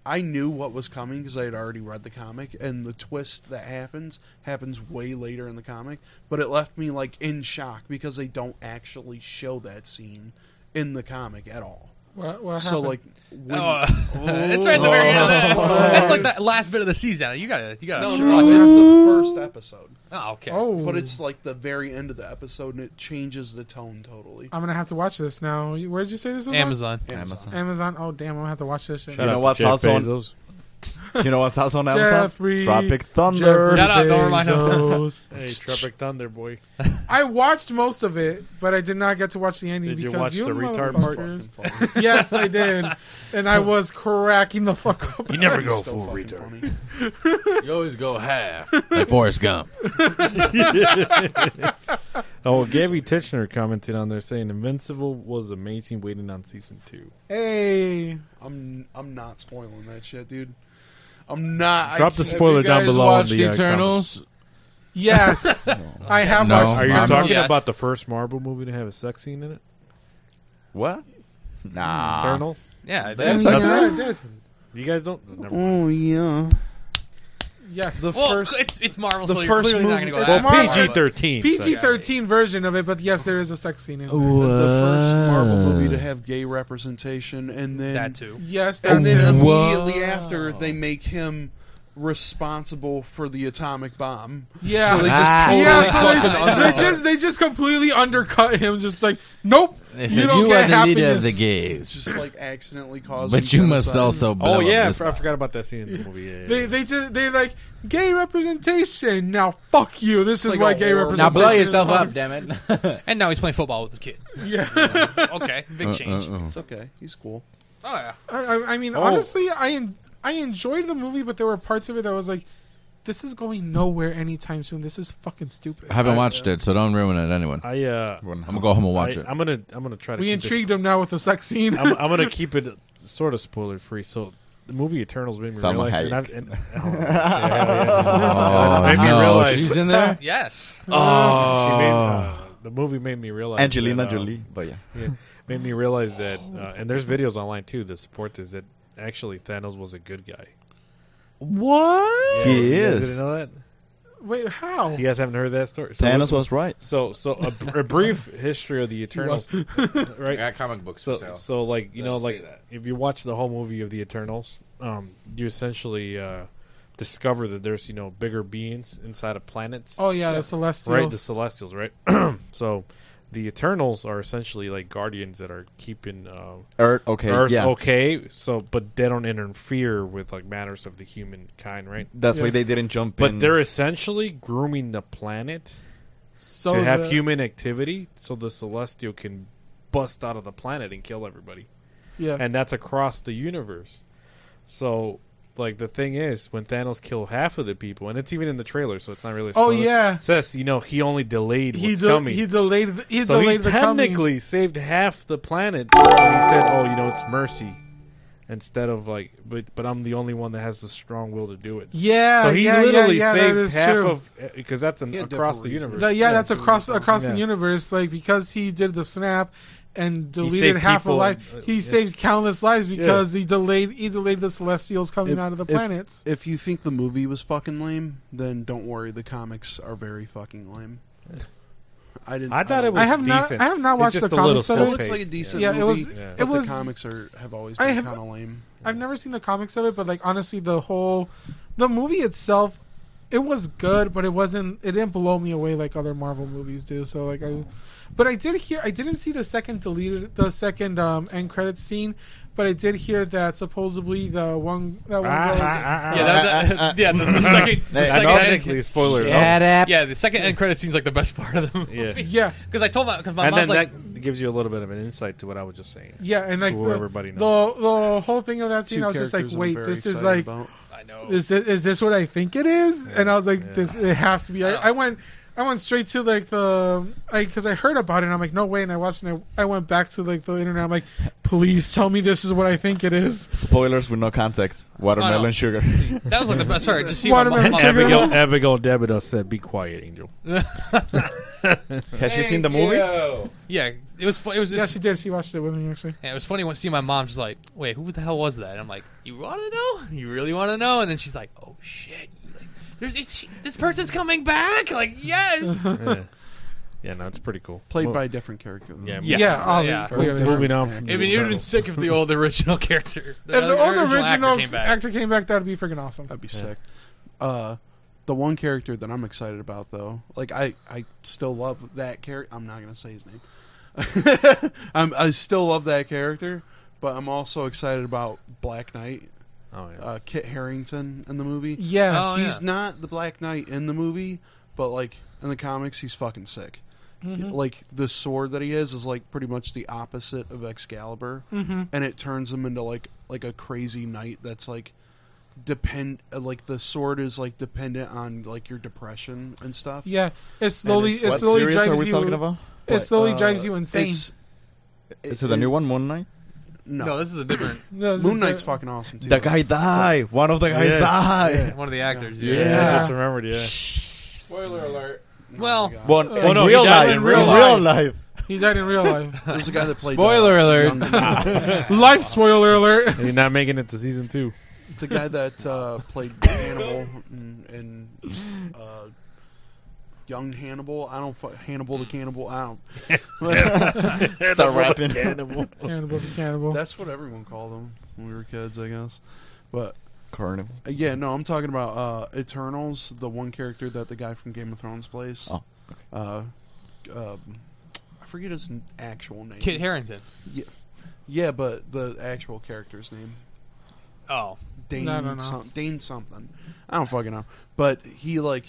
S6: I knew what was coming because I had already read the comic, and the twist that happens happens way later in the comic, but it left me like in shock because they don't actually show that scene in the comic at all.
S2: What, what
S6: So
S2: happened?
S6: like, when,
S7: Oh, it's right at the very end of that. That's like that last bit of the season. You gotta, you gotta
S6: no,
S7: watch
S6: no, it's
S7: it.
S6: the first episode.
S7: Oh, okay.
S2: oh,
S6: But it's like the very end of the episode, and it changes the tone totally.
S2: I'm gonna have to watch this now. You- Where did you say this was? on?
S7: Amazon.
S5: Amazon.
S2: Amazon. Oh damn, I'm gonna have to watch this shit.
S4: Shout
S5: know
S4: out to
S5: what's
S4: Jeff
S5: also on-
S4: Bezos.
S5: You know what's also on Amazon?
S2: Jeffrey-
S5: Tropic Thunder.
S2: Jeffrey
S7: Shut up, don't remind him.
S2: Bezos.
S4: Hey, Tropic Thunder boy.
S2: I watched most of it, but I did not get to watch the ending
S4: Did you
S2: because
S4: watch the retard part?
S2: motherfuckers. yes, I did, and I was cracking the fuck up.
S4: You never go
S6: So
S4: full
S6: fucking
S4: retard.
S6: funny.
S3: You always go half, like Forrest Gump.
S4: Oh, Gabby Titchener commented on there saying Invincible was amazing waiting on season two.
S2: Hey,
S6: I'm I'm not spoiling that shit, dude. I'm not.
S4: Drop
S6: I
S4: the
S6: can't-
S4: spoiler
S3: you
S4: down
S3: guys
S4: below. on
S3: watched
S4: the, uh,
S3: Eternals?
S2: yes, I have
S3: No.
S2: watched.
S4: comments. Are you
S2: Eternals.
S4: talking
S7: Yes.
S4: about the first Marvel movie to have a sex scene in it?
S5: What? Nah.
S4: Eternals.
S7: Yeah, it
S3: That's
S7: is.
S3: like-
S2: Yeah, I did.
S4: You guys don't. Never mind.
S8: Oh, yeah.
S2: Yes,
S6: The
S7: well,
S6: first.
S7: it's it's Marvel,
S6: the
S7: so you're
S6: first
S7: clearly not
S6: movie-
S7: gonna go
S2: it's
S7: that
S2: Marvel.
S7: far,
S4: PG thirteen.
S2: PG thirteen version of it, but yes, there is a sex scene in it.
S6: the first Marvel movie to have gay representation, and
S7: but
S6: then
S7: That too.
S2: Yes, that
S6: and then
S2: too.
S6: immediately after they make him responsible for the atomic bomb.
S2: yeah.
S6: So they just
S2: Ah.
S6: totally fucking
S2: yeah, so they, they
S6: undercut
S2: just they just completely undercut him. Just like, nope,
S3: They
S2: you
S3: said,
S2: don't
S3: you,
S2: get
S3: are the leader of the
S2: happiness."
S3: gays,
S6: just like accidentally causing.
S3: but you must
S6: genocide.
S3: also. blow
S4: Oh
S3: up
S4: yeah, I
S3: this-
S4: for- I forgot about that scene in the movie. Yeah, yeah,
S2: They
S4: yeah.
S2: they just they like gay representation. Now fuck you. This is
S6: Like
S2: why
S6: a
S2: gay
S6: horror-
S2: representation.
S6: Now blow
S2: is hard.
S9: damn it.
S7: And now he's playing football with his kid.
S2: Yeah.
S7: Okay, big
S3: Uh,
S7: change.
S3: uh, uh.
S6: It's okay. He's cool.
S7: Oh yeah.
S4: Oh.
S2: I, I- I mean, honestly, I en- I enjoyed the movie, but there were parts of it that was like, This is going nowhere anytime soon. This is fucking stupid.
S3: I haven't watched it, so don't ruin it, anyone.
S4: I uh,
S3: I'm gonna go home and watch
S4: I-
S3: it.
S4: I'm gonna I'm gonna try to.
S2: We
S4: keep this-
S2: intrigued him now with the sex scene.
S4: I'm, I'm gonna keep it sort of spoiler free. So the movie Eternals made me
S5: Salma
S4: realize, and
S5: Hayek.
S4: I've, and, oh, yeah, yeah.
S3: Oh,
S4: It made me
S3: no,
S4: realize-
S3: she's in there?
S7: Yes.
S3: Oh.
S4: She made, uh, the movie made me realize
S5: Angelina
S4: that, uh,
S5: Jolie, but yeah.
S4: yeah, made me realize that, uh, and there's videos online too that support this. That actually Thanos was a good guy.
S3: What?
S4: Yeah,
S5: He
S4: you guys
S5: is.
S4: Didn't know that?
S2: Wait, how?
S4: You guys haven't heard that story. So
S5: Thanos was right.
S4: So, so a, a brief history of the Eternals,
S3: I
S4: right?
S3: got comic books
S4: So,
S3: for sale.
S4: so like you know,
S3: Don't say
S4: like
S3: that.
S4: if you watch the whole movie of the Eternals, um, you essentially uh, discover that there's you know bigger beings inside of planets,
S2: Oh yeah, the Celestials.
S4: right? The Celestials, right? so, the Eternals are essentially like guardians that are keeping uh,
S5: Earth, okay,
S4: Earth
S5: yeah.
S4: okay. So, but they don't interfere with like matters of the humankind, right?
S5: That's why
S2: Yeah.
S5: they didn't jump
S4: But
S5: in.
S4: they're essentially grooming the planet
S2: so
S4: to have
S2: the-
S4: human activity, so the Celestial can bust out of the planet and kill everybody
S2: Yeah.
S4: and that's across the universe. So, like the thing is, when Thanos killed half of the people, and it's even in the trailer, so it's not really. a
S2: oh
S4: spoiler,
S2: yeah.
S4: it says you know he only delayed
S2: He
S4: what's
S2: de-
S4: coming.
S2: he delayed. The, he
S4: so he
S2: delayed the
S4: technically
S2: coming.
S4: saved half the planet. And he said, "Oh, you know, it's mercy," instead of like, "But but I'm the only one that has the strong will to do it."
S2: Yeah.
S4: so he
S2: yeah,
S4: literally
S2: yeah, yeah, that
S4: saved
S2: is
S4: half
S2: true.
S4: of because that's an,
S6: He had
S4: across the
S6: different
S4: universe.
S6: reasons.
S2: The- yeah, that's across across
S4: Yeah.
S2: the universe. Like because he did the snap and deleted
S4: saved
S2: half a
S4: people
S2: life,
S4: and- uh,
S2: he
S4: yeah.
S2: saved countless lives because he delayed he delayed the Celestials coming
S6: If-
S2: out of the
S6: if-
S2: planets.
S6: If you think the movie was fucking lame, then don't worry. The comics are very fucking lame. I didn't.
S4: I thought
S6: don't-
S4: it was
S2: I have not-
S4: decent.
S2: I have not
S4: It's
S2: watched
S4: just
S2: the
S4: a little
S2: comics of
S6: It
S4: slow
S2: it.
S6: looks
S4: paced.
S6: like a
S4: Yeah.
S6: decent
S2: Yeah,
S6: movie.
S2: it was.
S4: Yeah.
S6: but
S2: It was.
S6: the comics are have always
S2: I
S6: been
S2: have-
S6: kind of lame.
S2: I've never seen the comics of it, but like honestly, the whole the movie itself, it was good, but it wasn't. It didn't blow me away like other Marvel movies do. So like I, but I did hear. I didn't see the second deleted the second um end credits scene, but I did hear that supposedly the one that one
S4: Ah,
S2: girl
S4: ah,
S2: is-
S4: ah, ah.
S7: Yeah, that, that, yeah. The, the second, the
S5: Hey,
S7: second
S4: technically
S7: end,
S4: spoiler.
S9: up.
S7: yeah, the second end credit scene's like the best part of the
S4: Yeah.
S7: movie.
S2: yeah.
S7: because I told my because my
S4: and then
S7: mom's like,
S4: that gives you a little bit of an insight to what I was just saying.
S2: Yeah, and like
S4: Who
S2: the,
S4: everybody
S2: the the whole thing of that scene,
S6: Two
S2: I was just like,
S6: characters I'm
S2: wait,
S6: very
S2: this is
S6: excited
S2: like,
S6: about.
S7: I know.
S2: is this, is this what I think it is? And I was like,
S4: yeah.
S2: this it has to be. I, I went I went straight to like the like because I heard about it. and I'm like, no way. And I watched and I, I went back to like the internet. I'm like, please tell me this is what I think it is.
S5: Spoilers with no context. Watermelon
S7: Oh, no.
S5: sugar.
S7: that was like the best part. Just see my, my,
S2: Watermelon
S7: my
S2: sugar.
S4: Abigail, Abigail Debido said, "Be quiet, Angel."
S5: Has she seen the movie?
S7: yeah, it was fu- it was
S2: Yeah, she did. She watched it with me actually.
S7: Yeah, it was funny when seeing my mom just like, wait, who the hell was that? And I'm like, you want to know? You really want to know? And then she's like, oh shit, like, there's it's, she, this person's coming back. Like, yes.
S4: yeah. yeah, no, it's pretty cool.
S6: Played
S4: Mo-
S6: by a different character. though.
S4: yeah,
S7: Yes,
S2: yeah, oh,
S7: yeah.
S2: clearly.
S4: Moving on from
S7: I mean, it would have been sick if the old original character, the,
S2: If the old
S7: original, actor
S2: original
S7: came back.
S2: actor came back, that'd be freaking awesome.
S6: That'd be sick. Uh, the one character that I'm excited about, though, like I, I still love that character. I'm not gonna say his name. I'm, I still love that character, but I'm also excited about Black Knight,
S4: oh, yeah.
S6: uh, Kit Harrington in the movie.
S2: Yes.
S7: Oh, yeah.
S6: he's not the Black Knight in the movie, but like in the comics, he's fucking sick.
S2: Mm-hmm.
S6: Like the sword that he is is like pretty much the opposite of Excalibur
S2: hmm
S6: and it turns him into like like a crazy knight that's like depend uh, like the sword is like dependent on like your depression and stuff.
S2: Yeah, it slowly
S6: it's-
S2: it
S6: What
S2: slowly
S5: series are
S2: drives
S5: we
S2: you.
S5: talking about?
S2: It slowly
S6: Uh,
S2: drives you insane.
S6: it's-
S5: Is it the new one, Moon Knight?
S6: No.
S7: No, this is a different
S2: No, it's-
S6: Moon Knight's fucking awesome too.
S5: The guy died. One of the guys
S4: Yeah.
S5: died.
S7: one of the actors.
S5: Yeah.
S7: Yeah.
S4: I
S2: Yeah.
S4: just remembered. Yeah,
S3: Spoiler alert.
S7: Well,
S5: One,
S2: Oh,
S5: in
S4: no, he
S5: real
S4: died
S5: life.
S4: in real
S5: real life.
S2: He died in real life.
S6: There's a guy that played
S3: Spoiler
S6: uh,
S3: alert.
S6: young-
S2: life spoiler alert.
S4: and you're not making it to season two.
S6: the guy that uh, played Hannibal and, and uh, young Hannibal. I don't fu- Hannibal the cannibal. I don't.
S5: Start rapping.
S4: Cannibal.
S2: Cannibal the cannibal.
S6: That's what everyone called him when we were kids, I guess. But
S5: Carnival.
S6: Uh, Yeah, no, I'm talking about uh, Eternals, the one character that the guy from Game of Thrones plays.
S5: Oh,
S6: Uh, um, I forget his n- actual name.
S7: Kit Harrington.
S6: yeah, but the actual character's name.
S7: Oh,
S6: Dane,
S2: No, no, no.
S6: Some- Dane something. I don't fucking know. But he, like,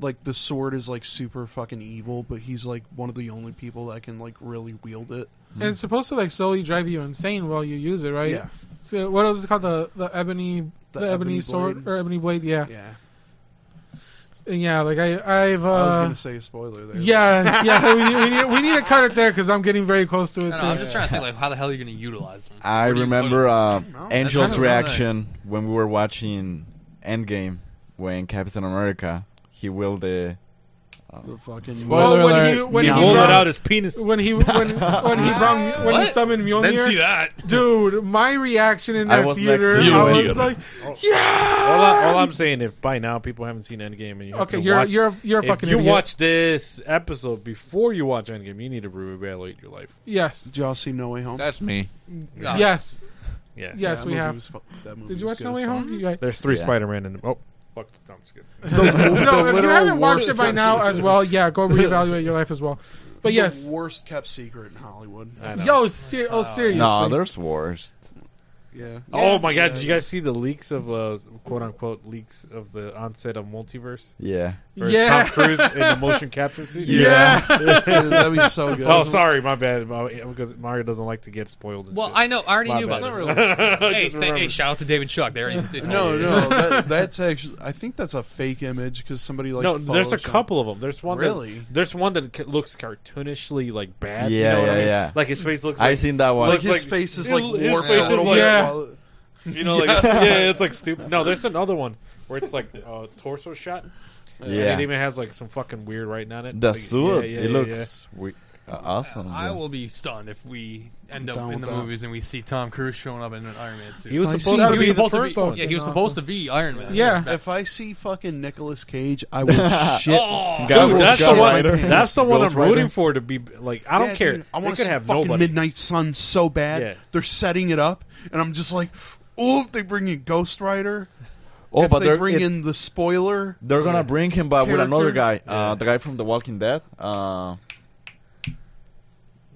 S6: like the sword is like super fucking evil, but he's like one of the only people that can like really wield it.
S2: and it's supposed to like slowly drive you insane while you use it, right?
S6: Yeah,
S2: So what else is it called the the ebony the,
S6: The
S2: ebony,
S6: ebony
S2: sword
S6: blade.
S2: or ebony blade? Yeah.
S6: yeah.
S2: yeah, like I, I've. Uh,
S6: I was gonna say a spoiler there.
S2: Yeah, yeah. We, need- we need we need to cut it there because I'm getting very close to it
S7: No,
S2: too.
S7: no, I'm just trying to think like how the hell are you going to utilize them?
S5: I remember uh, Angel's
S7: kinda what I'm
S5: reaction when we were watching Endgame when Captain America he willed the. Uh,
S6: the fucking
S2: Well, when he when he
S4: rolled
S2: brought-
S4: it out his penis.
S2: When he when when he brought, when he
S7: What?
S2: summoned Mjolnir.
S7: Didn't see that.
S2: Dude, my reaction in
S5: I
S2: that
S5: was next
S2: theater,
S5: to you,
S2: I
S5: Mjolnir.
S2: was like,
S4: All, I, all I'm saying, if by now people haven't seen Endgame and you have
S2: Okay,
S4: to
S2: you're-
S4: watch,
S2: you're a- you're a
S4: if
S2: fucking
S4: you
S2: idiot.
S4: watch this episode before you watch Endgame, you need to reevaluate your life.
S2: yes,
S6: Did y'all see No Way Home?
S3: That's me.
S7: No.
S2: yes,
S4: Yeah,
S6: Yeah,
S2: yes.
S6: that
S2: we
S6: movie
S2: have.
S6: was fu- that movie
S2: Did you
S6: was
S2: watch
S6: good
S2: No
S6: as
S2: Way
S6: fuck.
S2: Home? You guys-
S4: there's three
S5: Yeah.
S4: Spider-Man in. Oh, fuck, that sounds good.
S2: no, if you
S6: literal
S2: haven't watched
S6: worst
S2: it by
S6: kept
S2: now
S6: secret.
S2: as well, yeah, go reevaluate your life as well. But yes,
S6: the worst kept secret in Hollywood.
S4: I know.
S2: yo, ser- oh seriously,
S5: no, there's worst.
S6: Yeah.
S4: oh my god, did you guys see the leaks of uh, quote unquote leaks of the onset of multiverse?
S5: Yeah.
S4: Where's
S2: Yeah.
S4: Tom Cruise in the motion capture suit.
S2: yeah.
S6: Dude, that'd be so good.
S4: Oh, sorry, my bad. my- Because Mario doesn't like to get spoiled. And
S7: Well,
S4: shit.
S7: I know. I already
S4: My
S7: knew
S4: bad.
S7: about this. hey,
S4: Just
S7: th- hey,
S4: remembered.
S7: shout out to David Chuck. They already they told
S6: No,
S7: me.
S6: no, that, that's actually. I think that's a fake image because somebody like.
S4: no, there's a
S6: photoshopped-
S4: couple of them. There's one
S6: Really?
S4: that there's one that ca- looks cartoonishly like bad. you
S5: Yeah,
S4: know what I
S5: yeah,
S4: mean?
S5: yeah.
S4: Like his face looks.
S5: I
S4: like,
S5: seen that one.
S6: Like
S4: Looks
S6: his
S4: like-
S6: face is
S4: his-
S6: like
S4: his
S6: warped
S4: face
S6: a little
S4: is like-
S6: bit.
S2: Yeah.
S6: while-
S4: you know, like yeah. it's like stupid. No, there's another one where it's like uh, torso shot.
S5: yeah.
S4: and it even has like some fucking weird writing on it.
S5: the
S4: Like,
S5: suit.
S4: yeah, yeah,
S5: it
S4: yeah,
S5: looks we- uh, awesome.
S7: I
S5: yeah.
S7: will be stunned if we end
S6: Done
S7: up in
S6: with
S7: the
S6: that.
S7: movies and we see Tom Cruise showing up in an Iron Man
S4: yeah.
S7: suit.
S4: He was
S6: I
S4: supposed
S6: see.
S4: to
S6: That'd
S4: be
S2: be
S4: the
S2: the
S4: first
S2: first one.
S4: one.
S7: yeah, he was
S2: Awesome.
S7: supposed to be Iron Man.
S2: Yeah.
S7: Back-
S6: If I see fucking Nicolas Cage, I will shit.
S7: Oh,
S5: Guy
S4: Dude,
S5: with
S4: that's
S5: Ghost
S4: the one.
S5: Rider.
S4: That's the one
S5: Ghost
S4: I'm
S5: Rider.
S4: rooting for to be like. I don't
S6: Yeah,
S4: care.
S6: dude, I
S4: want to
S6: see
S4: have
S6: fucking
S4: nobody.
S6: Midnight Sun so bad.
S4: Yeah.
S6: They're setting it up, and I'm just like, oh, if they bring in Ghost Rider,
S5: Oh,
S6: if
S5: but
S6: they
S5: they're
S6: bring
S5: it-
S6: in the spoiler.
S5: They're gonna bring him, but with another guy,
S6: Character?
S5: uh, the guy from The Walking Dead, uh,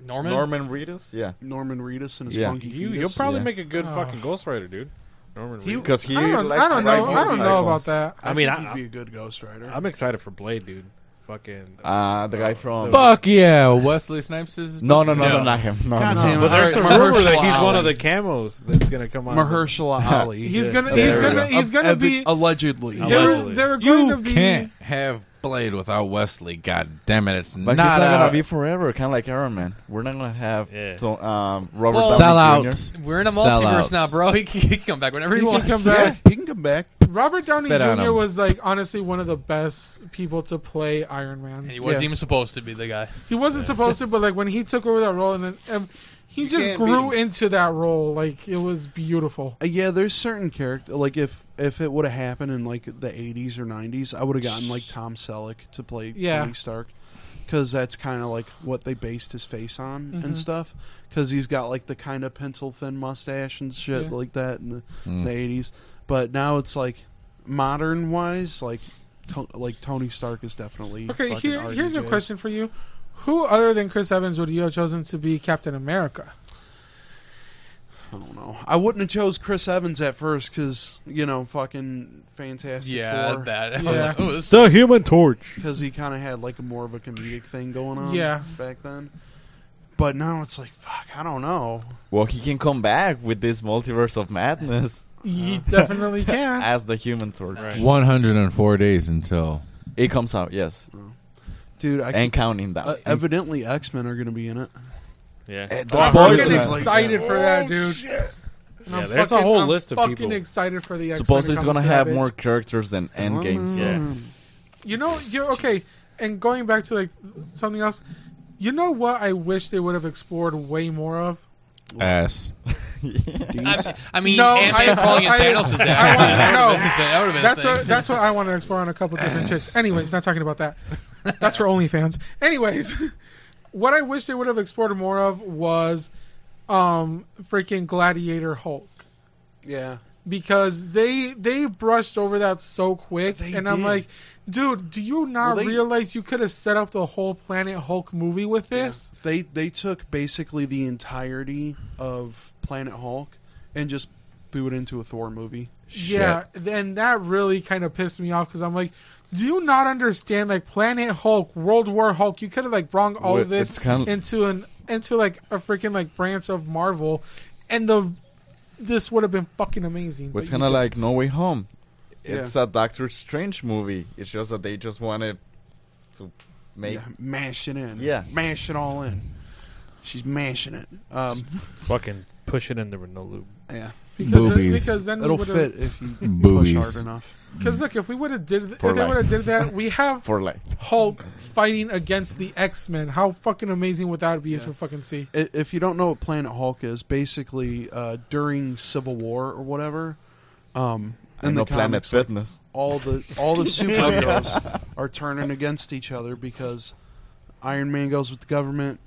S7: Norman.
S5: Norman Reedus. Yeah,
S6: Norman Reedus and his
S5: Yeah.
S6: funky
S4: You,
S6: fetus.
S4: you'll probably
S5: Yeah.
S4: make a good
S2: Oh.
S4: fucking Ghost Rider, dude. Norman
S6: He-
S4: Reedus.
S5: because he.
S2: I don't,
S5: likes
S2: I don't know.
S5: riding
S2: I don't know about
S5: motorcycles.
S2: that.
S6: I,
S4: I mean,
S6: think
S4: I-
S6: he'd be a good Ghost Rider.
S4: I'm excited for Blade, dude. Fucking.
S5: Uh, the guy from.
S3: Fuck yeah, Wesley Snipes is.
S5: No, no, no, no,
S4: No.
S5: not him. No,
S6: God
S5: no.
S6: damn it.
S4: But there's
S6: All
S4: some
S6: right,
S4: rumor
S6: Mahershala
S4: that he's one
S6: Ali.
S4: of the camos that's gonna come out.
S6: Mahershala Ali.
S2: He's
S4: Yeah.
S2: gonna,
S4: There
S2: he's
S4: we
S2: gonna,
S4: go.
S2: he's gonna
S6: Evi-
S2: be.
S6: allegedly.
S4: Yeah.
S2: They're,
S4: Allegedly.
S2: they're going to
S3: You
S2: be.
S3: can't have Blade without Wesley. God damn it, it's
S5: But
S3: not,
S5: he's not
S3: out.
S5: gonna be forever, kind of like Iron Man. We're not gonna have
S4: Yeah.
S5: so, um, Robert
S7: Well-
S5: Downey Jr.
S3: Sellouts.
S7: We're in a
S3: Sellouts.
S7: multiverse now, bro. He can, he can come back whenever he,
S2: He can
S7: wants.
S2: come
S6: Yeah,
S2: back.
S6: he can come back.
S2: Robert Downey
S3: Spit on
S2: Jr.
S3: him.
S2: was like honestly one of the best people to play Iron Man.
S7: And he wasn't
S6: Yeah.
S7: even supposed to be the guy.
S2: He wasn't supposed to, but like when he took over that role, and, then, and he just grew into that role. Like it was beautiful.
S6: Uh, Yeah, there's certain character like if if it would have happened in like the 80s or 90s, I would have gotten like Tom Selleck to play
S2: Yeah.
S6: Tony Stark because that's kind of like what they based his face on
S2: Mhm.
S6: and stuff because he's got like the kind of pencil thin mustache and shit
S2: Yeah.
S6: like that in the,
S3: Mm.
S6: the 80s. But now it's like modern wise, like to- like Tony Stark is definitely
S2: Okay,
S6: fucking
S2: here, here's a
S6: RDJ.
S2: question for you: Who other than Chris Evans would you have chosen to be Captain
S4: Uh.
S2: America?
S6: I don't know. I wouldn't have chose Chris Evans at first because you know fucking fantastic.
S7: Yeah,
S6: Four.
S7: that. I was
S2: Yeah.
S7: like, oh, this-
S4: The Human Torch.
S6: because he kind of had like more of a comedic thing going on
S2: Yeah.
S6: back then. But now it's like, fuck, I don't know.
S5: Well, he can come back with this multiverse of madness
S2: You definitely can.
S5: as the Human Torch.
S4: Right.
S3: 104 days until.
S5: It comes out, yes,
S6: Dude, I
S5: and
S6: can,
S5: counting that.
S6: uh, evidently X Men are going to be in it.
S4: Yeah.
S5: That's
S2: I'm
S5: spoiler
S2: fucking
S5: alert.
S2: excited for that, dude. And
S4: Oh, Yeah,
S2: I'm
S4: there's a
S2: fucking-
S4: whole
S2: I'm
S4: list of
S2: fucking
S4: people.
S2: excited for the X-Men
S5: Supposedly, it's
S2: come
S5: gonna
S2: to
S5: have
S2: that
S5: more
S2: bitch.
S5: characters than Endgame. So.
S4: Yeah.
S6: mm,
S2: You know, you're okay. And going back to like something else, you know what? I wish they would have explored way more of.
S3: Ass.
S7: I, I mean,
S2: No,
S7: Ant-Man
S2: I-
S7: calling in
S2: I-
S7: Thanos'
S2: I
S7: ass.
S2: want-
S7: That
S2: no.
S7: would've been- that would've been
S2: That's
S7: a
S2: what
S7: thing.
S2: that's what I want to explore on a couple different chicks. Anyways, not talking about that. That's for OnlyFans. Anyways, what I wish they would have explored more of was um freaking Gladiator Hulk
S6: Yeah.
S2: because they they brushed over that so quick
S6: They
S2: and I'm
S6: did.
S2: like, dude, do you not
S6: Well, they-
S2: realize you could have set up the whole Planet Hulk movie with this?
S6: They they took basically the entirety of Planet Hulk and just threw it into a Thor movie.
S2: Yeah, and that really kind of pissed me off because I'm like, do you not understand like Planet Hulk, World War Hulk? You could have like brung all
S5: Wait,
S2: of this
S5: it's kinda-
S2: into an into like a freaking like branch of Marvel, and the this would have been fucking amazing.
S5: It's
S2: but
S5: kind of
S2: you
S5: like No Way Home. It's
S6: Yeah.
S5: a Doctor Strange movie. It's just that they just wanted to make.
S6: Yeah, mash it in.
S5: Yeah.
S6: mash it all in. She's mashing it. Um,
S4: fucking push it in there with no lube.
S6: Yeah,
S2: Because it- Boobies. because then we
S6: it'll
S2: would've-
S6: fit if you
S2: Boobies.
S6: push hard enough.
S2: Because look, if we would have did, if
S5: For
S2: they
S5: life.
S2: would have did that, we have
S5: For life.
S2: Hulk fighting against the X Men. How fucking amazing would that be if
S6: Yeah.
S2: we fucking see?
S6: I- If you don't know what Planet Hulk is, basically uh, during Civil War or whatever, um,
S5: I
S6: in
S5: know
S6: the
S5: Planet
S6: comics, like,
S5: Fitness.
S6: all the all the superheroes are turning against each other because Iron Man goes with the government,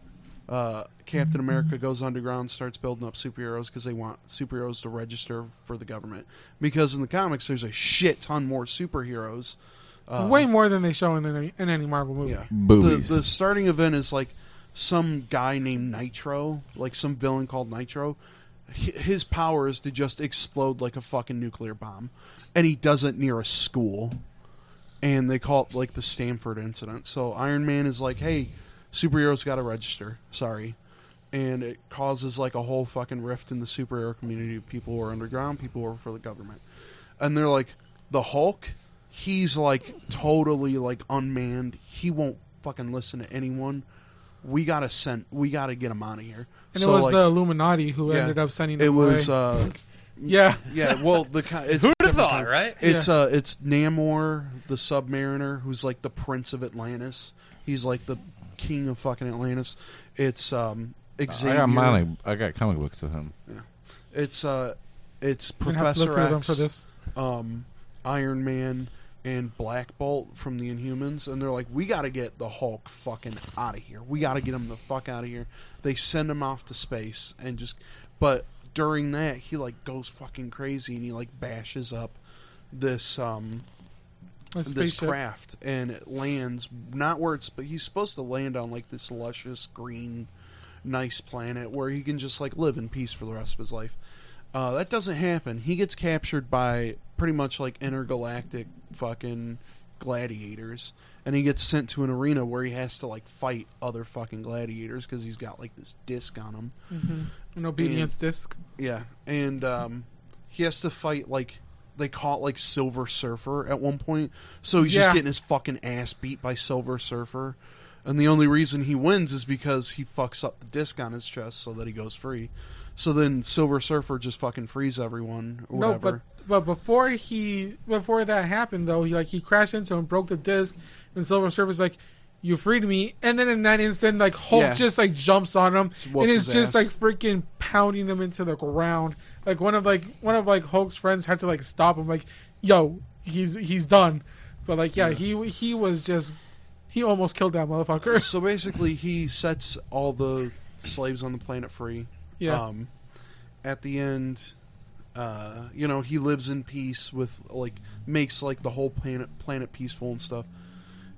S6: uh, Captain America goes underground, starts building up superheroes because they want superheroes to register for the government. Because in the comics, there's a shit ton more superheroes. Uh,
S2: Way more than they show in any, in any Marvel movie.
S6: yeah.
S3: Boobies.
S6: The, the starting event is like some guy named Nitro, like some villain called Nitro. Hi- His power is to just explode like a fucking nuclear bomb, and he does it near a school, and they call it like the Stanford incident. So Iron Man is like, "Hey, superheroes got to register. Sorry," and it causes like a whole fucking rift in the superhero community. People who are underground, people who are for the government, and they're like, "The Hulk, he's like totally like unmanned. He won't fucking listen to anyone. We gotta send. We gotta get him out of here."
S2: And
S6: So,
S2: it was
S6: like,
S2: the Illuminati who
S6: yeah,
S2: ended up sending
S6: It
S2: them
S6: was.
S2: away.
S6: uh
S2: yeah.
S6: yeah, well, the kind it's
S7: Who'd have
S6: different
S7: thought,
S6: kind-
S7: right?
S6: It's uh, it's Namor, the Submariner, who's like the Prince of Atlantis. He's like the king of fucking Atlantis. It's um, Xavier.
S3: I got mine. Like, I got comic books of him.
S6: It's uh, it's
S2: We're gonna have to
S6: Professor
S2: look through them
S6: X,
S2: for this.
S6: um, Iron Man, and Black Bolt from the Inhumans, and they're like, we got to get the Hulk fucking out of here. We got to get him the fuck out of here. They send him off to space and just, but during that he like goes fucking crazy and he like bashes up this um
S2: A
S6: this
S2: spaceship.
S6: craft and it lands not where it's but he's supposed to land on like this luscious green nice planet where he can just like live in peace for the rest of his life uh, that doesn't happen he gets captured by pretty much like intergalactic fucking gladiators and he gets sent to an arena where he has to like fight other fucking gladiators because he's got like this disc on him
S2: Mm-hmm.
S6: Mm,
S2: An obedience disc.
S6: yeah, and um, he has to fight like they call it like Silver Surfer at one point. So he's
S2: Yeah.
S6: just getting his fucking ass beat by Silver Surfer, and the only reason he wins is because he fucks up the disc on his chest so that he goes free. So then Silver Surfer just fucking frees everyone. Or
S2: No,
S6: whatever.
S2: but but before he before that happened though, he like he crashed into him, broke the disc, and Silver Surfer's like, "You freed me!" And then in that instant, like Hulk
S6: Yeah.
S2: just like jumps on him
S6: whoops
S2: and is
S6: his
S2: just
S6: ass.
S2: like freaking pounding him into the ground. Like one of like one of like Hulk's friends had to like stop him. Like, yo, he's he's done. But like, yeah, he he was just he almost killed that motherfucker.
S6: so basically, he sets all the slaves on the planet free.
S2: Yeah.
S6: Um, at the end, uh, you know, he lives in peace with like makes like the whole planet planet peaceful and stuff.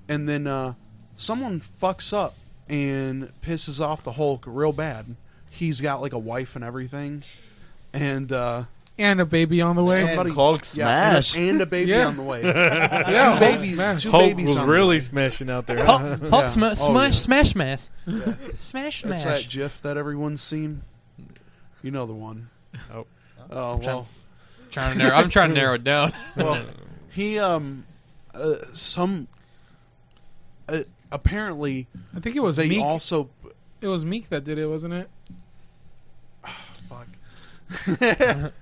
S6: And then uh, someone fucks up and pisses off the Hulk real bad. He's got like a wife and everything, and uh,
S2: and a baby on the way.
S6: Somebody-
S5: And Hulk
S6: yeah, and a-
S5: smash.
S6: and, a baby
S2: Yeah.
S6: on the way.
S2: yeah,
S6: two
S2: Hulk
S6: babies,
S2: smash.
S6: two
S4: Hulk
S6: babies
S4: was
S6: on the
S4: really
S6: way.
S4: smashing out there. huh?
S10: Hulk, Hulk sma-
S6: Oh,
S10: smash,
S6: yeah.
S10: smash, mass, smash,
S6: It's
S10: smash.
S6: that GIF that everyone's seen. You know the one.
S4: Oh.
S6: Oh well.
S7: Trying to narrow, I'm trying to narrow it down.
S6: well, he um, uh, some uh, apparently
S2: I think it was
S6: they
S2: Meek.
S6: also
S2: It was Meek that did it, wasn't it?
S6: fuck.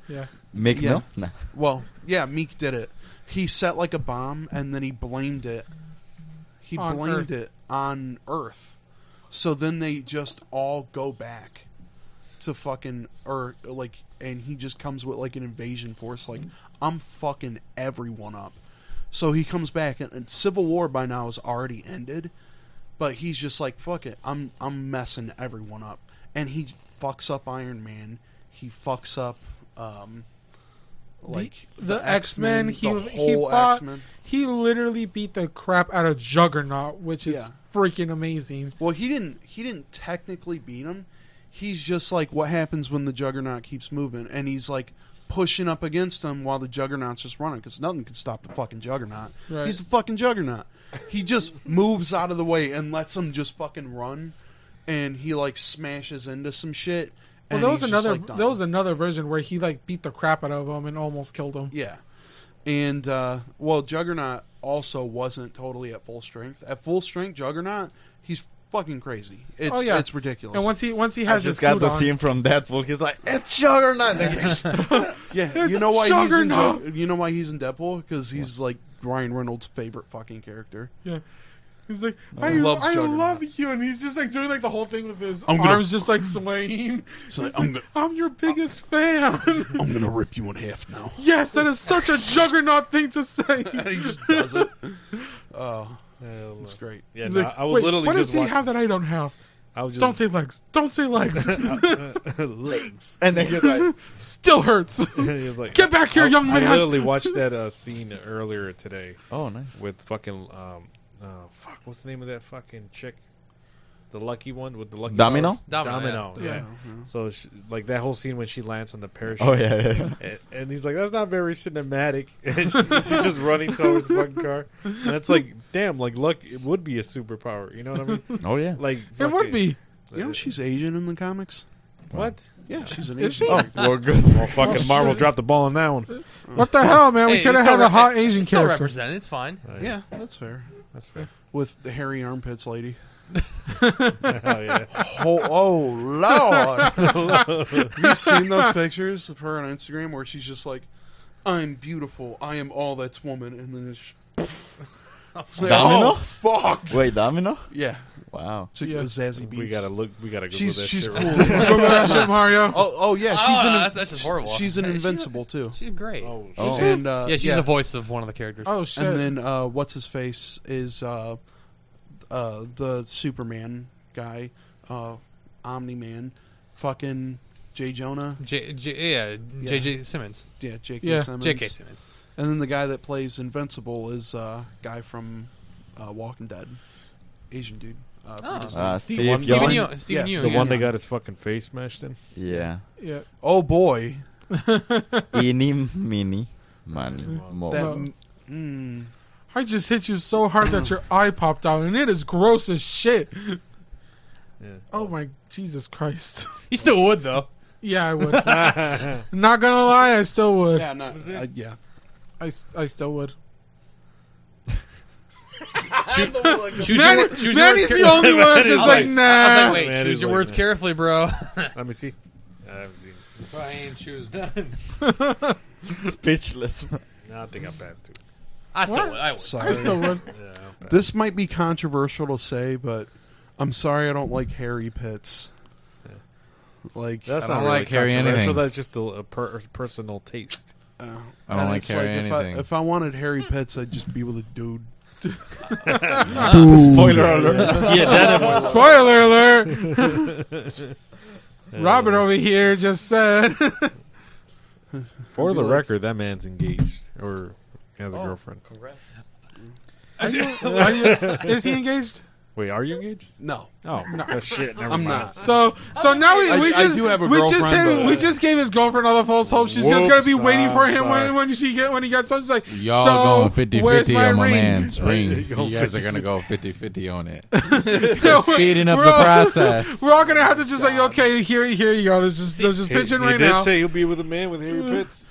S2: Yeah.
S5: Make
S6: Yeah.
S5: no? Nah.
S6: well, yeah, Meek did it. He set like a bomb and then he blamed it. He
S2: On
S6: blamed
S2: Earth.
S6: it on Earth. So then they just all go back to fucking Earth, like, and he just comes with like an invasion force. Like, I'm fucking everyone up. So he comes back, and, and Civil War by now is already ended, but he's just like, fuck it, I'm I'm messing everyone up, and he fucks up Iron Man. He fucks up, um, like
S2: the X-Men, he-
S6: the
S2: he
S6: whole
S2: fought-
S6: X-Men.
S2: He literally beat the crap out of Juggernaut, which is
S6: Yeah.
S2: freaking amazing.
S6: Well, he didn't. He didn't technically beat him. He's just like what happens when the Juggernaut keeps moving, and he's like pushing up against him while the Juggernaut's just running because nothing can stop the fucking Juggernaut.
S2: Right.
S6: He's the fucking Juggernaut. He just moves out of the way and lets him just fucking run, and he like smashes into some shit.
S2: Well,
S6: and
S2: there was
S6: he's just,
S2: another
S6: like, done.
S2: there was another version where he like beat the crap out of him and almost killed him.
S6: yeah. And uh, well, Juggernaut also wasn't totally at full strength. At full strength, Juggernaut, he's fucking crazy. It's
S2: oh yeah,
S6: it's ridiculous.
S2: And once he once he
S6: I
S2: has his
S6: just got
S2: suit
S6: the
S2: on-
S6: scene
S5: from Deadpool. He's like, it's Juggernaut.
S6: yeah, you
S2: It's
S6: know why he's in
S2: Juggernaut.
S6: Jug- you know why he's in Deadpool because he's like Ryan Reynolds' favorite fucking character.
S2: Yeah. He's like,
S6: No,
S2: I,
S6: he loves
S2: I
S6: Juggernaut.
S2: love you, and he's just like doing like the whole thing with his
S6: I'm gonna-
S2: arms just like swaying.
S6: He's like,
S2: He's
S6: "I'm
S2: like, I'm your biggest fan.
S6: I'm gonna rip you in half now.
S2: yes, that is such a juggernaut thing to say.
S6: he just does it. Oh, it's great.
S4: Yeah,
S2: He's
S4: no,
S2: like,
S4: I was
S2: "Wait,
S4: literally
S2: What
S4: just
S2: does he
S4: watching-
S2: have that I don't have?
S4: I was just
S2: Don't say legs. Don't say legs.
S4: legs.
S5: And then he's like,
S2: still hurts.
S4: he was like,
S2: Get back here,
S4: I-
S2: young man.
S4: I literally watched that uh, scene earlier today.
S5: Oh, nice.
S4: With fucking um, uh, fuck, what's the name of that fucking chick? The lucky one with the lucky
S5: Domino?
S4: powers?
S7: Domino,
S4: Domino.
S7: yeah.
S4: yeah.
S6: Domino, yeah.
S4: So she, like that whole scene when she lands on the parachute.
S5: Oh, yeah, yeah,
S4: And, and he's like, "That's not very cinematic." And she, she's just running towards the fucking car. And it's like, damn, like luck, it would be a superpower. You know what I mean?
S5: oh yeah.
S4: Like
S2: It would
S4: fucking-
S2: be.
S6: You know she's Asian in the comics.
S4: what?
S6: Yeah, she's an
S2: Is
S6: Asian. Oh.
S2: she?
S6: character.
S5: Well, good.
S4: Well, fucking
S2: shit.
S4: Marvel dropped the ball on that one.
S2: What the hell, man?
S7: Hey,
S2: we could
S7: it's
S2: have
S7: still
S2: had a
S7: rep-
S2: hot
S7: it's
S2: Asian
S7: still
S2: character.
S7: represented. It's fine.
S6: Yeah, that's fair.
S4: That's fair.
S6: With the hairy armpits lady.
S4: Hell yeah.
S6: Oh, oh lord! You've seen those pictures of her on Instagram where she's just like, "I'm beautiful. I am all that's woman," and then it's, it's like,
S5: Domino?
S6: Oh, fuck.
S5: Wait, Domino?
S6: Yeah,
S5: Wow.
S6: Chick with Zazzy Beats.
S4: We gotta look. We gotta Google
S6: she's
S4: that
S6: she's
S4: shit
S6: cool.
S4: right now.
S2: Remember that shit, Mario?
S6: Oh, oh yeah, she's
S7: Oh,
S6: an
S7: that's- that's just horrible.
S6: She's an
S7: Hey, she's-
S6: invincible too.
S7: She's great.
S4: Oh,
S5: Oh.
S6: And uh,
S7: yeah, she's the voice of one of the characters.
S2: Oh shit!
S6: And then uh, what's his face is uh, uh, the Superman guy, uh, Omni Man, fucking Jay Jonah,
S7: J, J, yeah, J.J. Simmons.
S6: yeah, J.K.
S2: Yeah.
S6: Simmons.
S7: J.K. Simmons.
S6: And then the guy that plays Invincible is uh, guy from uh, Walking Dead, Asian dude. Uh,
S7: Oh.
S6: forget his name.
S5: Uh,
S4: one
S5: Steve
S4: guy-
S5: Young.
S7: Steven Yeun. Steven
S6: Yes,
S7: Yeun,
S4: the
S7: yeah.
S4: one that got his fucking face smashed in.
S5: Yeah.
S2: yeah.
S6: oh boy,
S5: Eeny, meeny, money,
S6: that.
S5: mo.
S6: Mm,
S2: I just hit you so hard that your eye popped out, and it is gross as shit. Oh my Jesus Christ!
S7: You still would though.
S2: yeah, I would. Not gonna lie, I still would.
S6: yeah, not, uh, yeah.
S2: I, s- I still would.
S7: Choose
S2: Manny-
S7: your, wor- choose your
S2: Manny's
S7: words.
S2: the
S7: care-
S2: only one that's
S4: Manny's
S2: just like,
S4: like-
S7: I was
S2: nah.
S7: like, wait,
S4: Manny's
S7: choose your
S4: like,
S7: words
S4: nah.
S7: carefully, bro.
S4: Let me see. I haven't seen. it.
S7: so I ain't choose none.
S5: Speechless.
S4: No, I think I passed too.
S7: I still
S2: What?
S7: would. I would.
S2: I still would.
S4: Yeah, I'm passed.
S6: This might be controversial to say, but I'm sorry I don't like Harry Pitts. Like
S4: That's
S3: I don't
S4: not really
S3: like Harry
S4: controversial,
S3: anything.
S4: That's just a, a per- personal taste.
S6: uh,
S3: I don't
S6: and
S3: like
S6: it's
S3: Harry
S6: if
S3: anything.
S6: I, if I wanted Harry Pitts, I'd just be with a dude.
S5: Spoiler alert.
S4: Yeah, that
S2: Spoiler alert! Robert over here just said.
S4: For the
S6: Be like-
S4: record, that man's engaged or has a girlfriend.
S2: Are you- is he engaged?
S4: Wait, are you engaged?
S6: No,
S4: Oh, oh, shit. Never
S6: I'm
S4: mind.
S6: not.
S2: So, so now we,
S6: I-
S2: we
S6: I
S2: just
S6: do have a
S2: we just
S6: girlfriend,
S2: have-
S6: but-
S2: we just gave his girlfriend all the false hope. She's just gonna be
S4: Whoops,
S2: waiting for
S4: I'm
S2: him
S4: sorry.
S2: when, when she get when he gets home. She's like,
S3: Y'all
S2: so,
S3: going 50
S2: where's
S3: 50
S2: my
S3: on my
S2: ring?
S3: man's
S4: There you
S3: ring.
S4: go,
S3: You guys are
S4: 50-50.
S3: going to go 50 50 on it.
S2: Yeah, we're-
S3: Speeding up
S2: we're
S3: the
S2: all-
S3: process.
S2: We're all gonna have to just like, okay, here, here you go. This is this is
S4: He,
S2: pitching
S4: he
S2: right
S4: did
S2: now.
S4: say he'll be with a man with Harry Pitts.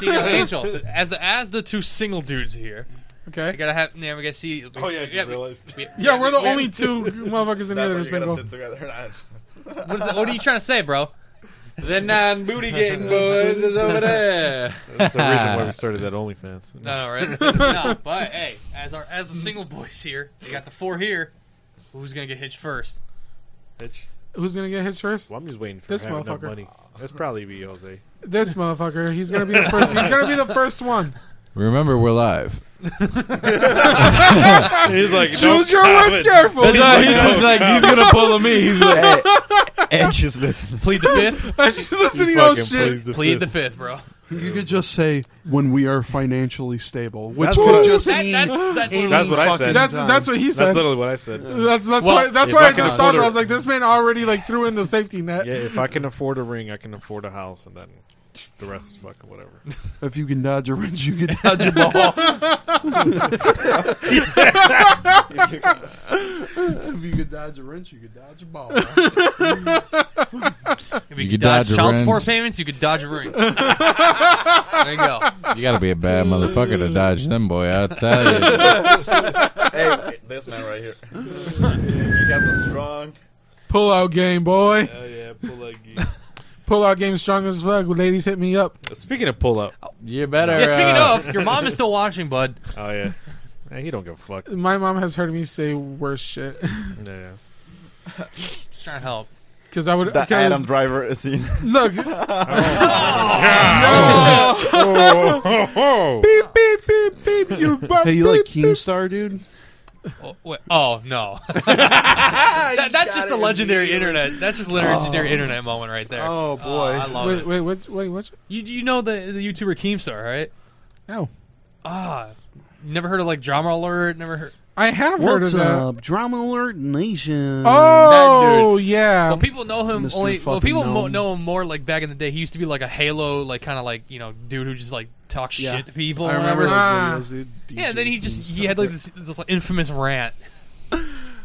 S7: See, now, Angel, as the as the two single dudes here, I
S2: Okay.
S7: gotta have. Now we gotta see.
S4: Oh, yeah, I just
S7: we-
S4: realized.
S7: we-
S2: Yeah, we're the
S7: we-
S2: only two motherfuckers in here that are single.
S5: together.
S7: What, is, what are you trying to say, bro?
S9: The non booty getting boys is over there.
S4: That's the reason why we started that OnlyFans.
S7: No, right? no, but hey, as our as the single boys here, they got the four here. Who's gonna get hitched first?
S4: Bitch.
S2: Who's gonna get his first?
S4: Well, I'm just waiting for
S2: This
S4: this having enough
S2: motherfucker.
S4: money. That's probably be Jose.
S2: This motherfucker. He's gonna be the first. He's gonna be the first one.
S3: Remember, we're live.
S4: He's like,
S2: Choose your
S9: That's
S2: words carefully.
S9: why he's just like, he's gonna pull a me. He's like,
S5: And she's listening.
S7: Plead the fifth.
S2: She's listening to all shit.
S7: Plead the fifth, bro.
S6: you could just say when we are financially stable, which
S4: That's
S6: could
S4: what I-
S6: just
S7: That-
S6: mean
S7: that's- that's-
S6: any
S4: That's what I said.
S6: fucking
S2: That's
S6: time.
S2: that's what he said.
S4: That's literally what I said.
S2: That's that's
S7: Well,
S2: why that's
S4: if
S2: why
S4: I
S2: I
S4: can
S2: just stopped.
S4: afford
S2: I
S4: it-
S2: was like, this man already like threw in the safety net.
S4: Yeah, if I can afford a ring, I can afford a house, and then the rest is fucking whatever.
S6: If you can dodge a wrench, you can dodge a ball. if you could dodge a wrench, you could dodge a ball.
S7: If you,
S3: You
S7: could
S3: could
S7: dodge,
S3: dodge a
S7: child
S3: wren's.
S7: support payments, you could dodge a ring. there you go.
S3: You gotta be a bad motherfucker to dodge them, boy. I tell you.
S5: hey, this man right here. he has a strong.
S2: Pull out game, boy.
S4: Hell yeah, pull out game.
S2: Pull out game strong as fuck. Ladies, hit me up.
S4: Speaking of pull up,
S3: You better.
S7: Yeah, speaking
S3: uh,
S7: of, your mom is still watching, bud.
S4: Oh yeah, Man, he don't give a fuck.
S2: My mom has heard me say worse shit.
S4: Yeah,
S7: Just trying to help.
S2: Because I would.
S5: That
S2: 'cause-
S5: Adam Driver is in.
S2: Look. Oh, Beep, beep, beep, beep. You bum-
S6: Hey, you like Keemstar, dude?
S7: Oh, wait, oh no. That- that's just a legendary internet. That's just a
S9: Oh.
S7: legendary internet moment right there.
S6: Oh, boy.
S7: I love
S2: Wait,
S7: it.
S2: wait, wait, wait, what?
S7: You you know the the YouTuber Keemstar, right?
S6: Oh,
S2: No.
S7: Ah, never heard of like Drama Alert. Never heard.
S2: I have heard of
S8: What's
S2: that.
S8: up, Drama Alert Nation?
S2: Oh, yeah.
S7: Well, people know him
S8: Mr.
S7: only. Well,
S8: Um, fucking
S7: people mo-
S8: Gnome.
S7: know him more like back in the day. He used to be like a Halo, like kind of like you know, dude who just like talks
S8: Yeah.
S7: shit to people.
S8: I
S7: and
S8: remember
S7: whatever.
S2: Ah.
S8: those videos, dude.
S7: Yeah, and then he just he had like this, this like, infamous rant,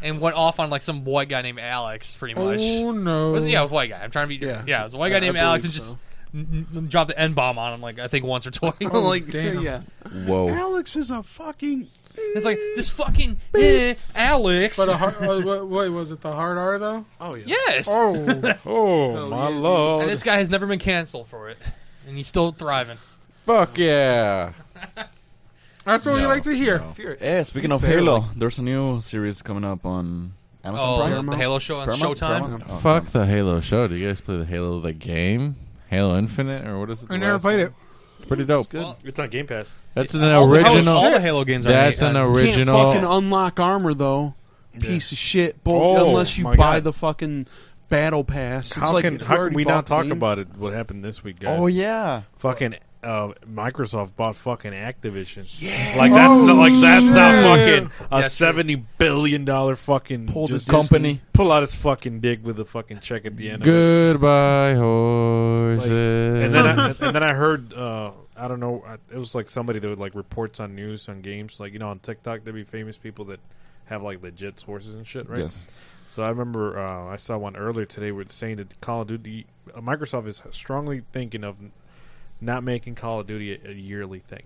S7: and went off on like some white guy named Alex, pretty much.
S2: Oh, no.
S7: Was it- yeah, it was a white guy. I'm trying to be yeah.
S8: Yeah.
S7: it was a white guy
S8: I- I
S7: named Alex, and
S8: believe
S7: just
S8: so.
S7: n- n- dropped the n bomb on him like I think once or twice.
S8: Oh,
S7: like
S2: Damn.
S8: Yeah.
S3: whoa.
S6: Alex is a fucking.
S7: it's like this fucking eh, Alex.
S2: But a hard, oh, wait, wait, was it the hard R, though?
S6: Oh yeah.
S7: yes,
S2: Oh,
S4: Oh, my lord!
S7: and this guy has never been canceled for it, and he's still thriving.
S3: Fuck yeah.
S2: that's what we
S3: No,
S2: like to hear.
S5: If you're- Yeah, speaking of Halo, there's a new series coming up on Amazon
S7: Oh,
S5: Prime.
S7: the- the Halo show on
S5: Paramount?
S7: Showtime.
S5: Paramount? Oh,
S3: Fuck the Halo show. Do you guys play the Halo the game? Halo Infinite or what is it?
S2: I
S3: the
S2: never
S3: last
S2: played
S3: one?
S2: it.
S3: It's pretty dope.
S7: Well,
S4: it's on Game Pass.
S3: That's an
S7: all the Halo-
S3: original.
S7: oh, all the Halo games are
S3: that's
S7: made,
S3: an
S7: uh,
S3: original.
S6: Can't fucking unlock armor though. Piece of shit. Bull,
S4: Oh,
S6: unless you
S4: my
S6: buy
S4: God.
S6: the fucking battle pass. It's
S4: how
S6: like
S4: can
S6: you
S4: how can
S6: already
S4: we
S6: bought
S4: not
S6: the
S4: talk
S6: game.
S4: about it? What happened this week, guys?
S5: Oh yeah.
S4: fucking uh, Microsoft bought fucking Activision. Yeah, like that's not like that's not
S2: shit.
S4: fucking a
S7: Yeah, true.
S4: seventy billion dollar fucking
S6: Pulled
S4: just
S6: a company.
S4: pull out his fucking dick with a fucking check at the end. Of it.
S3: Goodbye horses.
S4: And then I, and then I heard uh, I don't know I- it was like somebody that would like reports on news on games like you know on TikTok there'd be famous people that have like legit sources and shit right.
S5: Yes.
S4: So I remember uh, I saw one earlier today where it's saying that Call of Duty, uh, Microsoft is strongly thinking of n- not making Call of Duty a, a yearly thing.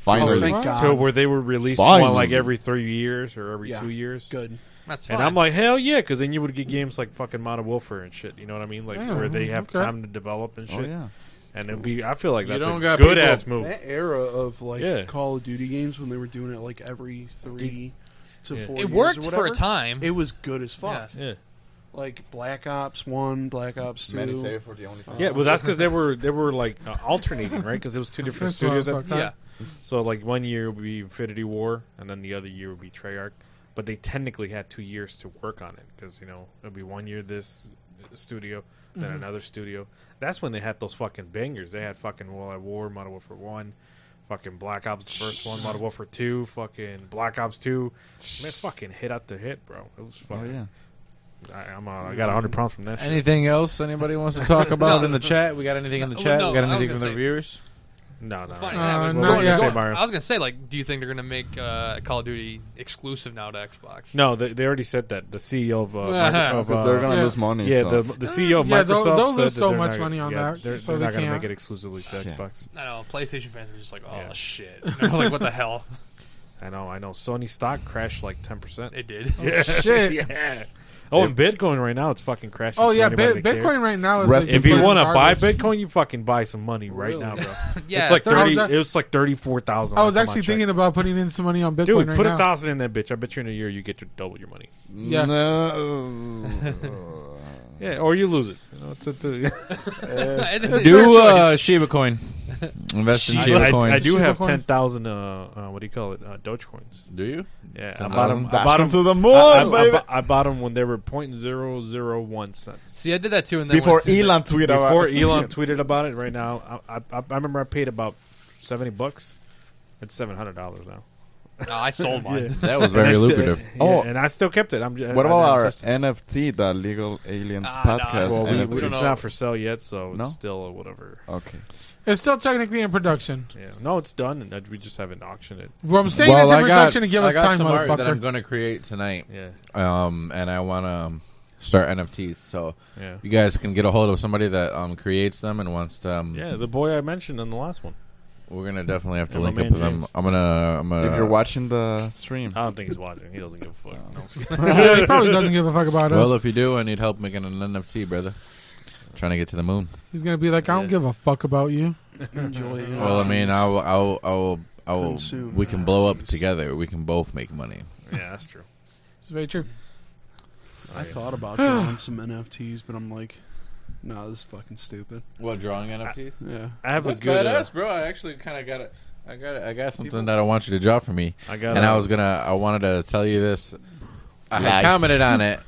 S5: Finally.
S6: Oh, thank God.
S4: So where they were releasing
S5: Finally.
S4: one like every three years or every
S6: Yeah.
S4: two years.
S6: Good.
S7: That's fine.
S4: And I'm like, hell yeah, because then you would get games like fucking Modern Warfare and shit. You know what I mean? Like
S2: Yeah,
S4: where they have
S2: okay.
S4: time to develop and
S5: Oh
S4: shit.
S5: yeah.
S4: And it'd be, I feel like
S9: You
S4: that's
S9: don't
S4: a
S9: got
S4: good
S9: people- Eh.
S4: ass move.
S6: That era of like
S4: Oh. Yeah.
S6: Call of Duty games when they were doing it like every three to
S4: Yeah.
S6: four.
S7: it
S6: years or
S7: worked for a
S6: whatever,
S7: time.
S6: It was good as fuck.
S4: Yeah.
S6: Like Black Ops One, Black Ops Two. Uh,
S5: for the only.
S4: Yeah, well, that's because they were they were like uh, alternating, right? Because it was two different
S2: That's what I
S4: studios at
S2: was
S4: the
S2: talking
S4: time.
S7: yeah,
S4: So like one year would be Infinity War, and then the other year would be Treyarch. But they technically had two years to work on it because you know it'd be one year this uh, studio, then
S5: Mm-hmm.
S4: another studio. That's when they had those fucking bangers. They had fucking World at War, Modern Warfare One, fucking Black Ops the first one, Modern Warfare Two, fucking Black Ops Two. Man, fucking hit after hit, bro. It was
S5: Oh
S4: fucking.
S5: yeah.
S4: I, I'm uh, I got a hundred pounds from that. shit.
S3: anything else anybody wants to talk about
S7: No.
S3: in the chat? We got anything in the
S7: No,
S3: chat?
S7: no,
S3: we got
S7: I was
S3: anything
S7: gonna
S3: from the
S7: say-
S3: viewers?
S4: No, no,
S7: Fine.
S4: no.
S7: Yeah,
S2: Uh,
S7: but
S2: no,
S7: we're going-
S2: yeah.
S7: going-
S4: Say, Byron.
S7: I was gonna say, like, do you think they're gonna make uh, Call of Duty exclusive now to Xbox?
S4: No, they, they already said that the CEO of uh,
S7: Uh-huh.
S4: of,
S5: Because
S4: uh,
S5: they're gonna
S2: yeah.
S5: lose money.
S4: Yeah,
S5: so.
S4: the, the CEO of
S2: Uh, Yeah,
S4: Microsoft
S2: tho- those
S4: said
S2: are
S4: that
S2: so
S4: they're
S2: much
S4: not-
S2: money on
S4: yeah,
S2: that,
S4: They're,
S2: so
S4: they're
S2: they
S4: not going to
S2: can't.
S4: make it exclusively to
S5: Yeah.
S4: Xbox.
S7: I know PlayStation fans are just like, oh
S4: Yeah.
S7: shit, You know, like what the hell?
S4: I know, I know. Sony stock crashed like ten percent.
S7: It did.
S4: Yeah.
S2: shit.
S4: yeah. Oh, and Bitcoin right now it's fucking crashing.
S2: Oh
S4: to
S2: yeah,
S4: anybody
S2: Bi-
S4: that cares.
S2: Bitcoin right now is.
S5: Rest
S2: like,
S5: in
S4: If
S2: just
S4: you
S2: fucking
S4: want to buy
S2: garbage.
S4: Bitcoin, you fucking buy some money right now, bro.
S7: Yeah,
S4: it's like
S2: I was
S4: thirty.
S2: act-
S4: it was like thirty-four thousand.
S2: I was actually thinking about putting in some money on Bitcoin
S4: dude,
S2: right
S4: put
S2: now.
S4: a thousand in that bitch. I bet you in a year you get your double your money.
S2: Yeah.
S5: No.
S4: Yeah, or you lose it. You know, it's, it's, a-
S7: It's- it's their
S3: Do uh,
S7: choice.
S3: Shiba Coin. Invest in
S4: I,
S3: Shiba
S4: I-
S3: Coin.
S4: I do
S2: Shiba
S4: have
S2: coin.
S4: ten thousand. Uh, uh, what do you call it? Uh, Dogecoins.
S3: Do you?
S4: Yeah, I
S5: I
S4: bought
S5: bought
S4: them.
S5: him.
S4: I bought them
S5: to the moon,
S4: I, I,
S5: baby.
S4: bu- I bought them when they were point zero zero one cents.
S7: See, I did that too, and then
S5: Before
S7: went to-
S5: Elon tweeted. about
S4: Before
S5: it.
S4: Elon tweeted about it, right now, I, I, I remember I paid about seventy bucks. It's seven hundred dollars now.
S7: Oh, I sold mine.
S3: That was very
S4: And I still-
S3: lucrative.
S4: yeah,
S5: Oh.
S4: and I still kept it. I'm just,
S5: What
S4: I
S5: about
S4: didn't
S5: our
S4: touch it.
S5: NFT, the Legal Aliens
S7: Ah, no,
S5: podcast?
S4: Well, we,
S5: NFT?
S4: we,
S7: don't
S4: it's
S7: know.
S4: not for sale yet, so
S5: No?
S4: it's still whatever.
S5: okay.
S2: It's still technically in production.
S4: Yeah, no, it's done, and uh, we just haven't auctioned it.
S2: Well, I'm saying it's in production to give
S3: I
S2: us
S3: got
S2: time,
S3: some art that
S2: motherfucker.
S3: I'm going to create tonight.
S4: Yeah,
S3: Um, and I want to start NFTs. So
S4: Yeah.
S3: you guys can get a hold of somebody that um, creates them and wants to. Um,
S4: Yeah, the boy I mentioned in the last one.
S3: We're gonna definitely have to
S4: Yeah, my
S3: link up
S4: man
S3: with them.
S4: James.
S3: I'm gonna. I'm gonna
S5: if you're watching the stream,
S4: I don't think he's watching. He doesn't give a fuck. No, I'm just kidding.
S2: Yeah, he probably doesn't give a fuck about
S3: well,
S2: us.
S3: if you do, I need help making an NFT, brother. Trying to get to the moon.
S2: He's gonna be like, I don't give a fuck about you.
S6: Enjoy it.
S3: Well, I mean, I'll, I'll, I'll, I'll,
S6: Come soon.
S3: we can blow up together. We can both make money.
S4: yeah, that's true.
S2: It's very true.
S6: I thought about drawing some NFTs, but I'm like, nah, this is fucking stupid.
S3: What drawing NFTs?
S6: Yeah.
S4: I have
S3: That's
S4: a good. uh,
S3: badass, bro. I actually kind of got it. I got it. I got something that I want you to draw for me.
S4: I got.
S3: and
S4: a-
S3: I was gonna. I wanted to tell you this. I had
S5: Life.
S3: commented on it.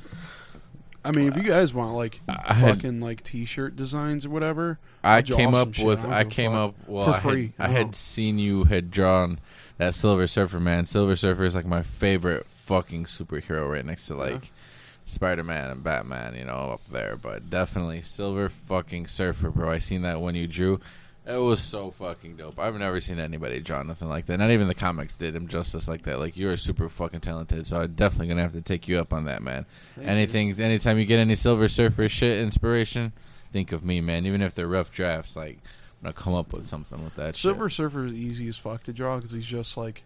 S6: I mean, if you guys want like
S3: I had
S6: fucking like T-shirt designs or whatever,
S3: I
S6: I'll draw
S3: came
S6: some
S3: up
S6: shit.
S3: with
S6: I don't
S3: I
S6: give a
S3: came
S6: fuck.
S3: up well
S6: For
S3: I,
S6: free.
S3: Had, I
S6: Oh.
S3: had seen you had drawn that Silver Surfer man. Silver Surfer is like my favorite fucking superhero right next to
S6: Uh-huh.
S3: like Spider Man and Batman, you know, up there. But definitely Silver fucking Surfer, bro. I seen that one you drew. It was so fucking dope. I've never seen anybody draw nothing like that. Not even the comics did him justice like that. Like you're super fucking talented, so I'm definitely gonna have to take you up on that, man. Anything, anytime you get any Silver Surfer shit inspiration, think of me, man. Even if they're rough drafts, like I'm gonna come up with something with that.
S6: Silver Surfer is easy as fuck to draw because he's just like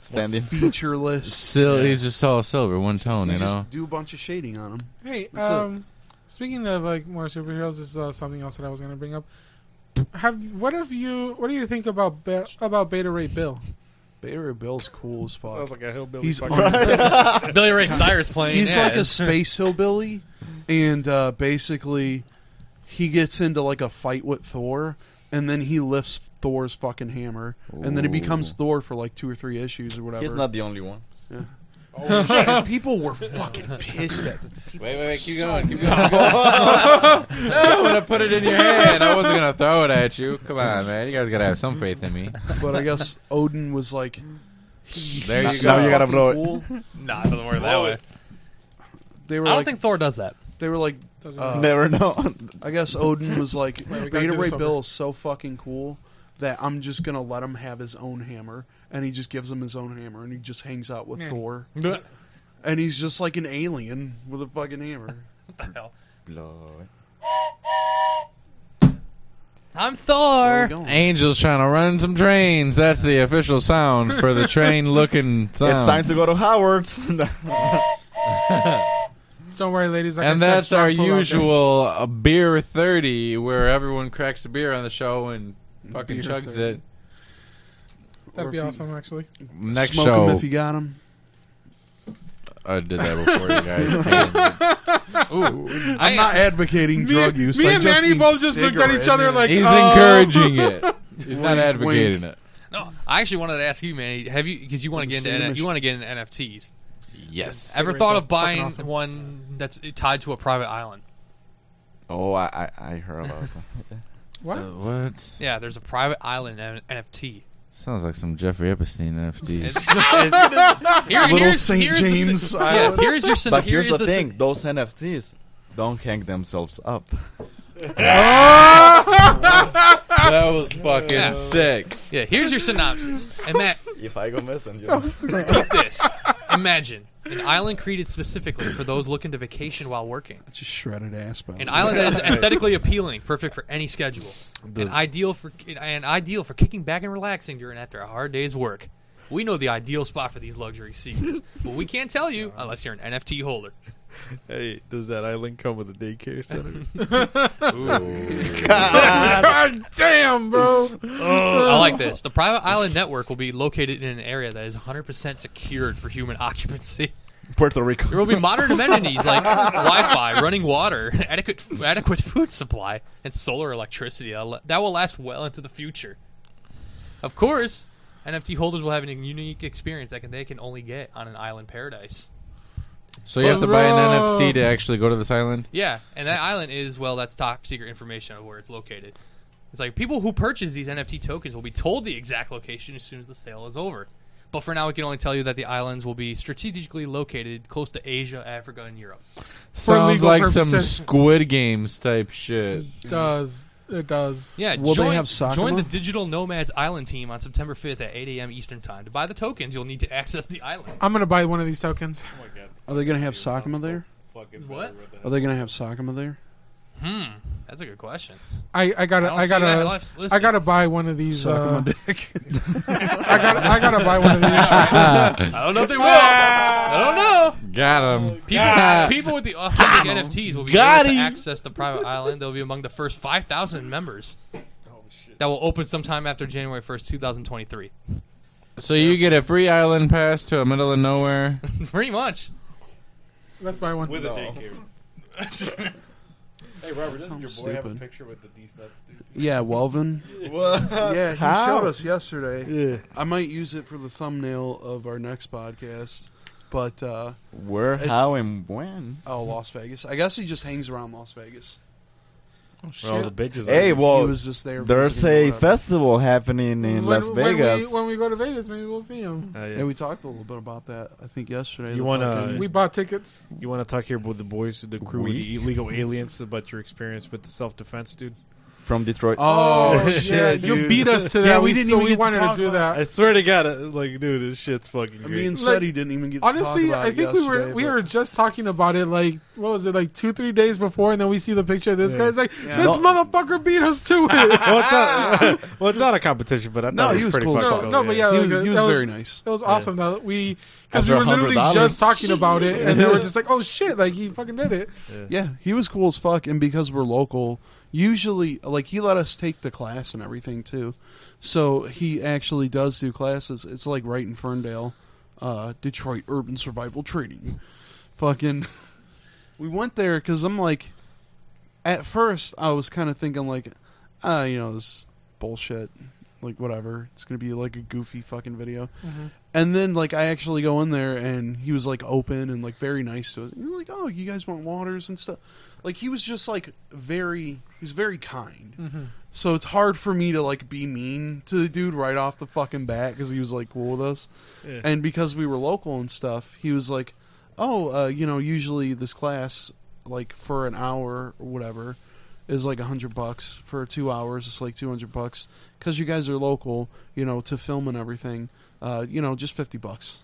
S5: standing.
S3: shit.
S6: featureless.
S3: Sil- he's just all silver, one tone,
S6: You
S3: you
S6: just
S3: know.
S6: do a bunch of shading on him.
S2: Hey,
S6: What's up?
S2: um, speaking of like more superheroes, this is uh, something else that I was gonna bring up. Have what have you? What do you think about Be- about Beta Ray Bill?
S6: Beta Ray Bill's cool as fuck.
S4: Sounds like a hillbilly.
S6: He's
S4: fucking-
S7: Billy Ray Cyrus playing.
S6: He's
S7: yeah,
S6: like a
S7: it's-
S6: space hillbilly, and uh, basically, he gets into like a fight with Thor, and then he lifts Thor's fucking hammer, and then it becomes
S5: Ooh.
S6: Thor for like two or three issues or whatever.
S5: He's not the only one.
S6: Oh, shit, and people were fucking pissed at the people.
S3: Wait, wait, wait! Keep going. Keep going. I'm gonna put it in your hand. I wasn't gonna throw it at you. Come on, man. You guys gotta have some faith in me.
S6: But I guess Odin was like,
S3: There you
S5: Now
S3: go.
S5: you gotta blow it.
S6: cool.
S7: Nah, it doesn't work that way.
S6: They were
S7: I don't
S6: like,
S7: think Thor does that.
S6: they were like,
S2: Doesn't
S6: uh,
S5: Never know.
S6: I guess Odin was like,
S2: we gotta
S6: Beta
S2: do this
S6: Ray
S2: over.
S6: Bill is so fucking cool that I'm just gonna let him have his own hammer, and he just gives him his own hammer, and he just hangs out with
S2: Yeah.
S6: Thor,
S7: What
S6: and he's just like an alien with a fucking hammer.
S7: the hell?
S5: blow it.
S7: I'm
S6: Where we
S7: Thor.
S6: going?
S3: Angels trying to run some trains. That's the official sound for the train looking sound.
S5: It's time to go to Howard's.
S2: Don't worry, ladies. Like I
S3: and
S2: said,
S3: that's
S2: strong
S3: our
S2: pull out there.
S3: usual uh, beer 30 where everyone cracks a beer on the show and fucking
S6: Beer
S3: chugs
S6: 30.
S3: it
S2: That'd
S6: Or
S2: be
S6: if you-
S2: awesome, actually.
S3: next
S6: Smoke
S3: show
S6: him if you got him.
S3: i did that before you guys came Ooh,
S6: I'm not
S7: uh,
S6: advocating drug use.
S2: Me
S6: I
S2: and Manny
S6: mean
S2: both just looked at each other
S6: cigarettes.
S2: like
S3: he's
S2: uh,
S3: encouraging it he's not
S6: Wink,
S3: advocating it
S7: No, I actually wanted to ask you, man. Have you because you want to get
S6: State
S7: into
S6: of
S7: N- you
S6: Michigan.
S7: want to get into NFTs?
S3: yes
S7: Ever
S2: Ray
S7: thought
S2: Bill,
S7: of buying
S2: fucking awesome.
S7: one that's tied to a private island?
S5: oh, I, I I heard about that.
S2: What?
S3: Uh, what
S7: Yeah, there's a private island N- NFT.
S3: sounds like some jeffrey epstein nfts
S7: It's- Here-
S6: Little
S7: here's-
S6: St.
S7: here's the si-
S6: James
S7: Yeah,
S6: Island.
S7: here's your. syn-
S5: But
S7: here
S5: here's
S7: is
S5: the
S7: syn-
S5: thing: those NFTs don't hang themselves up.
S3: that was fucking
S7: Yeah.
S3: sick
S7: Yeah, here's your synopsis. Ima-
S5: If I go missing, you
S7: this. Imagine an island created specifically for those looking to vacation while working.
S6: Just shredded ass. By the
S7: An
S6: way.
S7: island that is aesthetically appealing, perfect for any schedule, and ideal for and ideal for kicking back and relaxing during after a hard day's work. We know the ideal spot for these luxury seekers, but we can't tell you unless you're an NFT holder.
S4: Hey, does that island come with a daycare center?
S2: God damn, bro.
S7: I like this. The private island network will be located in an area that is 100% secured for human occupancy.
S5: Puerto Rico.
S7: There will be modern amenities like Wi-Fi, running water, adequate adequate food supply, and solar electricity that will- that will last well into the future. Of course, NFT holders will have an unique experience that can, they can only get on an island paradise.
S3: so you have to buy an nft to actually go to this island
S7: Yeah, and that island is well, that's top secret information of where it's located. It's like people who purchase these NFT tokens will be told the exact location as soon as the sale is over. But for now, we can only tell you that the islands will be strategically located close to Asia, Africa, and Europe.
S3: sounds
S2: legal
S3: like some
S2: purposes.
S3: squid games type shit
S2: does it does?
S7: Yeah,
S6: Will they
S7: join,
S6: have Sakuma?
S7: join the Digital Nomads Island team on September 5th at 8 a.m. Eastern Time. To buy the tokens, you'll need to access the island.
S2: I'm gonna buy one of these tokens.
S4: oh my god.
S6: Are they gonna have
S4: Sounds
S6: Sakuma
S4: so
S6: there?
S4: fucking
S7: What?
S4: better with it.
S6: Are they gonna have Sakama there?
S7: Hmm, that's a good question.
S2: I, I gotta
S7: don't
S2: I,
S7: see that left
S2: gotta
S7: listed.
S2: I gotta buy one of these.
S6: Suck
S2: uh,
S6: on my dick.
S2: I gotta I gotta buy one of these.
S7: I don't know if they will. I don't know.
S3: Got him.
S7: People,
S3: God.
S7: people with the authentic NFTs will be
S3: Got
S7: able to
S3: him.
S7: access the private island. They'll be among the first 5,000 members
S4: oh,
S7: that will open sometime after January 1st, 2023.
S3: So you get a free island pass to a middle of nowhere.
S7: Pretty much.
S2: Let's buy one.
S4: With
S2: No.
S4: a daycare. hey, Robert, doesn't your boy have a
S6: stupid.
S4: picture with the D's nuts, dude?
S6: Yeah, Welvin. Yeah, he
S5: How?
S6: showed us yesterday.
S4: Yeah.
S6: I might use it for the thumbnail of our next podcast, but uh,
S5: Where,
S6: It's-
S5: how, and when?
S6: oh, Las Vegas. I guess he just hangs around Las Vegas.
S2: Oh, shit.
S4: Where all the bitches
S5: Hey,
S4: are.
S5: well,
S6: he was just there.
S5: there's
S6: visiting or
S5: a
S6: whatever.
S5: festival happening in
S2: When-
S5: Las
S2: when we-
S5: Vegas.
S2: When we, go to Vegas, maybe we'll see him.
S4: Uh, yeah.
S6: Yeah, we talked a little bit about that. I think yesterday.
S4: You
S6: the
S4: wanna-
S6: fucking-
S2: We bought tickets.
S4: You want to talk here with the boys, the crew,
S5: We?
S4: the illegal aliens about your experience with the self defense, dude?
S5: From Detroit.
S6: Oh,
S2: yeah,
S6: shit!
S2: You
S6: dude.
S2: beat us to that.
S6: Yeah,
S2: we, didn't. Even we
S6: get to
S2: wanted to,
S6: talk
S2: do
S6: about
S2: that.
S4: I swear to God, it- like, dude, this shit's fucking
S6: Me
S4: great.
S6: and
S2: Like,
S6: Seti didn't even get. to
S2: Honestly,
S6: talk about
S2: I
S6: it
S2: think we were
S6: yesterday,
S2: we
S6: but-
S2: were just talking about it like what was it like two three days before, and then we see the picture of this
S4: Yeah.
S2: guy. It's like
S6: Yeah.
S2: this
S6: No.
S2: motherfucker beat us to it.
S4: well, it's not, well, it's not a competition, but I thought
S6: No,
S4: it ah! was,
S6: he was
S4: pretty
S6: cool as
S4: fucking
S2: no,
S6: fuck.
S4: dope,
S2: no, but yeah,
S6: He
S2: like, uh,
S6: was- he
S2: that
S6: was very nice.
S2: It was awesome that we because
S5: After
S2: we were literally
S5: $100.
S2: just talking about it, and they were just like, "Oh shit!" Like he fucking did it.
S6: Yeah, he was cool as fuck, and because we're local, usually like he let us take the class and everything too. So he actually does do classes. It's like right in Ferndale, uh, Detroit Urban Survival Training. Fucking, we went there because I'm like, at first I was kind of thinking like, ah, you know, this bullshit, like whatever. It's gonna be like a goofy fucking video. And then like I actually go in there and he was like open and like very nice to us. And like, oh, you guys want waters and stuff. Like he was just like very he's very kind. So it's hard for me to like be mean to the dude right off the fucking bat because he was like cool with us,
S4: Yeah.
S6: and because we were local and stuff, he was like, oh, uh, you know, usually this class like for an hour or whatever is like a hundred bucks for two hours. It's like two hundred bucks because you guys are local, you know, to film and everything. Uh, you know, just fifty bucks.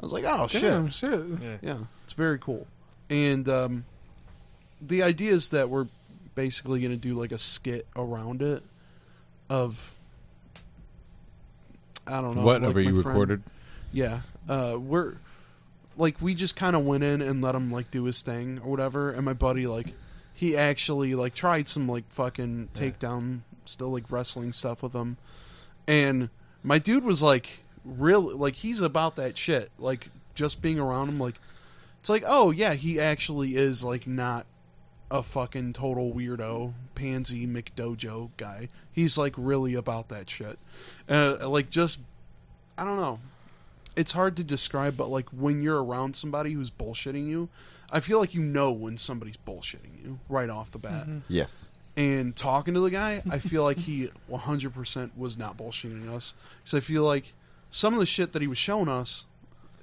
S6: I was like, oh shit,
S2: Damn shit.
S6: yeah, it's very cool. And um, the idea is that we're basically going to do like a skit around it of I don't know like
S3: Whatever
S6: my
S3: you
S6: friend-
S3: recorded.
S6: Yeah, uh, we're like we just kind of went in and let him like do his thing or whatever. And my buddy like he actually like tried some like fucking takedown, still like wrestling stuff with him. And my dude was like really like he's about that shit. Like just being around him, like it's like oh yeah, he actually is like not a fucking total weirdo pansy McDojo guy. He's like really about that shit. Uh, like just I don't know. It's hard to describe, but like when you're around somebody who's bullshitting you, I feel like you know when somebody's bullshitting you right off the bat.
S5: yes.
S6: And talking to the guy, I feel like he 100% was not bullshitting us. Because I feel like some of the shit that he was showing us,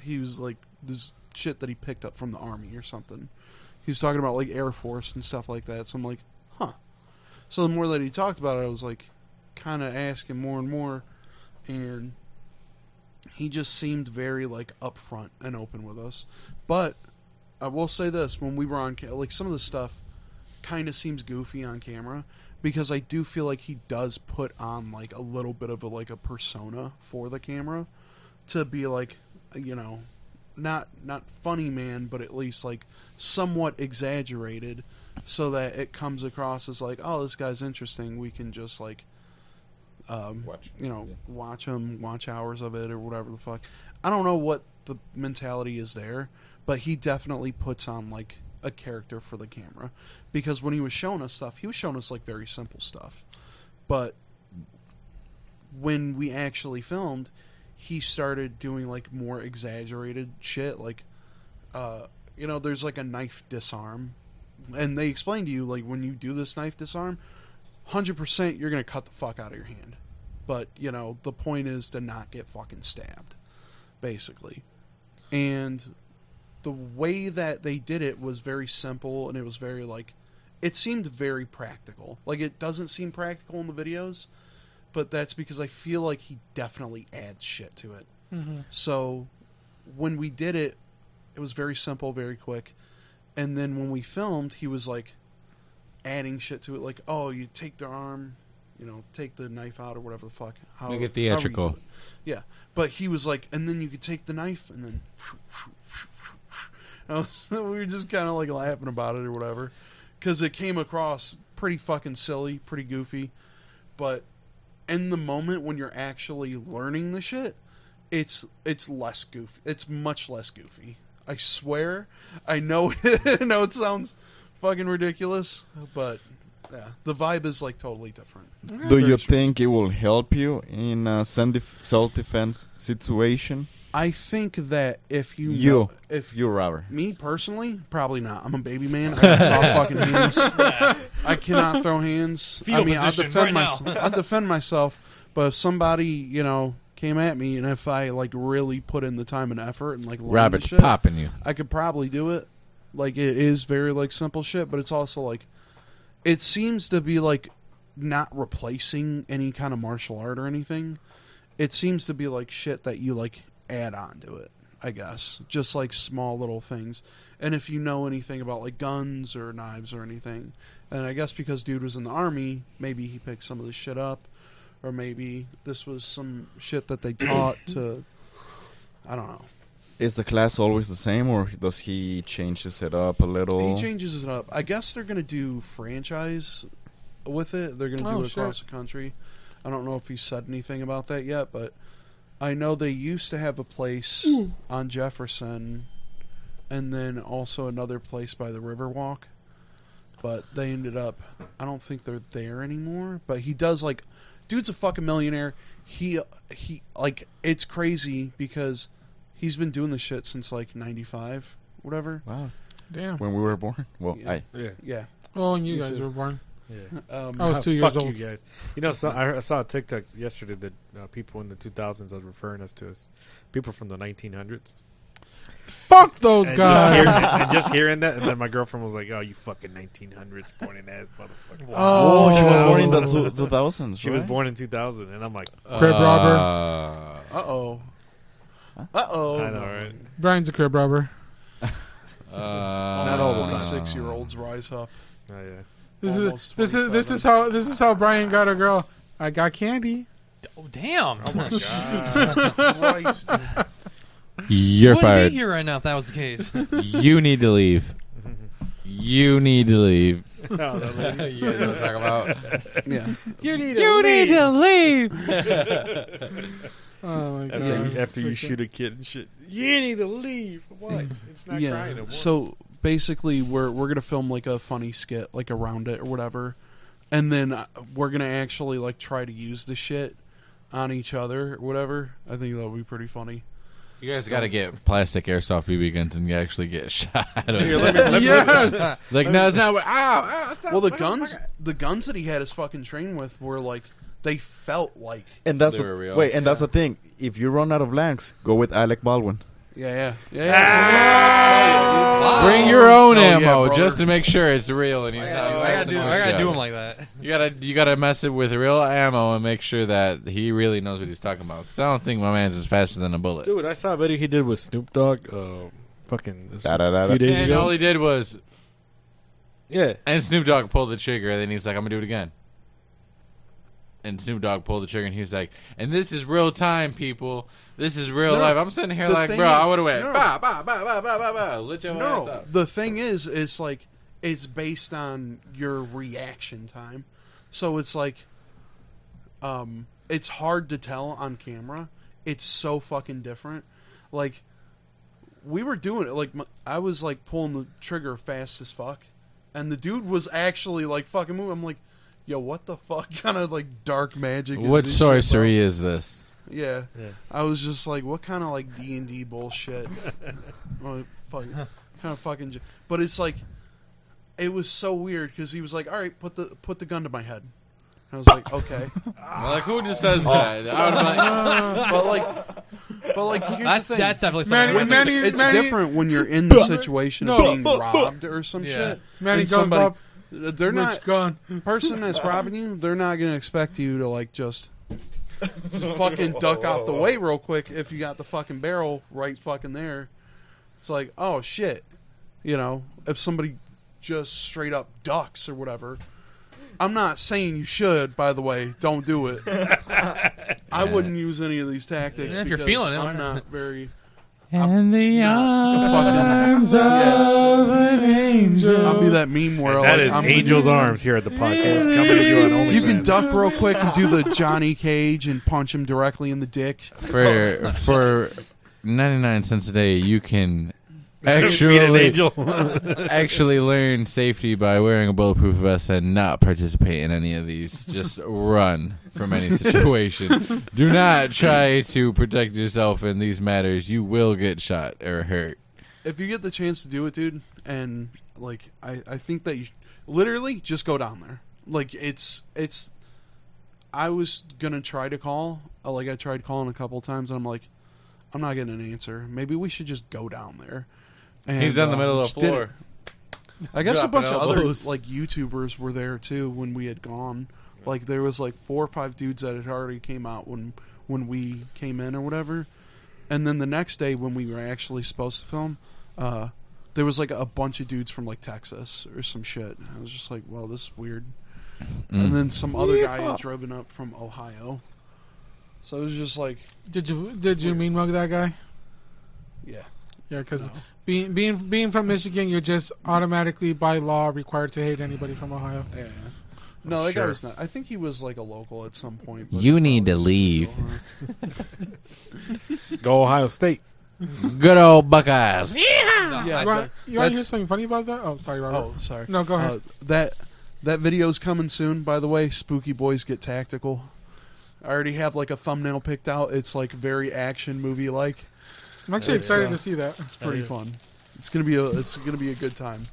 S6: he was like this shit that he picked up from the army or something. He was talking about like Air Force and stuff like that. So I'm like, huh. So the more that he talked about it, I was like, kind of asking more and more, and he just seemed very like upfront and open with us. But I will say this: when we were on, ca- like some of the stuff, kind of seems goofy on camera because I do feel like he does put on like a little bit of a, like a persona for the camera to be like, you know, not not funny man, but at least like somewhat exaggerated, so that it comes across as like, oh, this guy's interesting. We can just like, um,
S5: Watch.
S6: you know, watch him, watch hours of it or whatever the fuck. I don't know what the mentality is there, but he definitely puts on like a character for the camera because when he was showing us stuff, he was showing us like very simple stuff, but when we actually filmed, he started doing like more exaggerated shit. Like, uh, you know, there's like a knife disarm, and they explain to you like when you do this knife disarm, hundred percent you're gonna cut the fuck out of your hand. But you know, the point is to not get fucking stabbed, basically. And the way that they did it was very simple, and it was very like, it seemed very practical. Like it doesn't seem practical in the videos, but that's because I feel like he definitely adds shit to it. So when we did it, it was very simple, very quick, And then when we filmed, he was like adding shit to it, like, oh, you take their arm, you know, take the knife out or whatever the fuck. How,
S3: Make it
S6: however you do
S3: theatrical.
S6: it. Yeah, but he was like, and then you could take the knife, and then. And I was- we were just kind of like laughing about it or whatever, because it came across pretty fucking silly, pretty goofy, but in the moment when you're actually learning the shit, it's it's less goofy. It's much less goofy. I swear. I know. I know it sounds fucking ridiculous, but yeah, the vibe is like totally different.
S5: Do you think it will help you in a self- self-defense situation?
S6: I think that if you
S5: You.
S6: know- if
S5: You rubber.
S6: me personally, probably not. I'm a baby man. I got soft fucking hands. I cannot throw hands. I
S7: Fetal
S6: mean, I
S7: position
S6: defend
S7: right
S6: myself.
S7: now.
S6: I defend myself. But if somebody, you know, came at me, and if I like really put in the time and effort, and like learned the
S3: Robert's
S6: shit,
S3: popping you.
S6: I could probably do it. Like it is very like simple shit, but it's also like it seems to be like not replacing any kind of martial art or anything. It seems to be like shit that you like add on to it, I guess. Just like small little things. And if you know anything about like guns or knives or anything, and I guess because dude was in the army, maybe he picked some of this shit up or maybe this was some shit that they taught to I don't know.
S5: Is the class always the same, or does he change it up a little?
S6: He changes it up. I guess they're gonna do franchise with it. They're gonna
S2: Oh,
S6: do it
S2: shit.
S6: across the country. I don't know if he said anything about that yet, but I know they used to have a place on Jefferson, and then also another place by the Riverwalk. But they ended up. I don't think they're there anymore. But he does like, dude's a fucking millionaire. He he like it's crazy because he's been doing this shit since like '95, whatever.
S5: Wow.
S2: Damn.
S5: When we were born? Well,
S6: Yeah.
S5: I.
S4: Yeah.
S6: Yeah.
S2: Well, and you
S6: Me
S2: guys
S6: too.
S2: were born.
S4: Yeah.
S6: Um,
S2: I was
S4: Oh,
S2: two years
S4: fuck
S2: old.
S4: You guys, you know, so I, heard- I saw a TikTok yesterday that uh, people in the 2000s are referring us to as people from the 1900s.
S2: Fuck those
S4: And just,
S2: guys.
S4: hearing, and just hearing that, and then my girlfriend was like, "Oh, you fucking 1900s born in ass motherfucker."
S2: Oh,
S5: she was born in the
S2: wow.
S5: two- 2000s.
S4: She was
S5: right?
S4: born in 2000, and I'm like,
S2: Crib robber.
S3: Uh,
S6: Uh oh. Uh oh.
S4: I know, right?
S2: Brian's a crib robber.
S3: uh,
S6: Not
S3: Not
S6: all twenty-six year olds rise up.
S4: Oh yeah.
S2: This is
S6: Almost
S2: this is this
S6: 27.
S2: is how this is how Brian got a girl. I got candy.
S7: Oh, damn. Oh my god.
S6: Christ.
S3: You're
S7: wouldn't
S3: fired.
S7: be here right now if that was the case.
S3: you need to leave. You need to leave.
S4: Oh, that lady-
S3: you know what I'm talking about?
S6: yeah.
S7: you need you need to leave.
S2: Oh my
S4: after,
S2: god.
S4: you, after you shoot a kid and shit, you need to leave. Why? It's not
S6: yeah.
S4: crying. It
S6: So basically, we're we're gonna film like a funny skit, like around it or whatever, and then uh, we're gonna actually like try to use the shit on each other or whatever. I think that'll be pretty funny.
S3: You guys got to get plastic airsoft BB guns and actually get shot.
S2: yes.
S3: like, no, it's not. what- Ow, ow.
S6: Well, the guns, the guns that he had his fucking train with were like they felt like
S5: And that's
S3: They
S5: the-
S3: were real.
S5: wait, and that's the thing. If you run out of blanks, go with Alec Baldwin.
S6: yeah yeah yeah.
S3: Bring your own
S6: Oh, yeah,
S3: ammo
S6: brother.
S3: just to make sure it's real and he's
S7: I
S3: not.
S7: gotta, I gotta do, I gotta do them like that.
S3: You gotta you gotta mess it with real ammo and make sure that he really knows what he's talking about. Because I don't think my man's is faster than a bullet.
S4: Dude, I saw a video he did with Snoop Dogg. Uh, fucking this-
S5: Da-da-da-da.
S4: a few days
S3: and all
S4: ago.
S3: he did was,
S4: yeah,
S3: and Snoop Dogg pulled the trigger, and then he's like, "I'm gonna do it again." And Snoop Dogg pulled the trigger, and he was like, "And this is real time, people. This is real
S6: No, no.
S3: life." I'm sitting here
S6: The
S3: like,
S6: thing
S3: "Bro,
S6: is-
S3: I would have went,
S6: no.
S3: bah, bah, bah, bah, bah, bah, bah, lit your ass
S6: No,
S3: up."
S6: the thing is, it's like it's based on your reaction time, so it's like, um, it's hard to tell on camera. It's so fucking different. Like, we were doing it. Like, my, I was like pulling the trigger fast as fuck, and the dude was actually like fucking moving. I'm like, yo, what the fuck kind of like dark magic? Is
S3: What
S6: this shit, bro?
S3: sorcery is this?
S6: Yeah.
S4: Yeah.
S6: I was just like, what kind of like D and D bullshit? like, fuck, kind of fucking. j- But it's like, it was so weird because he was like, all right, put the put the gun to my head. I was like, okay, Oh.
S3: Like, who just says that? I would've been like,
S6: but like, but like, here's
S7: That's
S6: the thing.
S7: that's definitely
S2: Manny-
S7: something.
S2: Manny-
S6: it's
S2: Manny-
S6: different when you're in the situation of
S2: No.
S6: being robbed or some
S7: Yeah.
S6: shit.
S2: Manny
S6: and
S2: goes up,
S6: They're
S2: Rich
S6: not
S2: gun.
S6: person that's robbing you, they're not going to expect you to like just fucking duck out the way real quick if you got the fucking barrel right fucking there. It's like, oh shit. You know, if somebody just straight up ducks or whatever. I'm not saying you should, by the way. Don't do it. I wouldn't use any of these tactics.
S7: Yeah, if you're
S6: because
S7: feeling it, why
S6: I'm
S7: not?
S6: not very.
S4: And the
S6: arms
S2: of an angel.
S6: I'll be that meme where
S4: That
S6: like,
S4: is
S6: I'm
S4: Angel's Arms here at the podcast. Coming to you on OnlyFans.
S6: You can duck real quick and do the Johnny Cage and punch him directly in the dick.
S3: for for ninety nine cents a day, you can
S4: an
S3: actually
S4: angel.
S3: actually learn safety by wearing a bulletproof vest and not participate in any of these. Just run from any situation. Do not try to protect yourself in these matters. You will get shot or hurt.
S6: If you get the chance to do it, dude, and like I, I think that you sh- literally just go down there. Like it's it's. I was gonna try to call. uh, Like I tried calling a couple times, and I'm like, I'm not getting an answer. Maybe we should just go down there. And,
S3: He's in the
S6: um,
S3: middle of
S6: just
S3: the
S6: did it.
S3: floor.
S6: I guess a
S3: Dropping
S6: bunch
S3: elbows.
S6: of other like YouTubers were there too when we had gone. Like there was like four or five dudes that had already came out when when we came in or whatever. And then the next day when we were actually supposed to film, uh, there was like a bunch of dudes from like Texas or some shit. I was just like, well, this is weird.
S3: Mm.
S6: And then some other guy had driven up from Ohio. So it was just like,
S2: Did you did you mean mug that guy?
S6: yeah,
S2: Yeah, because being being being from Michigan, you're just automatically by law required to hate anybody from Ohio.
S6: yeah. No, that guy
S4: sure.
S6: was not. I think he was like a local at some point. but
S3: Oh, You need to
S6: probably
S3: leave.
S6: still, huh?
S4: Go Ohio State.
S3: Good old Buckeyes.
S6: "Oh, Yeah,
S2: You want
S6: that-
S2: you want to hear
S6: that's-
S2: something funny about that? Oh, sorry, Robert.
S6: Oh, sorry.
S2: No, go ahead.
S6: Uh, that that video's coming soon, by the way. Spooky Boys Get Tactical. I already have like a thumbnail picked out. It's like very action movie like.
S2: I'm actually excited
S6: uh,
S2: to see that.
S6: It's pretty fun. It's gonna be a it's gonna be a good time.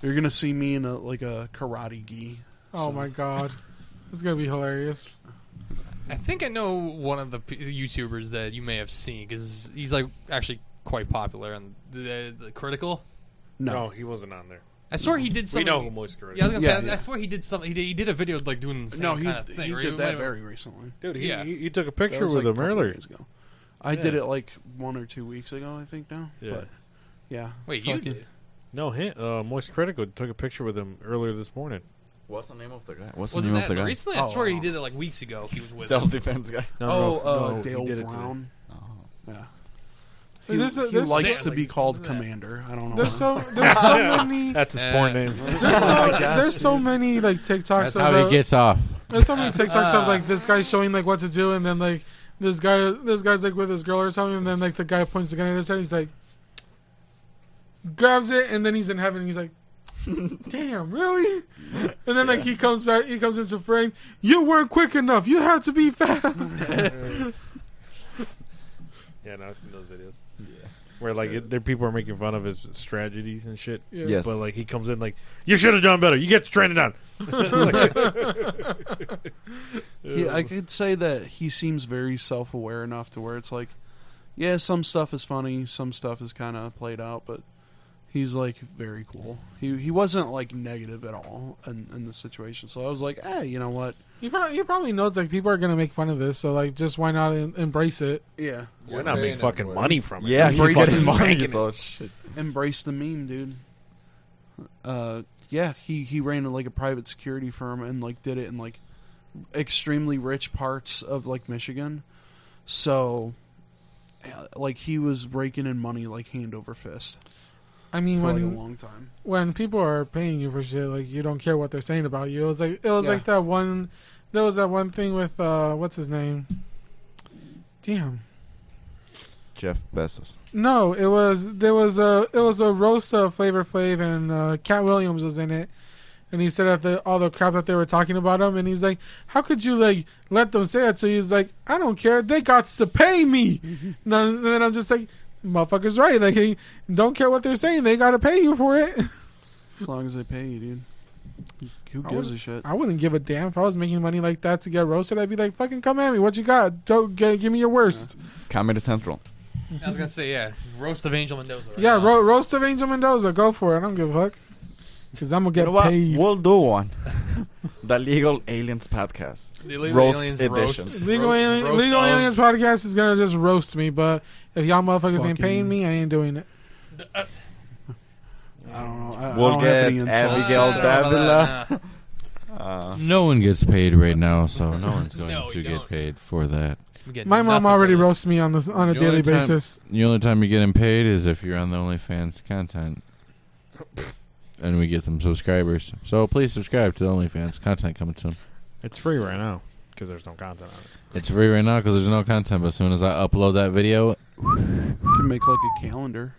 S6: You're gonna see me in a like a karate gi.
S2: Oh my god, it's gonna be hilarious.
S7: I think I know one of the p- YouTubers that you may have seen because he's like actually quite popular on the, the critical.
S4: No,
S6: No,
S4: he wasn't on there.
S7: I swear he did
S4: We
S7: something.
S4: know who Moist Critical
S7: yeah, I was gonna
S6: Yeah,
S7: say. I- I
S6: yeah.
S7: swear he did something. He did, he did a video like doing the same
S6: no, he
S7: kind of thing.
S6: he
S7: or
S6: did
S7: might
S6: that
S7: have-
S6: very recently.
S4: is. Dude, he,
S7: Yeah.
S4: he, he took a
S6: That
S4: picture
S6: was,
S4: with
S6: like, a
S4: him
S6: couple
S4: earlier.
S6: days ago. I did
S4: Yeah.
S6: it like one or two weeks ago, I think now.
S4: Yeah.
S6: But yeah,
S7: Wait, you
S6: fuck
S7: did?
S6: it.
S4: No, hint. Uh, Moist Critical took a picture with him earlier this morning.
S5: What's the name of the guy? What's
S7: Wasn't
S5: the name
S7: that
S5: of the guy?
S7: recently? I
S6: Oh,
S7: swear
S6: I
S7: he
S6: don't
S7: did it like weeks ago. He was with.
S5: Self defense guy.
S4: No,
S6: Oh,
S4: no, no,
S6: uh,
S4: he
S6: Dale
S4: did it today. Oh.
S6: Brown. Yeah.
S2: He-
S6: He,
S2: There's a- he there's-
S6: likes to
S7: Yeah,
S6: be
S7: like-
S6: called
S7: yeah.
S6: Commander. I don't know.
S2: There's
S6: why.
S2: so there's so many
S4: That's his
S7: Yeah.
S4: porn name.
S2: there's so,
S6: I guess,
S2: there's so
S6: dude.
S2: many like TikToks.
S3: Oh That's how
S2: about-
S3: he gets off.
S2: There's so many TikToks of like this guy showing like what to do, and then like this guy, this guy's like with his girl or something, and then like the guy points the gun at his head. He's like, grabs it, and then he's in heaven. And he's like, damn, really? And then like he comes back, he comes into frame. You weren't quick enough. You have to be fast.
S4: Yeah, no, I've seen those videos. Yeah. Where like it, there people are making fun of his strategies and shit.
S2: Yeah.
S5: Yes.
S4: But like he comes in like, you should have done better. You get stranded on.
S6: He- I could say that he seems very self-aware enough to where it's like, yeah, some stuff is funny, some stuff is kind of played out, but he's like very cool. He he wasn't like negative at all in, in the situation. So I was like, eh, you know what?
S2: He probably, he probably knows like people are gonna make fun of this, so like just why not em- embrace it?
S6: Yeah,
S4: We're not making fucking money from it.
S5: Yeah,
S4: We're
S5: he's
S4: fucking
S5: getting money.
S4: making it.
S5: So Oh, shit.
S6: embrace the meme, dude. Uh, yeah, he he ran like a private security firm and like did it in like extremely rich parts of like Michigan. So, uh, like he was raking in money like hand over fist
S2: I mean,
S6: for like a
S2: when
S6: long time.
S2: when people are paying you for shit, like you don't care what they're saying about you. It was like it was
S6: Yeah.
S2: like that one. There was that one thing with uh, what's his name? Damn.
S5: Jeff Bezos.
S2: No, it was there was a it was a roast of Flavor Flav and uh, Cat Williams was in it, and he said that the, all the crap that they were talking about him, and he's like, "How could you like let them say that?" So he's like, "I don't care. They got to pay me." and I- and then I'm just like, "Motherfucker's right. Like, he don't care what they're saying. They got to pay you for it."
S6: As long as they pay you, dude. Who
S2: I
S6: gives
S2: would-
S6: a shit?
S2: I wouldn't give a damn if I was making money like that to get roasted. I'd be like, "Fucking come at me. What you got? Don't g- give me your worst."
S5: Comedy Central.
S7: I was gonna say yeah, roast of Angel Mendoza. Right Uh,
S2: Yeah,
S7: now.
S2: ro- roast of Angel Mendoza. Go for it. I don't give a fuck. Cause I'm gonna get
S5: You know what?
S2: paid.
S5: We'll do one. the Legal Aliens podcast.
S7: The Illegal
S5: Roast
S7: aliens
S5: edition.
S7: roast.
S2: Legal,
S7: Ro-
S2: Alien-
S7: roast
S2: Legal
S7: of-
S2: Aliens podcast is gonna just roast me, but if y'all motherfuckers ain't
S6: Fucking-
S7: Uh,
S2: paying me, I ain't doing it. I don't know. I, I
S5: We'll
S2: don't have any
S5: get
S2: insults.
S5: Abigail
S7: I don't know about
S5: Davila.
S7: that,
S5: Uh,
S3: No one gets paid right now, so no one's going
S7: No,
S3: to
S7: we
S3: get
S7: don't.
S3: paid for that.
S7: I'm getting
S2: My mom
S7: nothing for
S2: already
S7: this.
S2: roasts me on this on a
S3: The
S2: daily
S3: only time-
S2: basis.
S3: The only time you're getting paid is if you're on the OnlyFans content. And we get them subscribers. So please subscribe to the OnlyFans. Content coming soon.
S4: It's free right now because there's no content on it.
S3: It's free right now because there's no content. But as soon as I upload that video,
S6: You can make like a calendar.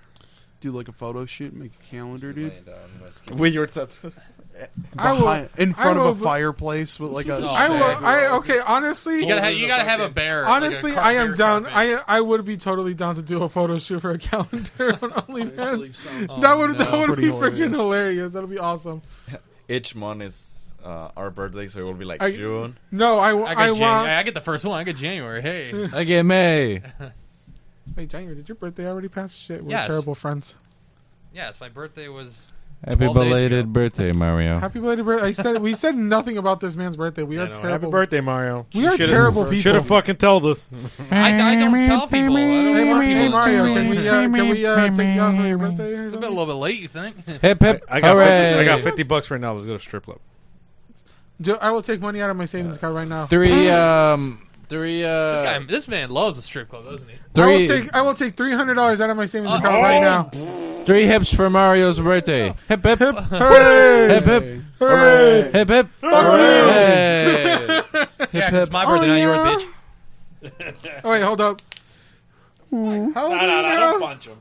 S6: Do like a photo shoot, make a calendar, dude.
S5: with your tattoos.
S2: I will.
S6: Behind- in front
S2: I
S6: of a
S2: will-
S6: fireplace with like a.
S7: No,
S2: I
S7: man.
S2: will. I okay. Honestly,
S7: You gotta have you gotta have a bear. like a
S2: Honestly,
S7: car-
S2: I am
S7: bear
S2: down.
S7: carpet.
S2: I I would be totally down to do a photo shoot for a calendar on OnlyFans.
S6: sounds
S2: that would that
S6: That's
S2: would
S6: pretty
S2: be freaking
S6: hilarious.
S2: hilarious. That'll be awesome.
S5: Each month is uh, our birthday, so it will be like
S2: I-
S5: June.
S2: No, I, w-
S7: I,
S2: I
S7: get Jan-
S2: want.
S7: I get the first one. I get January. Hey,
S3: I get May.
S2: Wait, January, did your birthday already pass? Shit, we're
S7: Yes.
S2: terrible friends.
S7: yes, my birthday was.
S3: Happy
S7: 12 days ago.
S3: belated birthday, Mario.
S2: Happy belated birthday. I said we said nothing about this man's birthday. We are terrible.
S4: Happy birthday, Mario.
S2: We are terrible people.
S4: Should have fucking told us.
S7: I, I don't tell people. I don't
S2: Hey,
S7: want
S2: Mar- hey,
S7: people-
S2: Mario, can we uh, can we uh, take you out for your birthday? Or
S7: It's a bit a
S2: something?
S7: little bit late. You think?
S3: Hip hip.
S4: I got, 50, I
S3: Hooray.
S4: got 50 bucks right now. Let's go to strip club.
S2: Do- I will take money out of my savings account right now.
S3: Three, um, three,
S7: this
S3: uh,
S7: guy, this man loves the strip club, doesn't he?
S2: I will
S3: three,
S2: take I will take three hundred dollars out of my savings
S7: Uh,
S2: account right now.
S3: three hips for Mario's birthday. Hip hip.
S2: Hooray!
S3: Hip hip.
S2: Hooray!
S3: Hip hip. Hey.
S7: Yeah, 'cause it's my birthday, not yours, bitch.
S2: Oh wait, hold up. How old are you now?
S4: punch him.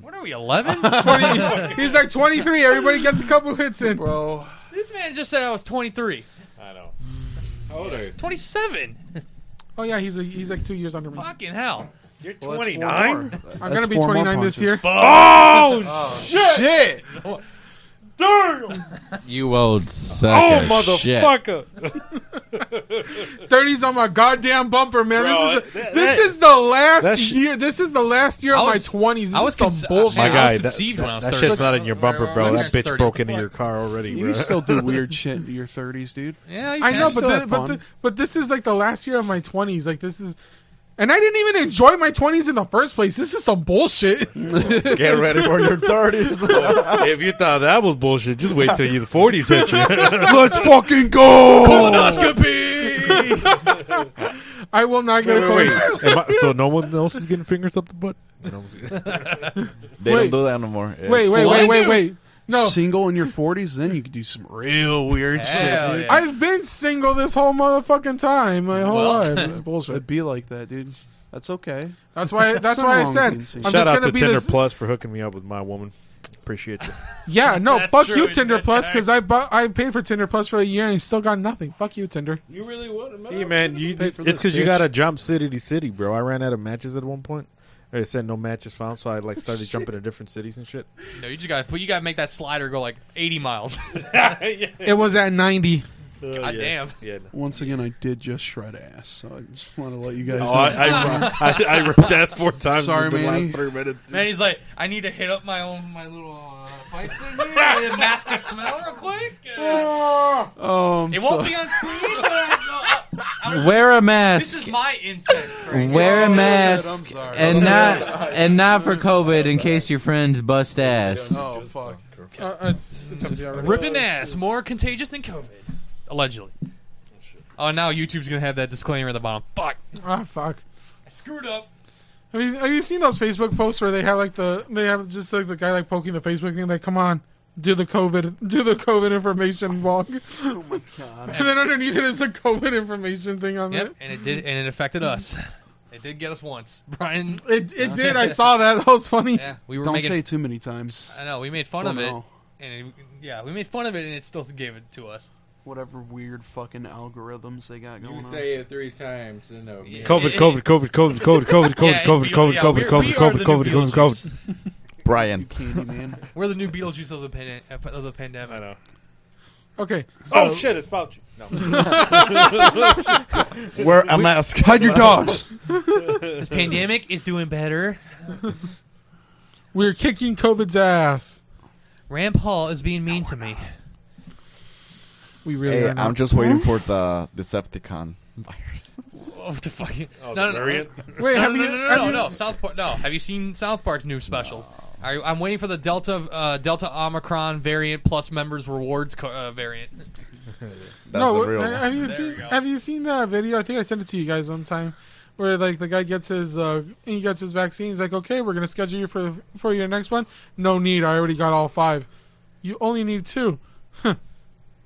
S7: What are we, 11?
S2: He's like 23. Everybody gets a couple hits in.
S6: Bro,
S7: this man just said I was 23.
S4: I know.
S7: 27?
S2: Oh yeah, he's a, he's like two years under me.
S7: Fucking hell.
S4: You're
S6: well, that's four
S4: 29?
S6: more.
S2: I'm
S6: That's
S2: gonna be
S6: four more
S2: 29 this
S6: punches.
S2: year.
S4: Oh,
S6: Shit!
S4: damn!
S3: You old sack
S4: Oh,
S3: of shit.
S4: motherfucker!
S2: 30s on my goddamn bumper, man.
S4: Bro,
S2: this is the,
S4: that-
S2: this
S4: that-
S2: is the last
S4: that sh-
S2: year. This is the last year of
S7: I
S2: my
S7: was-
S2: 20s. This
S7: I was
S2: is some
S7: conce-
S2: bullshit.
S4: My
S7: My I was
S4: guy, that,
S7: conceived when I was
S4: that
S7: 30.
S4: shit's not in your bumper, bro.
S7: When I
S4: That
S7: was
S4: bitch
S7: 30,
S4: broke
S7: what the
S4: into your
S7: fuck?
S4: car already,
S6: You
S4: bro.
S6: can still do weird shit into your 30s, dude.
S7: Yeah, you
S2: I know,
S7: can.
S2: but
S6: still
S2: the,
S6: have
S2: but
S6: fun.
S2: the, but this is like the last year of my 20s. Like this is, and I didn't even enjoy my 20s in the first place. This is some bullshit.
S5: Get ready for your 30s.
S4: if you thought that was bullshit, just wait till you the 40s hit you.
S5: Let's fucking go!
S2: I will not get a
S4: wait,
S2: colonoscopy.
S4: am I- so no one else is getting fingers up the butt?
S5: They
S2: Wait.
S5: don't do that no more.
S2: Wait, wait, wait, wait, wait. No,
S6: Single in your 40s, then you can do some real weird shit.
S7: Hell
S6: dude.
S7: yeah.
S2: I've been single this whole motherfucking time, my whole
S7: Well.
S2: life. It's bullshit.
S6: It'd be like that, dude. That's okay.
S2: That's why. That's why I
S6: Something
S2: said
S6: wrong with you.
S2: I'm
S4: Shout
S2: just
S4: out to
S2: gonna be
S4: Tinder
S2: this.
S4: Plus for hooking me up with my woman. Appreciate you.
S2: yeah, no,
S7: That's
S2: fuck
S7: true,
S2: you,
S7: he
S2: Tinder
S7: said
S2: Plus,
S7: that.
S2: because I bought, I paid for Tinder Plus for a year and still got nothing. Fuck you, Tinder.
S4: See, man, you,
S6: Pay for
S4: it's
S6: this,
S4: because you got
S6: bitch.
S4: to jump city to city, bro. I ran out of matches at one point. Or It said no matches found, so I like started jumping to different cities and shit.
S7: No, you just got to you got to make that slider go like 80 miles.
S2: It was at 90.
S7: God damn.
S4: Yeah. no.
S6: Once again, I did just shred ass, so I just want to let you guys
S4: Oh,
S6: know.
S4: I, I, I, I ripped ass four times
S6: Sorry,
S4: in the
S6: Manny.
S4: last three minutes. Dude.
S7: Man, he's like, I need to hit up my own my little uh, pipe thing here. I need to mask the smell real quick. Uh,
S6: oh, I'm
S7: it won't
S6: so-
S7: be on screen, but I, uh, I,
S9: Wear a
S7: this
S9: mask.
S7: is my incense right here.
S9: Wear a
S6: shit,
S9: mask
S6: I'm sorry.
S9: and not and not for COVID in case your friends bust ass.
S6: Oh fuck!
S2: Uh, it's, it's up to you already.
S7: Ripping ass, more contagious than COVID, allegedly. Oh, now YouTube's gonna have that disclaimer at the bottom. Fuck,
S2: Ah, fuck.
S7: I screwed up.
S2: Have you, have you seen those Facebook posts where they have like the they have just like the guy like poking the Facebook thing like come on do the COVID do the COVID information vlog oh my god and then underneath it is the COVID information thing on
S7: Yep, and it did, and it affected us. It did get us once, Brian.
S2: it. It it did I saw that that was funny
S7: Yeah, we were
S6: Don't
S7: making.
S6: say it too many times.
S7: I know we made fun
S6: Well,
S7: of it,
S6: no.
S7: and it, yeah, we made fun of it, and it still gave it to us.
S6: Whatever weird fucking algorithms they got going on.
S3: it three times, then no.
S7: Yeah.
S4: COVID, COVID, COVID, COVID, COVID, COVID, COVID,
S7: Yeah,
S4: COVID,
S7: it-
S4: COVID,
S7: yeah,
S4: COVID,
S7: we're-
S4: COVID,
S7: we are
S4: COVID,
S7: the
S4: COVID,
S7: new
S4: COVID, COVID.
S7: Beetlejuice.
S5: Brian.
S6: Candyman.
S7: We're the new Beetlejuice of the pan- of the
S4: I
S7: pandemic.
S4: know.
S2: okay
S4: Oh shit, it's Fauci. No.
S5: Wear a mask.
S6: Hide your dogs.
S7: This pandemic is doing better.
S2: we're kicking COVID's ass
S7: Rand Paul is being mean to me.
S2: we really
S5: Hey,
S2: are not.
S5: I'm just waiting for the Decepticon virus.
S7: Oh, what the fuck?
S4: Oh, the
S7: no, no, no,
S4: variant?
S2: wait
S7: No,
S2: have
S7: no,
S2: you
S7: no, no,
S2: have
S7: no,
S2: you-
S7: no, South Park. No, have you seen South Park's new specials? I, I'm waiting for the Delta uh, Delta Omicron variant plus members rewards co- uh, variant.
S2: no,
S5: the real
S2: have- have you
S7: There
S2: seen
S7: we go.
S2: have you seen that video? I think I sent it to you guys one time, where like the guy gets his uh, he gets his vaccine. He's like, okay, we're gonna schedule you for for your next one. No need, I already got all five. You only need two. Huh.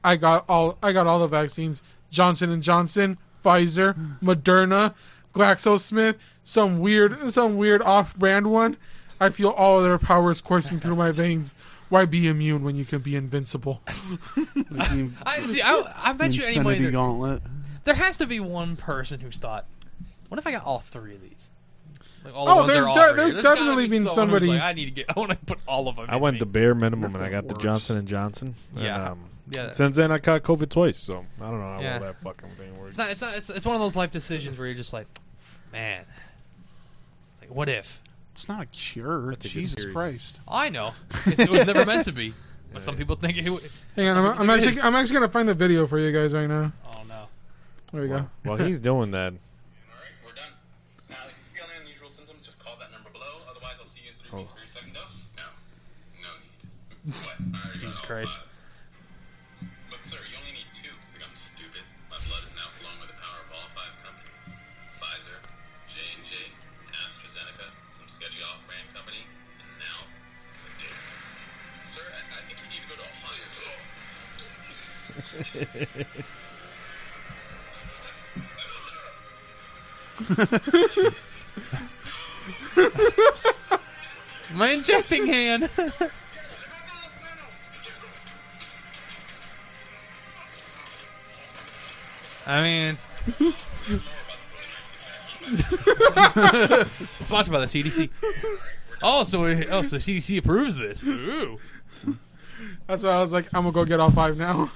S2: I got all I got all the vaccines: Johnson and Johnson, Pfizer,
S7: Hmm.
S2: Moderna, GlaxoSmith, some weird some weird off-brand one. I feel all their powers coursing through my veins. Why be immune when you can be invincible?
S7: I see. I, I bet you any money
S6: Infinity
S7: there,
S6: Gauntlet.
S7: there has to be one person who's thought, "What if I got all three of these?" Like, all
S2: Oh,
S7: ones they're
S2: there's de-
S7: offering.
S2: there's
S7: gotta
S2: definitely been
S7: someone who's
S2: somebody-
S7: Like, I need to get. I want to put all of them.
S4: I
S7: in
S4: went
S7: me."
S4: the bare minimum and I got the
S6: works.
S4: Johnson and Johnson. and,
S7: Yeah.
S4: um,
S7: Yeah.
S4: Since then, I caught COVID twice, so I don't know how
S7: Yeah.
S4: well that fucking thing works.
S7: It's not. It's not. It's, it's one of those life decisions where you're just like, man. It's like, what if?
S6: It's not a cure.
S4: a good
S6: Jesus
S4: series.
S6: Christ.
S7: I know it's, it was never meant to be, but some people think it. w-
S2: Hang on,
S7: some
S2: I'm,
S7: people
S2: I'm
S7: think it
S2: actually
S7: is.
S2: I'm actually gonna find the video for you guys right now.
S7: Oh no.
S2: There we go.
S4: While he's doing that,
S11: All right, we're done. Now, if you feel any unusual symptoms, just call that number below. Otherwise, I'll see you in three weeks for your second dose. No, no need. What? I already got
S7: Jesus
S11: all
S7: Christ.
S11: five. But sir, you only need two. You think I'm stupid? My blood is now flowing with the power of all five companies: Pfizer, J and J, AstraZeneca, some sketchy off-brand company, and now Moderna. Sir, I, I think you need to go to a hospital.
S7: My injecting hand. I mean, It's sponsored by the CDC. Oh, so we- oh, so CDC approves this. Ooh,
S2: That's why I was like, I'm gonna go get all five now.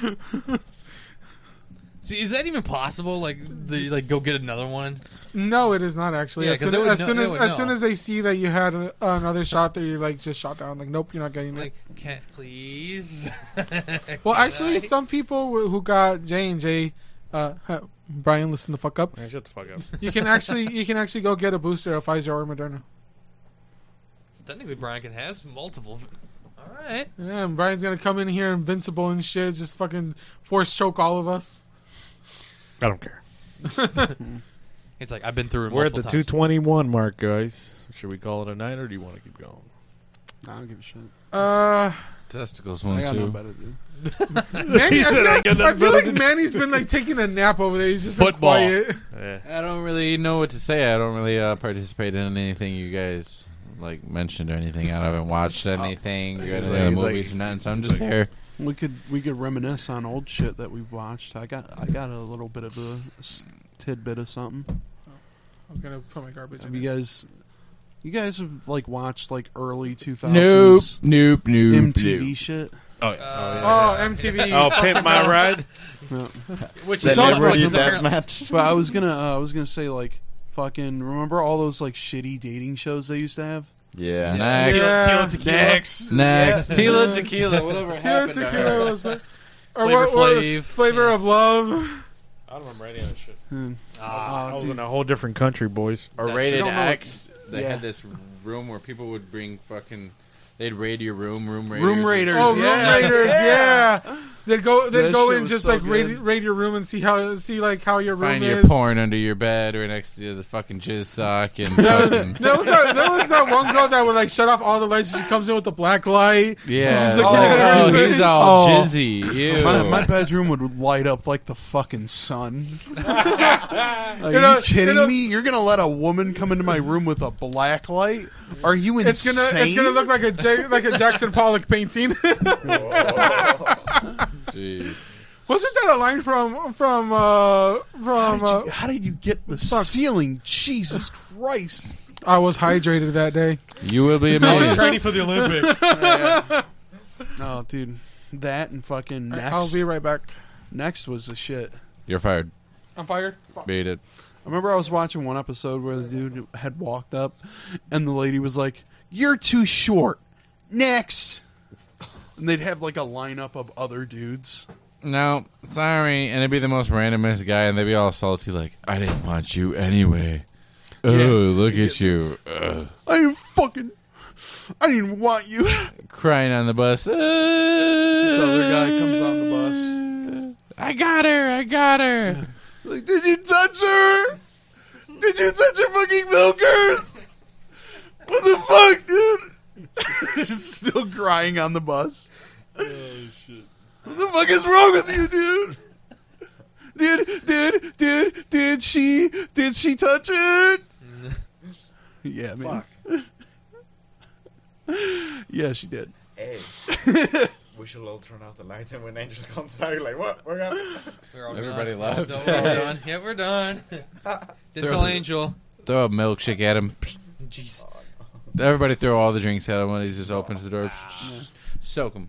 S7: see, is that even possible? Like, the like, go get another one.
S2: no, it is not actually.
S7: Yeah,
S2: as
S7: 'cause
S2: soon
S7: they would
S2: as,
S7: know-
S2: soon
S7: they
S2: as,
S7: would
S2: as soon
S7: know.
S2: as they see that you had a, another shot, they're like just shot down. Like, nope, you're not getting it.
S7: Like, can't please.
S2: well,
S7: Can
S2: actually,
S7: I?
S2: some people wh- who got J and J, uh, Brian, listen the fuck up.
S4: man, shut the fuck up.
S2: You can actually you can actually go get a booster of Pfizer or Moderna.
S7: technically Brian can have multiple. All right.
S2: Yeah, and Brian's gonna come in here invincible and shit, just fucking force choke all of us.
S4: I don't care.
S7: It's like I've been through it.
S4: We're at the
S7: multiple times.
S4: 221 mark, guys. Should we call it a night, or do you want to keep going?
S6: I don't give a shit.
S2: Uh.
S3: Testicles
S6: I
S3: one
S6: got no
S3: too.
S6: better to do.
S2: Manny,
S4: He
S2: I
S4: said,
S2: feel,
S4: "I
S2: like,
S4: got nothing
S2: I feel
S4: better
S2: like
S4: to do."
S2: Manny's been like taking a nap over there. He's just
S3: Football.
S2: Been quiet.
S7: Eh.
S4: Yeah.
S9: I don't really know what to say.
S3: Say I don't really uh, participate in anything you guys like mentioned or anything. I haven't watched
S6: Oh.
S3: anything good
S5: He's
S3: uh,
S5: like-
S3: movies or nothing. So I'm just here.
S6: We could we could reminisce on old shit that we've watched. I got I got a little bit of a s- tidbit of something.
S2: I was gonna put my garbage
S6: Have
S2: in.
S6: you
S2: it.
S6: guys you guys have like watched like early 2000s
S3: Nope, nope, nope,
S6: MTV shit?
S3: Oh,
S2: Oh, MTV.
S4: Oh, pimp my ride.
S6: No.
S7: Which
S5: That
S7: is all-
S5: never
S7: which
S5: did
S7: is
S5: that
S7: apparently-
S5: match.
S6: But I was going to uh, I was going to say like fucking remember all those like shitty dating shows they used to have? Oh,
S5: Yeah.
S3: Next,
S2: Yeah.
S7: Tequila, tequila.
S3: next, next.
S9: Tila tequila, whatever
S2: Tequila,
S9: happened to her.
S2: tequila was like- or
S7: Flavor
S2: what- what-
S7: Flav.
S2: flavor of love.
S4: I don't remember any of that shit.
S6: Hmm.
S4: I
S6: Ah,
S4: was
S6: dude.
S4: in a whole different country, boys.
S3: or
S6: Yes,
S3: rated
S6: you don't know what-
S3: X. They
S6: Yeah.
S3: had this room where people would bring fucking. They'd raid your room, room raiders.
S6: Room Raiders.
S2: Oh,
S6: yeah.
S2: Room Raiders. Yeah. They'd go. They'd
S6: That
S2: go
S6: shit
S2: in
S6: was
S2: just
S6: so
S2: like raid,
S6: good.
S2: raid your room and see how see like how your
S3: Find
S2: room
S3: your
S2: is.
S3: porn under your bed or next to the fucking jizz sock and fucking.
S2: There was that. There was that one girl that would like shut off all the lights. and She comes in with the black light.
S3: Yeah.
S2: She's like,
S3: oh,
S2: "Yeah."
S3: oh, he's all
S6: Oh.
S3: jizzy. Ew.
S6: My, my bedroom would light up like the fucking sun. Are
S2: know-
S6: you kidding
S2: you know-
S6: me? You're gonna let a woman come into my room with a black light? Are you insane?
S2: It's gonna. It's gonna look like a Ja- like a Jackson Pollock painting.
S3: Jeez.
S2: Wasn't that a line from from uh
S6: How
S2: from?
S6: did,
S2: Uh,
S6: you, how did you get the
S2: Fuck.
S6: ceiling? Jesus Christ!
S2: I was hydrated that day.
S3: You will be
S7: I was
S3: amazed.
S7: training for the Olympics.
S6: Oh, dude, that and fucking next.
S2: I'll be right back.
S6: Next was the shit.
S3: You're fired.
S2: I'm fired. Fuck.
S3: Beat it.
S6: I remember I was watching one episode where the dude had walked up, and the lady was like, "You're too short." Next, and they'd have like a lineup of other dudes.
S3: No, sorry. And it'd be the most randomest guy, and they'd be all salty, like, I didn't want you anyway. Oh, look at you. Ugh.
S6: I am fucking I didn't even want you.
S3: Crying on the bus. The
S6: other guy comes on the
S3: bus. I got her. I got her.
S6: Like, did you touch her? Did you touch her fucking milkers? What the fuck, dude? She's still crying on the bus. Oh shit! What the fuck is wrong with you, dude? Did did did did she did she touch it? Yeah, man. yeah, she did.
S5: Hey, we should all turn off the lights, and when Angel comes back, you're like, what? We're gone.
S7: We're all
S3: Everybody
S7: done.
S3: left.
S7: No, we're all done. Yeah, we're done. Dental
S3: Throw-
S7: Angel.
S3: Throw a milkshake at him.
S7: Jeez.
S3: Everybody throw all the drinks at him when he just opens the door.
S4: Ah,
S3: Soak him.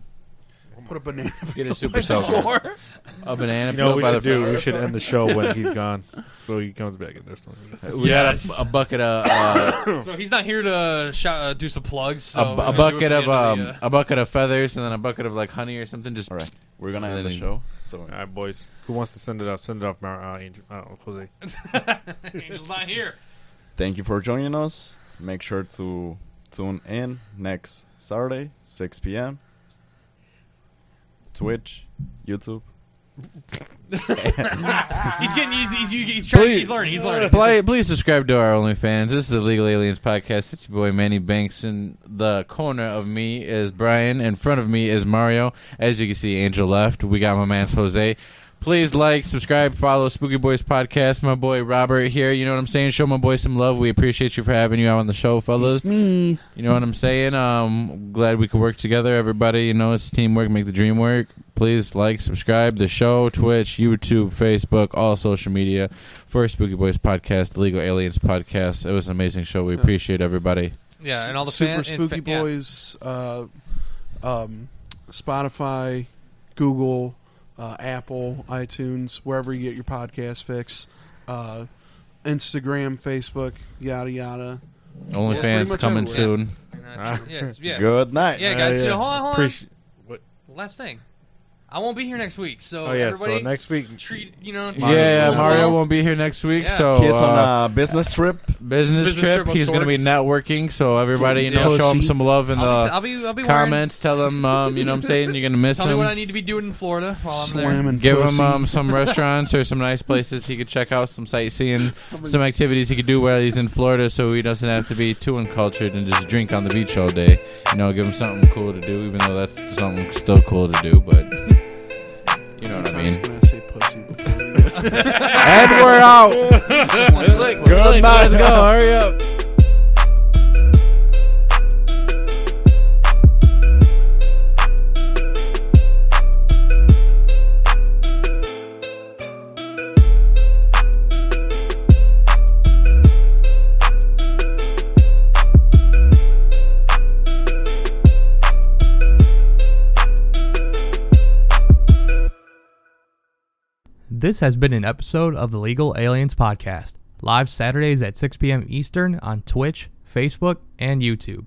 S6: Put a banana.
S3: Get a
S6: peel
S3: super
S6: by the
S3: soaker.
S6: door.
S3: A banana
S4: You know
S3: peel
S4: what we
S3: by
S4: should
S3: the
S4: do?
S3: flower.
S4: We should end the show when he's gone, so he comes back and there's no.
S3: We
S4: Yes.
S3: got a, a bucket of uh,
S7: So he's not here to shout, uh, do some plugs. So
S3: a, bu-
S7: we're
S3: a
S7: gonna do it
S3: bucket
S7: for
S3: of
S7: the end
S3: um,
S7: the, uh,
S3: a bucket of feathers and then a bucket of like honey or something. Just
S5: right. We're gonna
S3: and
S5: end the
S3: then-
S5: show. So
S4: All right, boys. Who wants to send it off? Send it off, Mar- uh, Angel, uh, Jose.
S3: um,
S7: uh, Angel's not here.
S5: thank you for joining us. Make sure to tune in next Saturday, 6 p.m. Twitch, YouTube.
S7: He's getting easy. He's, he's, he's trying. He's learning. He's learning.
S3: Please, please subscribe to our OnlyFans. This is the Legal Aliens podcast. It's your boy Manny Banks. In the corner of me is Brian. In front of me is Mario. As you can see, Angel left. We got my man's Jose. Please like, subscribe, follow Spooky Boys Podcast. My boy Robert here. You know what I'm saying? Show my boy some love. We appreciate you for having you out on the show, fellas.
S8: It's me.
S3: You know what I'm saying? Um, glad we could work together, everybody. You know, it's teamwork, make the dream work. Please like, subscribe the show, Twitch, YouTube, Facebook, all social media for Spooky Boys Podcast, the Legal Aliens Podcast. It was an amazing show. We appreciate everybody.
S7: Yeah, and all the
S6: Super
S7: fan- and
S6: Spooky
S7: fa- yeah.
S6: Boys, uh, um, Spotify, Google, uh, Apple, iTunes, wherever you get your podcast fix, uh, Instagram, Facebook, yada yada. Yeah, pretty
S3: OnlyFans
S6: much
S3: coming
S6: everywhere.
S3: soon.
S7: Uh,
S3: Ah.
S7: yeah, yeah.
S5: Good night.
S7: Yeah, guys.
S4: yeah.
S7: You know, hold on, hold on.
S4: Appreciate-
S7: Last thing, I won't be here next week. So
S4: Oh, yeah, so
S7: everybody
S4: next week-
S7: treat you know.
S3: Yeah, yeah, Mario won't be here next week,
S7: Yeah.
S3: so
S5: Kiss
S3: uh,
S5: on a business trip.
S3: business,
S7: Business
S3: trip.
S7: trip of
S3: He's going to be
S7: sorts.
S3: networking, so everybody, you
S7: Getting
S3: know, show him
S8: pussy.
S3: some love in the
S7: I'll be- I'll be- I'll be wearing-
S3: uh, comments. Tell him, um, you know, what I'm saying you're going to miss
S7: Tell
S3: him.
S7: me what I need to be doing in Florida while I'm there.
S6: Slamming
S3: Give him
S6: pussy.
S3: um, some restaurants or some nice places he could check out, some sightseeing, some activities he could do while he's in Florida, so he doesn't have to be too uncultured and just drink on the beach all day. You know, give him something cool to do, even though that's something still cool to do. But you know what I
S6: I was
S3: mean.
S6: gonna say pussy. Before
S3: and we're out.
S5: Good night.
S3: Let's go. Hurry up.
S1: This has been an episode of the Legal Aliens Podcast, live Saturdays at 6 p.m. Eastern on Twitch, Facebook, and YouTube.